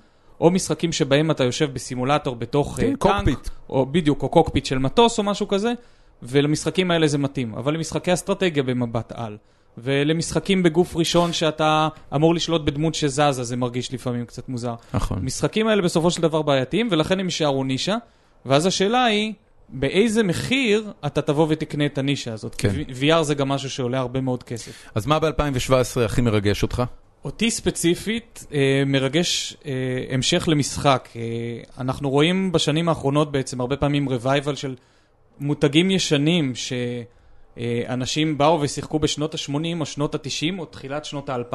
Speaker 3: או משחקים שבהם אתה יושב בסימולטור בתוך
Speaker 1: כן,
Speaker 3: אה, טנק,
Speaker 1: קוקפיט.
Speaker 3: או בדיוק, או קוקפיט של מטוס או משהו כזה, ולמשחקים האלה זה מתאים. אבל למשחקי אסטרטגיה במבט על,
Speaker 4: ולמשחקים בגוף ראשון שאתה אמור לשלוט בדמות שזזה, זה מרגיש לפעמים קצת מוזר.
Speaker 1: נכון.
Speaker 4: המשחקים האלה בסופו של דבר בעייתיים, ולכן הם יישארו נישה, ואז השאלה היא, באיזה מחיר אתה תבוא ותקנה את הנישה הזאת?
Speaker 1: כן.
Speaker 4: כי VR זה גם משהו שעולה הרבה מאוד כסף.
Speaker 1: אז מה ב-2017 הכי מרגש אותך?
Speaker 4: אותי ספציפית אה, מרגש אה, המשך למשחק. אה, אנחנו רואים בשנים האחרונות בעצם הרבה פעמים רווייבל של מותגים ישנים שאנשים באו ושיחקו בשנות ה-80 או שנות ה-90 או תחילת שנות ה-2000,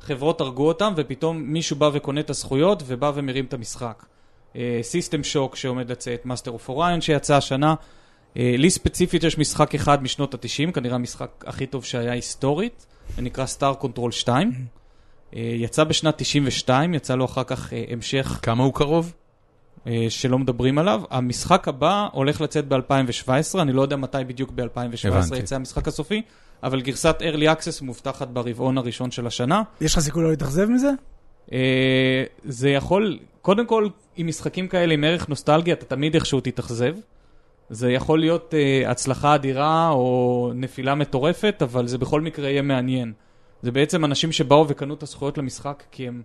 Speaker 4: חברות הרגו אותם ופתאום מישהו בא וקונה את הזכויות ובא ומרים את המשחק. סיסטם שוק שעומד לצאת, מאסטר אוף אוריון שיצא השנה. אה, לי ספציפית יש משחק אחד משנות ה-90, כנראה המשחק הכי טוב שהיה היסטורית, זה נקרא סטאר קונטרול 2. אה, יצא בשנת 92, יצא לו אחר כך אה, המשך
Speaker 1: כמה הוא קרוב?
Speaker 4: אה, שלא מדברים עליו. המשחק הבא הולך לצאת ב-2017, אני לא יודע מתי בדיוק ב-2017
Speaker 1: הבנתי.
Speaker 4: יצא המשחק הסופי, אבל גרסת Early Access מובטחת ברבעון הראשון של השנה.
Speaker 2: יש לך סיכוי לא להתאכזב מזה?
Speaker 4: אה, זה יכול, קודם כל, עם משחקים כאלה עם ערך נוסטלגי, אתה תמיד איכשהו תתאכזב. זה יכול להיות אה, הצלחה אדירה או נפילה מטורפת, אבל זה בכל מקרה יהיה מעניין. זה בעצם אנשים שבאו וקנו את הזכויות למשחק כי הם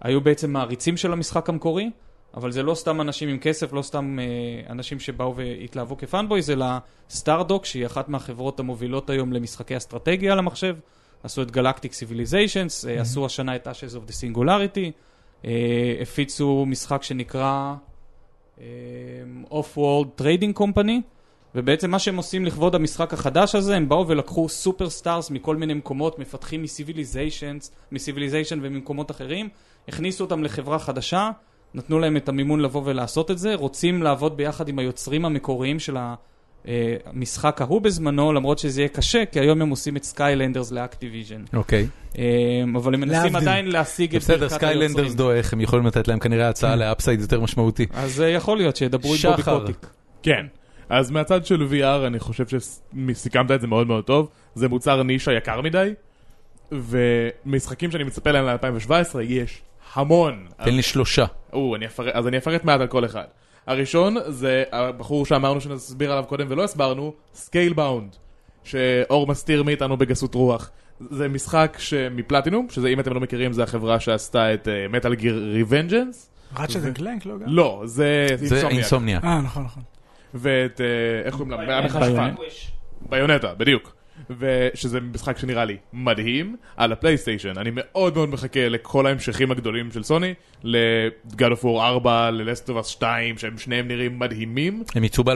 Speaker 4: היו בעצם מעריצים של המשחק המקורי, אבל זה לא סתם אנשים עם כסף, לא סתם אה, אנשים שבאו והתלהבו כפאנבויז, אלא סטארדוק, שהיא אחת מהחברות המובילות היום למשחקי אסטרטגיה על המחשב. עשו את גלקטיק סיביליזיישנס, mm-hmm. עשו השנה את Ashes of the Singularity, אה, הפיצו משחק שנקרא אה, אוף וולד טריידינג קומפני, ובעצם מה שהם עושים לכבוד המשחק החדש הזה, הם באו ולקחו סופר סטארס מכל מיני מקומות, מפתחים מסיביליזיישנס, מסיביליזיישן וממקומות אחרים, הכניסו אותם לחברה חדשה, נתנו להם את המימון לבוא ולעשות את זה, רוצים לעבוד ביחד עם היוצרים המקוריים של ה... אה, המשחק ההוא בזמנו, למרות שזה יהיה קשה, כי היום הם עושים את סקיילנדרס לאקטיביז'ן.
Speaker 1: אוקיי.
Speaker 4: אה, אבל הם מנסים
Speaker 2: להבדיל.
Speaker 4: עדיין להשיג את
Speaker 1: בסדר,
Speaker 4: ברכת
Speaker 1: סקיילנדרס
Speaker 4: היוצרים.
Speaker 1: דועך, הם יכולים לתת להם כנראה הצעה לאפסייד יותר משמעותי.
Speaker 4: אז אה, יכול להיות שידברו עם בובי
Speaker 1: שחר.
Speaker 4: קוטיק.
Speaker 5: כן. אז מהצד של VR, אני חושב שסיכמת את זה מאוד מאוד טוב. זה מוצר נישה יקר מדי, ומשחקים שאני מצפה להם ל-2017 יש המון.
Speaker 1: תן לי שלושה.
Speaker 5: או, אני אפרט, אז אני אפרט מעט על כל אחד. הראשון זה הבחור שאמרנו שנסביר עליו קודם ולא הסברנו, סקייל באונד, שאור מסתיר מאיתנו בגסות רוח. זה משחק שמפלטינום, שזה אם אתם לא מכירים, זה החברה שעשתה את אה, מטאל גיר ריבנג'נס.
Speaker 2: רצ'ט
Speaker 1: אוקיי.
Speaker 2: וקלנק, לא גם?
Speaker 5: לא, זה
Speaker 1: זה
Speaker 5: אינסומניאק.
Speaker 1: אינסומניה.
Speaker 2: אה, נכון, נכון.
Speaker 5: ואת, אה, איך קוראים לה? המכשפה. ביונטה, בדיוק. ושזה משחק שנראה לי מדהים, על הפלייסטיישן. אני מאוד מאוד מחכה לכל ההמשכים הגדולים של סוני, ל-God of War 4, ל-Last of Us 2, שהם שניהם נראים מדהימים.
Speaker 1: הם יצאו ב-2017?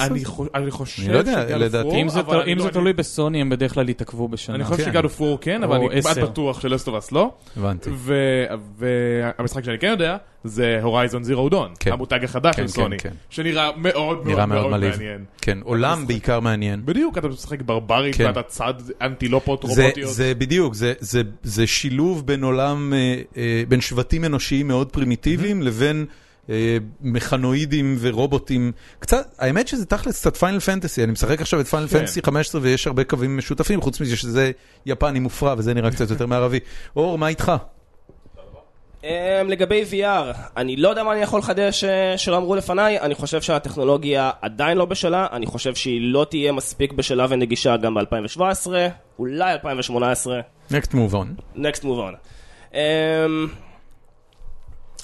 Speaker 5: אני חו- אני חושב
Speaker 1: אני לא יודע,
Speaker 5: ש-God of
Speaker 1: לדעתי-
Speaker 5: War,
Speaker 4: אם זה
Speaker 5: אבל
Speaker 4: תל-
Speaker 5: אני
Speaker 4: אם
Speaker 5: לא-
Speaker 4: זה
Speaker 5: אני-
Speaker 4: תלוי בסוני, הם בדרך כלל יתעכבו בשנה.
Speaker 5: אני חושב
Speaker 1: כן.
Speaker 5: ש-God of War כן, אבל
Speaker 4: או
Speaker 5: אני כמעט
Speaker 4: עשר.
Speaker 5: בטוח ש-Last of Us לא.
Speaker 1: הבנתי.
Speaker 5: ו- והמשחק שאני כן יודע, זה הורייזון זירו דון,
Speaker 1: כן.
Speaker 5: המותג החדש
Speaker 1: כן,
Speaker 5: של
Speaker 1: כן,
Speaker 5: סוני,
Speaker 1: כן.
Speaker 5: שנראה מאוד
Speaker 1: נראה
Speaker 5: מאוד
Speaker 1: מאוד
Speaker 5: לא, מאוד
Speaker 1: מלהיב.
Speaker 5: מעניין.
Speaker 1: כן, עולם בעיקר מעניין.
Speaker 5: בדיוק, אתה משחק ברברית
Speaker 1: כן.
Speaker 5: ואתה צד אנטילופות
Speaker 1: זה,
Speaker 5: רובוטיות.
Speaker 1: זה בדיוק, זה, זה, זה שילוב בין עולם, אה, אה, בין שבטים אנושיים מאוד פרימיטיביים לבין אה, מכנואידים ורובוטים. קצת, האמת שזה תכלס קצת פיינל פנטסי, אני משחק עכשיו את פיינל
Speaker 5: כן.
Speaker 1: פנטסי 15 ויש הרבה קווים משותפים, חוץ מזה שזה יפני מופרע וזה נראה קצת יותר מערבי. אור, מה איתך?
Speaker 6: Um, לגבי VR, אני לא יודע מה אני יכול לחדש אה, שלא אמרו לפניי, אני חושב שהטכנולוגיה עדיין לא בשלה, אני חושב שהיא לא תהיה מספיק בשלה ונגישה גם ב-2017, אולי 2018,
Speaker 1: Next move on.
Speaker 6: next move on. Um,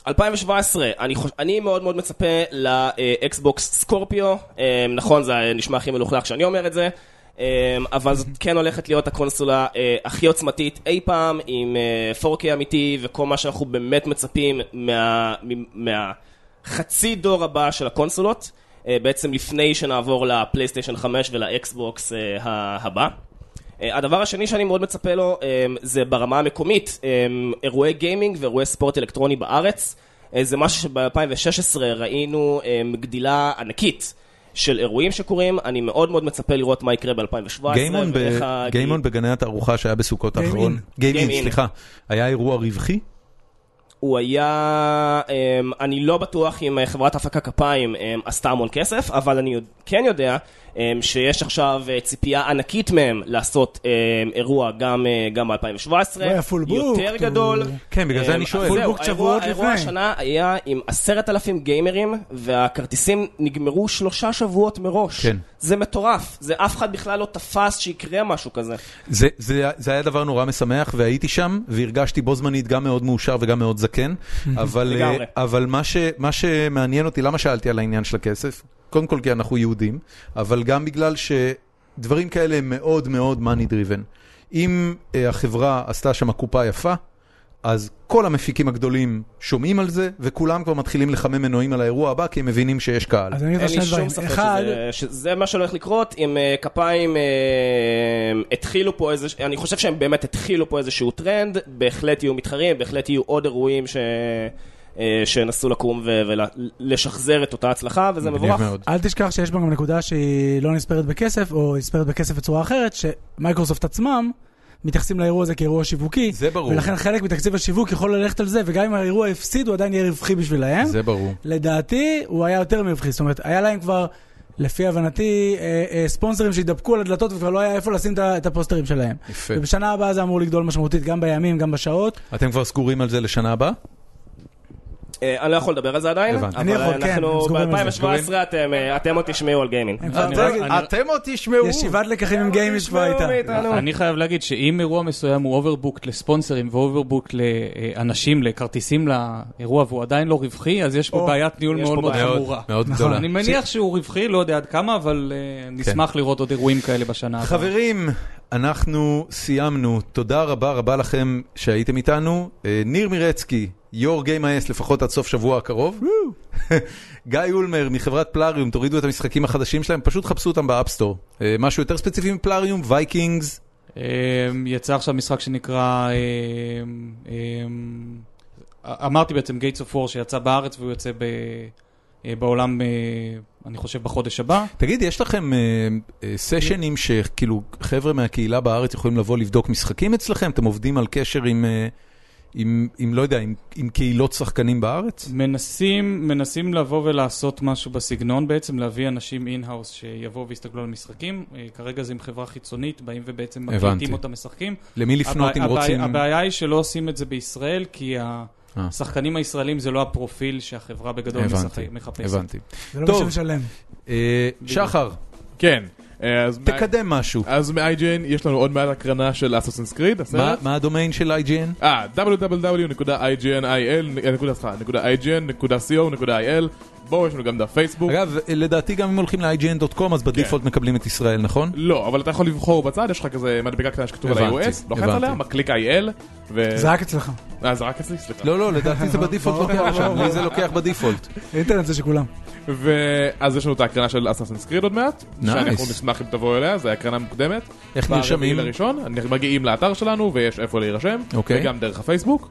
Speaker 6: 2017, אני, חוש... אני מאוד מאוד מצפה לאקסבוקס סקורפיו, um, נכון זה אה, נשמע הכי מלוכלך שאני אומר את זה, um, אבל זאת כן הולכת להיות הקונסולה uh, הכי עוצמתית אי פעם, עם uh, 4K אמיתי וכל מה שאנחנו באמת מצפים מה... מ- מהחצי דור הבא של הקונסולות, uh, בעצם לפני שנעבור לפלייסטיישן 5 ולאקסבוקס uh, הבא. אה, הדבר השני שאני מאוד מצפה לו אה, זה ברמה המקומית, אה, אירועי גיימינג ואירועי ספורט אלקטרוני בארץ. אה, זה משהו שב-2016 ראינו אה, גדילה ענקית של אירועים שקורים, אני מאוד מאוד מצפה לראות מה יקרה ב-2017.
Speaker 1: גיימון, ב- גיימון בגני התערוכה שהיה בסוכות
Speaker 2: Game
Speaker 1: האחרון,
Speaker 2: In.
Speaker 1: גיימין,
Speaker 6: Game In.
Speaker 1: סליחה, היה אירוע רווחי?
Speaker 6: הוא היה, אה, אמ, אני לא בטוח אם אה, חברת הפקה כפיים אמ, עשתה המון כסף, אבל אני יודע- כן יודע אמ, אמ, שיש עכשיו אה, ציפייה ענקית מהם לעשות אמ, אירוע גם, אה, גם ב-2017,
Speaker 2: הוא היה full booked,
Speaker 6: יותר
Speaker 2: הוא-
Speaker 6: גדול.
Speaker 1: כן, בגלל זה
Speaker 6: אמ,
Speaker 1: אני
Speaker 6: אז
Speaker 1: שואל.
Speaker 2: full
Speaker 6: זהו,
Speaker 2: booked
Speaker 6: האירוע-
Speaker 2: שבועות
Speaker 6: האירוע
Speaker 2: לפני.
Speaker 6: השנה היה עם עשרת אלפים גיימרים, והכרטיסים נגמרו שלושה שבועות מראש.
Speaker 1: כן.
Speaker 6: זה מטורף, זה אף אחד בכלל לא תפס שיקרה משהו כזה.
Speaker 1: זה, זה, זה היה דבר נורא משמח, והייתי שם, והרגשתי בו זמנית גם מאוד מאושר וגם מאוד זקן. אבל,
Speaker 6: לגמרי.
Speaker 1: אה, אבל מה, ש, מה שמעניין אותי, למה שאלתי על העניין של הכסף? קודם כל כי אנחנו יהודים, אבל גם בגלל שדברים כאלה הם מאוד מאוד money driven. אם אה, החברה עשתה שם קופה יפה, אז כל המפיקים הגדולים שומעים על זה, וכולם כבר מתחילים לחמם מנועים על האירוע הבא, כי הם מבינים שיש קהל.
Speaker 2: אז אני אגיד לך
Speaker 6: אין לי
Speaker 2: שני
Speaker 6: שום
Speaker 2: דברים.
Speaker 6: ספק
Speaker 2: אחד,
Speaker 6: שזה, שזה מה שהולך לקרות, אם אה, כפיים אה, התחילו פה איזה, אני חושב שהם באמת התחילו פה איזשהו טרנד, בהחלט יהיו מתחרים, בהחלט יהיו עוד אירועים ש... אה, שינסו לקום ולשחזר את אותה הצלחה, וזה
Speaker 1: מגניב
Speaker 6: מבורך.
Speaker 1: מאוד.
Speaker 2: אל תשכח שיש בה גם נקודה שהיא לא נספרת בכסף, או נספרת בכסף בצורה אחרת, שמייקרוסופט עצמם מתייחסים לאירוע הזה כאירוע שיווקי.
Speaker 1: זה ברור.
Speaker 2: ולכן חלק מתקציב השיווק יכול ללכת על זה, וגם אם האירוע הפסיד, הוא עדיין יהיה רווחי בשבילהם.
Speaker 1: זה ברור.
Speaker 2: לדעתי, הוא היה יותר מרווחי. זאת אומרת, היה להם כבר, לפי הבנתי, אה, אה, ספונסרים שהתדפקו על הדלתות וכבר לא היה איפה לשים את ה- את הפוסטרים שלהם.
Speaker 1: יפה.
Speaker 2: ובשנה הבאה זה אמור לגדול משמעותית, גם בימים, גם בשעות.
Speaker 3: אה,
Speaker 1: אתם כבר סגורים על זה לשנה הבאה?
Speaker 6: אה, אני לא יכול לדבר על זה עדיין,
Speaker 1: הבנתי.
Speaker 2: אני
Speaker 6: אבל
Speaker 2: יכול, כן,
Speaker 6: אנחנו
Speaker 2: סגורים על זה,
Speaker 6: ב-2017 אתם אה, אתם עוד תשמעו על גיימינג.
Speaker 2: הם כבר-
Speaker 3: אני
Speaker 2: אתה
Speaker 3: רק-
Speaker 2: יודע,
Speaker 3: אני- אה,
Speaker 8: אתם עוד תשמעו.
Speaker 2: ישיבת לקחים עם גיימיש כבר הייתה.
Speaker 3: אני חייב להגיד שאם אירוע מסוים הוא אוברבוקט לספונסרים ואוברבוקט לאנשים, לכרטיסים לאירוע והוא עדיין לא רווחי, אז יש פה
Speaker 2: או,
Speaker 3: בעיית ניהול
Speaker 6: יש
Speaker 3: מאוד
Speaker 6: פה
Speaker 3: מאוד
Speaker 6: בעיה.
Speaker 3: חמורה.
Speaker 1: מאוד
Speaker 2: נכון,
Speaker 1: גדולה.
Speaker 3: אני מניח שהוא רווחי, לא יודע עד כמה, אבל
Speaker 4: כן.
Speaker 3: אה, נשמח לראות עוד אירועים כאלה בשנה הבאה.
Speaker 1: חברים, אנחנו סיימנו. תודה רבה רבה לכם שהייתם איתנו. אה, ניר מירצקי, יו"ר GameIS לפחות עד סוף שבוע הקרוב. <laughs> גיא אולמר מחברת פלאריום, תורידו את המשחקים החדשים שלהם, פשוט חפשו אותם באפסטור. אה, משהו יותר ספציפי מפלאריום, וייקינגס.
Speaker 3: אה, יצא עכשיו משחק שנקרא... אה, אה, אמרתי בעצם Gates of War שיצא בארץ והוא יוצא ב- אה, בעולם, אה, אני חושב, בחודש הבא.
Speaker 1: תגיד, יש לכם אה, אה, סשנים שכאילו חבר'ה מהקהילה בארץ יכולים לבוא לבדוק משחקים אצלכם? אתם עובדים על קשר עם, אה, עם, עם לא יודע, עם, עם קהילות שחקנים בארץ?
Speaker 3: מנסים, מנסים לבוא ולעשות משהו בסגנון בעצם, להביא אנשים אין-האוס שיבואו ויסתכלו על משחקים. אה, כרגע זה עם חברה חיצונית, באים ובעצם
Speaker 1: הבנתי.
Speaker 3: מקליטים אותם משחקים.
Speaker 1: למי לפנות
Speaker 3: הבע-
Speaker 1: אם
Speaker 3: הבע-
Speaker 1: רוצים? אה.
Speaker 3: הבעיה היא שלא עושים את זה בישראל, כי השחקנים הישראלים זה לא הפרופיל שהחברה בגדול
Speaker 1: הבנתי,
Speaker 3: משחק- מחפשת.
Speaker 1: הבנתי.
Speaker 2: זה לא
Speaker 1: טוב.
Speaker 2: משם שלם.
Speaker 1: אה, שחר,
Speaker 5: כן. אה, אז מה-
Speaker 1: תקדם משהו.
Speaker 5: אז מ-IGN יש לנו עוד מעט הקרנה של אסוסינס קריד,
Speaker 1: מה-
Speaker 5: הסרט.
Speaker 1: מה הדומיין של IGN?
Speaker 5: אה, www.ignil.co.il בואו, יש לנו גם דף פייסבוק.
Speaker 1: אגב, אה, לדעתי גם אם הולכים ל-IGN.com אז בדיפולט מקבלים את ישראל, נכון?
Speaker 5: לא, אבל אתה יכול לבחור בצד, יש לך כזה מדבקה קטנה שכתוב על
Speaker 1: הבנתי,
Speaker 5: ה-US, לוחץ
Speaker 1: הבנתי.
Speaker 5: עליה, מקליק IL, ו...
Speaker 2: זה רק אצלך.
Speaker 5: אה, זה רק אצלי, סליחה.
Speaker 1: לא, לא, לדעתי זה בדיפולט לוקח שם, לי זה לוקח בדיפולט.
Speaker 2: אינטרנט זה של כולם.
Speaker 5: ואז יש לנו את ההקרנה של אסאסינס קריד עוד מעט,
Speaker 1: Nice.
Speaker 5: שאנחנו נשמח אם תבואו אליה, זו הקרנה מוקדמת.
Speaker 1: איך
Speaker 5: ברביעי
Speaker 1: נרשמים?
Speaker 5: לראשון, אנחנו מגיעים לאתר שלנו ויש איפה להירשם,
Speaker 1: אוקיי.
Speaker 5: וגם דרך הפייסבוק.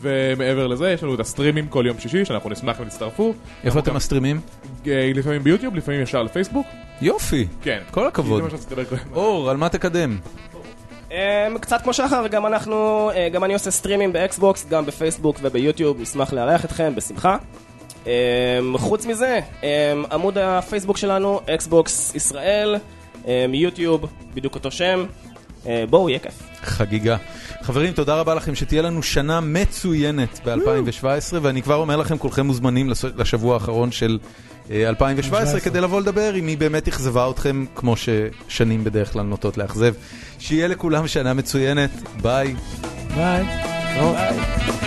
Speaker 5: ומעבר לזה, יש לנו את הסטרימים כל יום שישי, שאנחנו נשמח אם תצטרפו.
Speaker 1: איפה אתם מסטרימים?
Speaker 5: אה, לפעמים ביוטיוב, לפעמים ישר לפייסבוק.
Speaker 1: יופי,
Speaker 5: כן.
Speaker 1: כל הכבוד.
Speaker 5: זה מה שרציתי לדבר קודם.
Speaker 1: אור, על מה תקדם?
Speaker 6: אמ, קצת כמו שחר, גם אנחנו, אה, גם אני עושה סטרימים באקסבוקס, גם בפייסבוק וביוטיוב, נשמח לארח אתכם, בשמחה. אמ, חוץ מזה, אמ, עמוד הפייסבוק שלנו, אקסבוקס ישראל, אמ, יוטיוב, בדיוק אותו שם. אה, בואו, יהיה כיף.
Speaker 1: חגיגה. חברים, תודה רבה לכם שתהיה לנו שנה מצוינת ב-2017, ואני כבר אומר לכם, כולכם מוזמנים לס- לשבוע האחרון של אה, 2017 כדי לבוא לדבר אם היא באמת אכזבה אתכם, כמו ששנים בדרך כלל נוטות לאכזב. שיהיה לכולם שנה מצוינת, ביי.
Speaker 2: ביי.
Speaker 1: ביי.